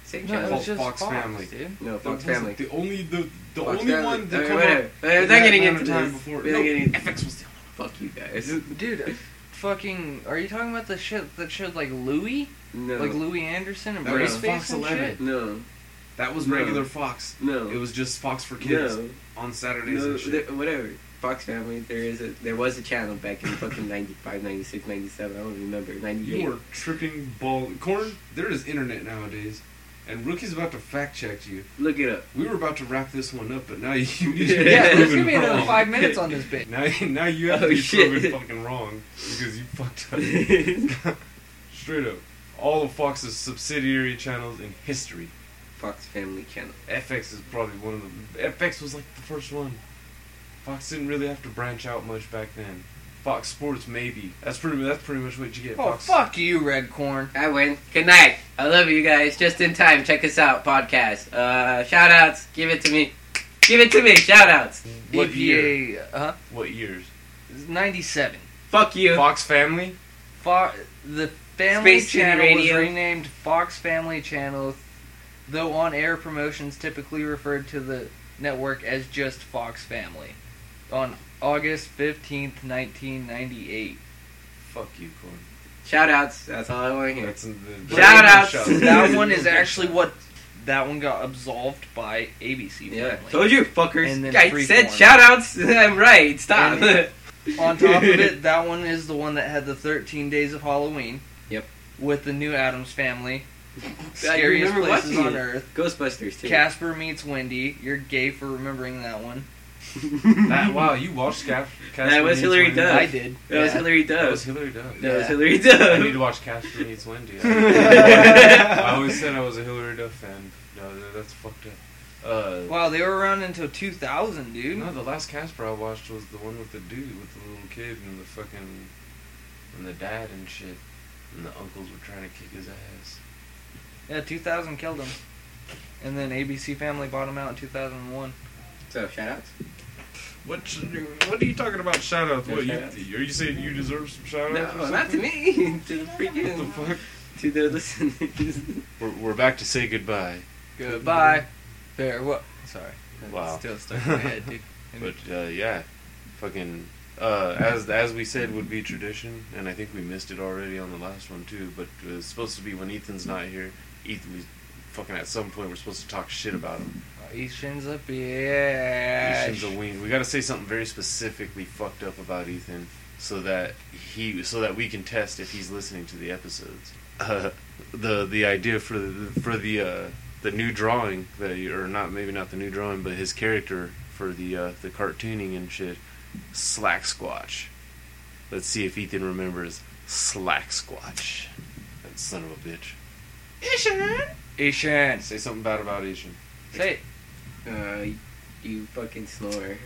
[SPEAKER 5] Same
[SPEAKER 4] No, it
[SPEAKER 5] channel.
[SPEAKER 4] was just
[SPEAKER 2] Fox
[SPEAKER 4] Fox,
[SPEAKER 2] Family.
[SPEAKER 4] dude.
[SPEAKER 5] No,
[SPEAKER 2] There
[SPEAKER 5] Fox
[SPEAKER 2] wasn't-
[SPEAKER 5] Family.
[SPEAKER 2] The only the the
[SPEAKER 5] Fox
[SPEAKER 2] only
[SPEAKER 5] Family.
[SPEAKER 2] one that
[SPEAKER 5] Alright,
[SPEAKER 2] come
[SPEAKER 5] whatever.
[SPEAKER 2] up.
[SPEAKER 5] We're
[SPEAKER 2] that
[SPEAKER 5] not getting
[SPEAKER 2] amount
[SPEAKER 5] into
[SPEAKER 2] of time
[SPEAKER 5] this.
[SPEAKER 2] before.
[SPEAKER 5] We're
[SPEAKER 2] No,
[SPEAKER 5] not getting into
[SPEAKER 2] FX was the
[SPEAKER 5] Fuck you guys.
[SPEAKER 4] Dude, fucking, are you talking about the shit that showed like Louis,
[SPEAKER 5] No.
[SPEAKER 4] like Louis Anderson and
[SPEAKER 2] That was Fox
[SPEAKER 4] Braceface and
[SPEAKER 2] 11.
[SPEAKER 4] shit?
[SPEAKER 5] no.
[SPEAKER 2] That was
[SPEAKER 5] No.
[SPEAKER 2] regular Fox.
[SPEAKER 5] No.
[SPEAKER 2] It was just Fox for kids
[SPEAKER 5] no.
[SPEAKER 2] on Saturdays
[SPEAKER 5] No.
[SPEAKER 2] and shit.
[SPEAKER 5] There, whatever. Fox Family. There is a. There was a channel back in fucking 95, 96, 97. I don't remember.
[SPEAKER 2] You
[SPEAKER 5] 98.
[SPEAKER 2] are tripping ball. Corn, there is internet nowadays. And Rookie's about to fact check you.
[SPEAKER 5] Look it up.
[SPEAKER 2] We were about to wrap this one up, but now you, you
[SPEAKER 5] Yeah,
[SPEAKER 4] Yeah, there's
[SPEAKER 2] moving
[SPEAKER 4] gonna be another
[SPEAKER 2] wrong.
[SPEAKER 4] five minutes on this bitch.
[SPEAKER 2] Now, now you have to
[SPEAKER 5] Oh,
[SPEAKER 2] be
[SPEAKER 5] shit.
[SPEAKER 2] proven fucking wrong because you fucked up. Straight up. All of Fox's subsidiary channels in history.
[SPEAKER 5] Fox Family Channel.
[SPEAKER 2] FX is probably one of them. FX was like the first one. Fox didn't really have to branch out much back then. Fox Sports maybe. That's pretty. That's pretty much what you get.
[SPEAKER 4] Oh,
[SPEAKER 2] Fox.
[SPEAKER 4] fuck you, Red Corn.
[SPEAKER 5] I win. Good night. I love you guys. Just in time. Check us out. Podcast. Uh, shout outs. Give it to me. Give it to me. Shout outs.
[SPEAKER 2] What
[SPEAKER 5] E
[SPEAKER 2] year?
[SPEAKER 4] EPA, uh,
[SPEAKER 2] What years?
[SPEAKER 4] 97.
[SPEAKER 5] Fuck you.
[SPEAKER 2] Fox Family.
[SPEAKER 4] Fo- the Family
[SPEAKER 5] Space City
[SPEAKER 4] Channel
[SPEAKER 5] Radio.
[SPEAKER 4] was renamed Fox Family Channel, though on-air promotions typically referred to the network as just Fox Family. On August fifteenth, nineteen ninety-eight.
[SPEAKER 2] Fuck you, Corn.
[SPEAKER 5] Shout outs. That's all I want to hear.
[SPEAKER 2] That's in the,
[SPEAKER 5] Shout outs.
[SPEAKER 4] That one is actually what that one got absolved by ABC
[SPEAKER 5] Yeah.
[SPEAKER 4] Family.
[SPEAKER 5] Told you, fuckers.
[SPEAKER 4] And then
[SPEAKER 5] I
[SPEAKER 4] Freeform.
[SPEAKER 5] said shout outs. I'm right. Stop.
[SPEAKER 4] And- on top of it, that one is the one that had the thirteen days of Halloween.
[SPEAKER 5] Yep.
[SPEAKER 4] With the new Adams Family, scariest
[SPEAKER 5] remember
[SPEAKER 4] places
[SPEAKER 5] watching
[SPEAKER 4] on
[SPEAKER 5] it.
[SPEAKER 4] earth.
[SPEAKER 5] Ghostbusters, too.
[SPEAKER 4] Casper meets Wendy. You're gay for remembering that one.
[SPEAKER 2] That, wow, you watched Casper.
[SPEAKER 5] That was Hillary Duff.
[SPEAKER 4] I did.
[SPEAKER 5] That was Hillary
[SPEAKER 2] That was
[SPEAKER 5] Duff.
[SPEAKER 2] Hillary Duff.
[SPEAKER 5] That was
[SPEAKER 4] Yeah.
[SPEAKER 5] Hillary
[SPEAKER 2] I need
[SPEAKER 5] Duff.
[SPEAKER 2] to watch Casper Meets Wendy. I always said I was a Hillary Duff fan. No, that- that's fucked up. Uh,
[SPEAKER 4] Wow, they were around until 2000, dude.
[SPEAKER 2] No, the last Casper I watched was the one with the dude with the little kid and the fucking and the dad and shit. And the uncles were trying to kick his ass.
[SPEAKER 4] Yeah, 2000 killed him. And then ABC Family bought him out in 2001.
[SPEAKER 5] So, shout outs.
[SPEAKER 2] What what are you talking about shout outs?
[SPEAKER 5] What, you-
[SPEAKER 2] are you saying you deserve some shout
[SPEAKER 5] No, not to me. to the freaking. To the listeners.
[SPEAKER 2] We're, we're back to say goodbye.
[SPEAKER 4] Goodbye. Farewell. Sorry. That's
[SPEAKER 2] Wow.
[SPEAKER 4] Still stuck in my head, dude.
[SPEAKER 2] But uh, yeah, fucking uh, as as we said would be tradition, and I think we missed it already on the last one too. But it was supposed to be when Ethan's not here. Ethan, we fucking at some point we're supposed to talk shit about him.
[SPEAKER 4] Ethan's a bitch.
[SPEAKER 2] Ethan's a ween. We got to say something very specifically fucked up about Ethan, so that he so that we can test if he's listening to the episodes. Uh, the the idea for the for the uh, the new drawing that you- or not maybe not the new drawing, but his character for the uh, the cartooning and shit, Slack Squatch. Let's see if Ethan remembers Slack Squatch. That son of a bitch.
[SPEAKER 4] Ethan.
[SPEAKER 2] Say something bad about Asian.
[SPEAKER 4] Say it.
[SPEAKER 5] Uh, you fucking snore.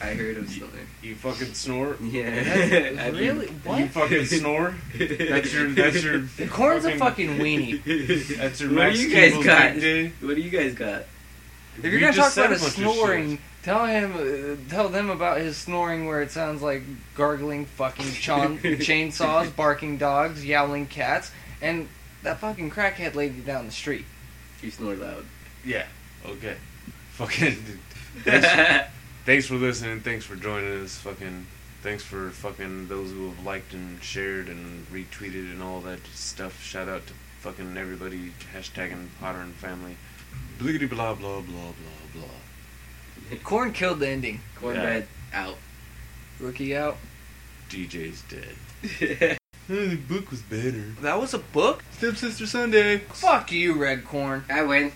[SPEAKER 5] I heard him snore.
[SPEAKER 2] You fucking snore.
[SPEAKER 5] Yeah. I mean-
[SPEAKER 4] really?
[SPEAKER 2] You
[SPEAKER 4] What?
[SPEAKER 2] fucking snore. That's your. That's your.
[SPEAKER 4] Corn's a fucking weenie.
[SPEAKER 2] That's your
[SPEAKER 5] What
[SPEAKER 2] Max
[SPEAKER 5] do you guys
[SPEAKER 2] Keeble's
[SPEAKER 5] got?
[SPEAKER 2] big day.
[SPEAKER 5] What do you guys got?
[SPEAKER 4] If you're
[SPEAKER 2] You
[SPEAKER 4] gonna talk
[SPEAKER 2] just
[SPEAKER 4] about
[SPEAKER 2] said a
[SPEAKER 4] his
[SPEAKER 2] bunch of shit.
[SPEAKER 4] snoring, tell him, uh, tell them about his snoring where it sounds like gargling fucking chon- chainsaws, barking dogs, yowling cats, and that fucking crackhead lady down the street.
[SPEAKER 5] You snore loud.
[SPEAKER 2] Yeah. Okay. Fucking. Thanks, thanks for listening. Thanks for joining us. Fucking. Thanks for fucking those who have liked and shared and retweeted and all that stuff. Shout out to fucking everybody hashtagging Potter and family. Bliggity blah blah blah blah blah.
[SPEAKER 4] Corn killed the ending.
[SPEAKER 5] Cornbread out.
[SPEAKER 4] Rookie out.
[SPEAKER 2] DJ's dead. the book was better.
[SPEAKER 4] That was a book.
[SPEAKER 2] Stepsister Sunday.
[SPEAKER 4] Fuck you, Red Corn.
[SPEAKER 5] I win.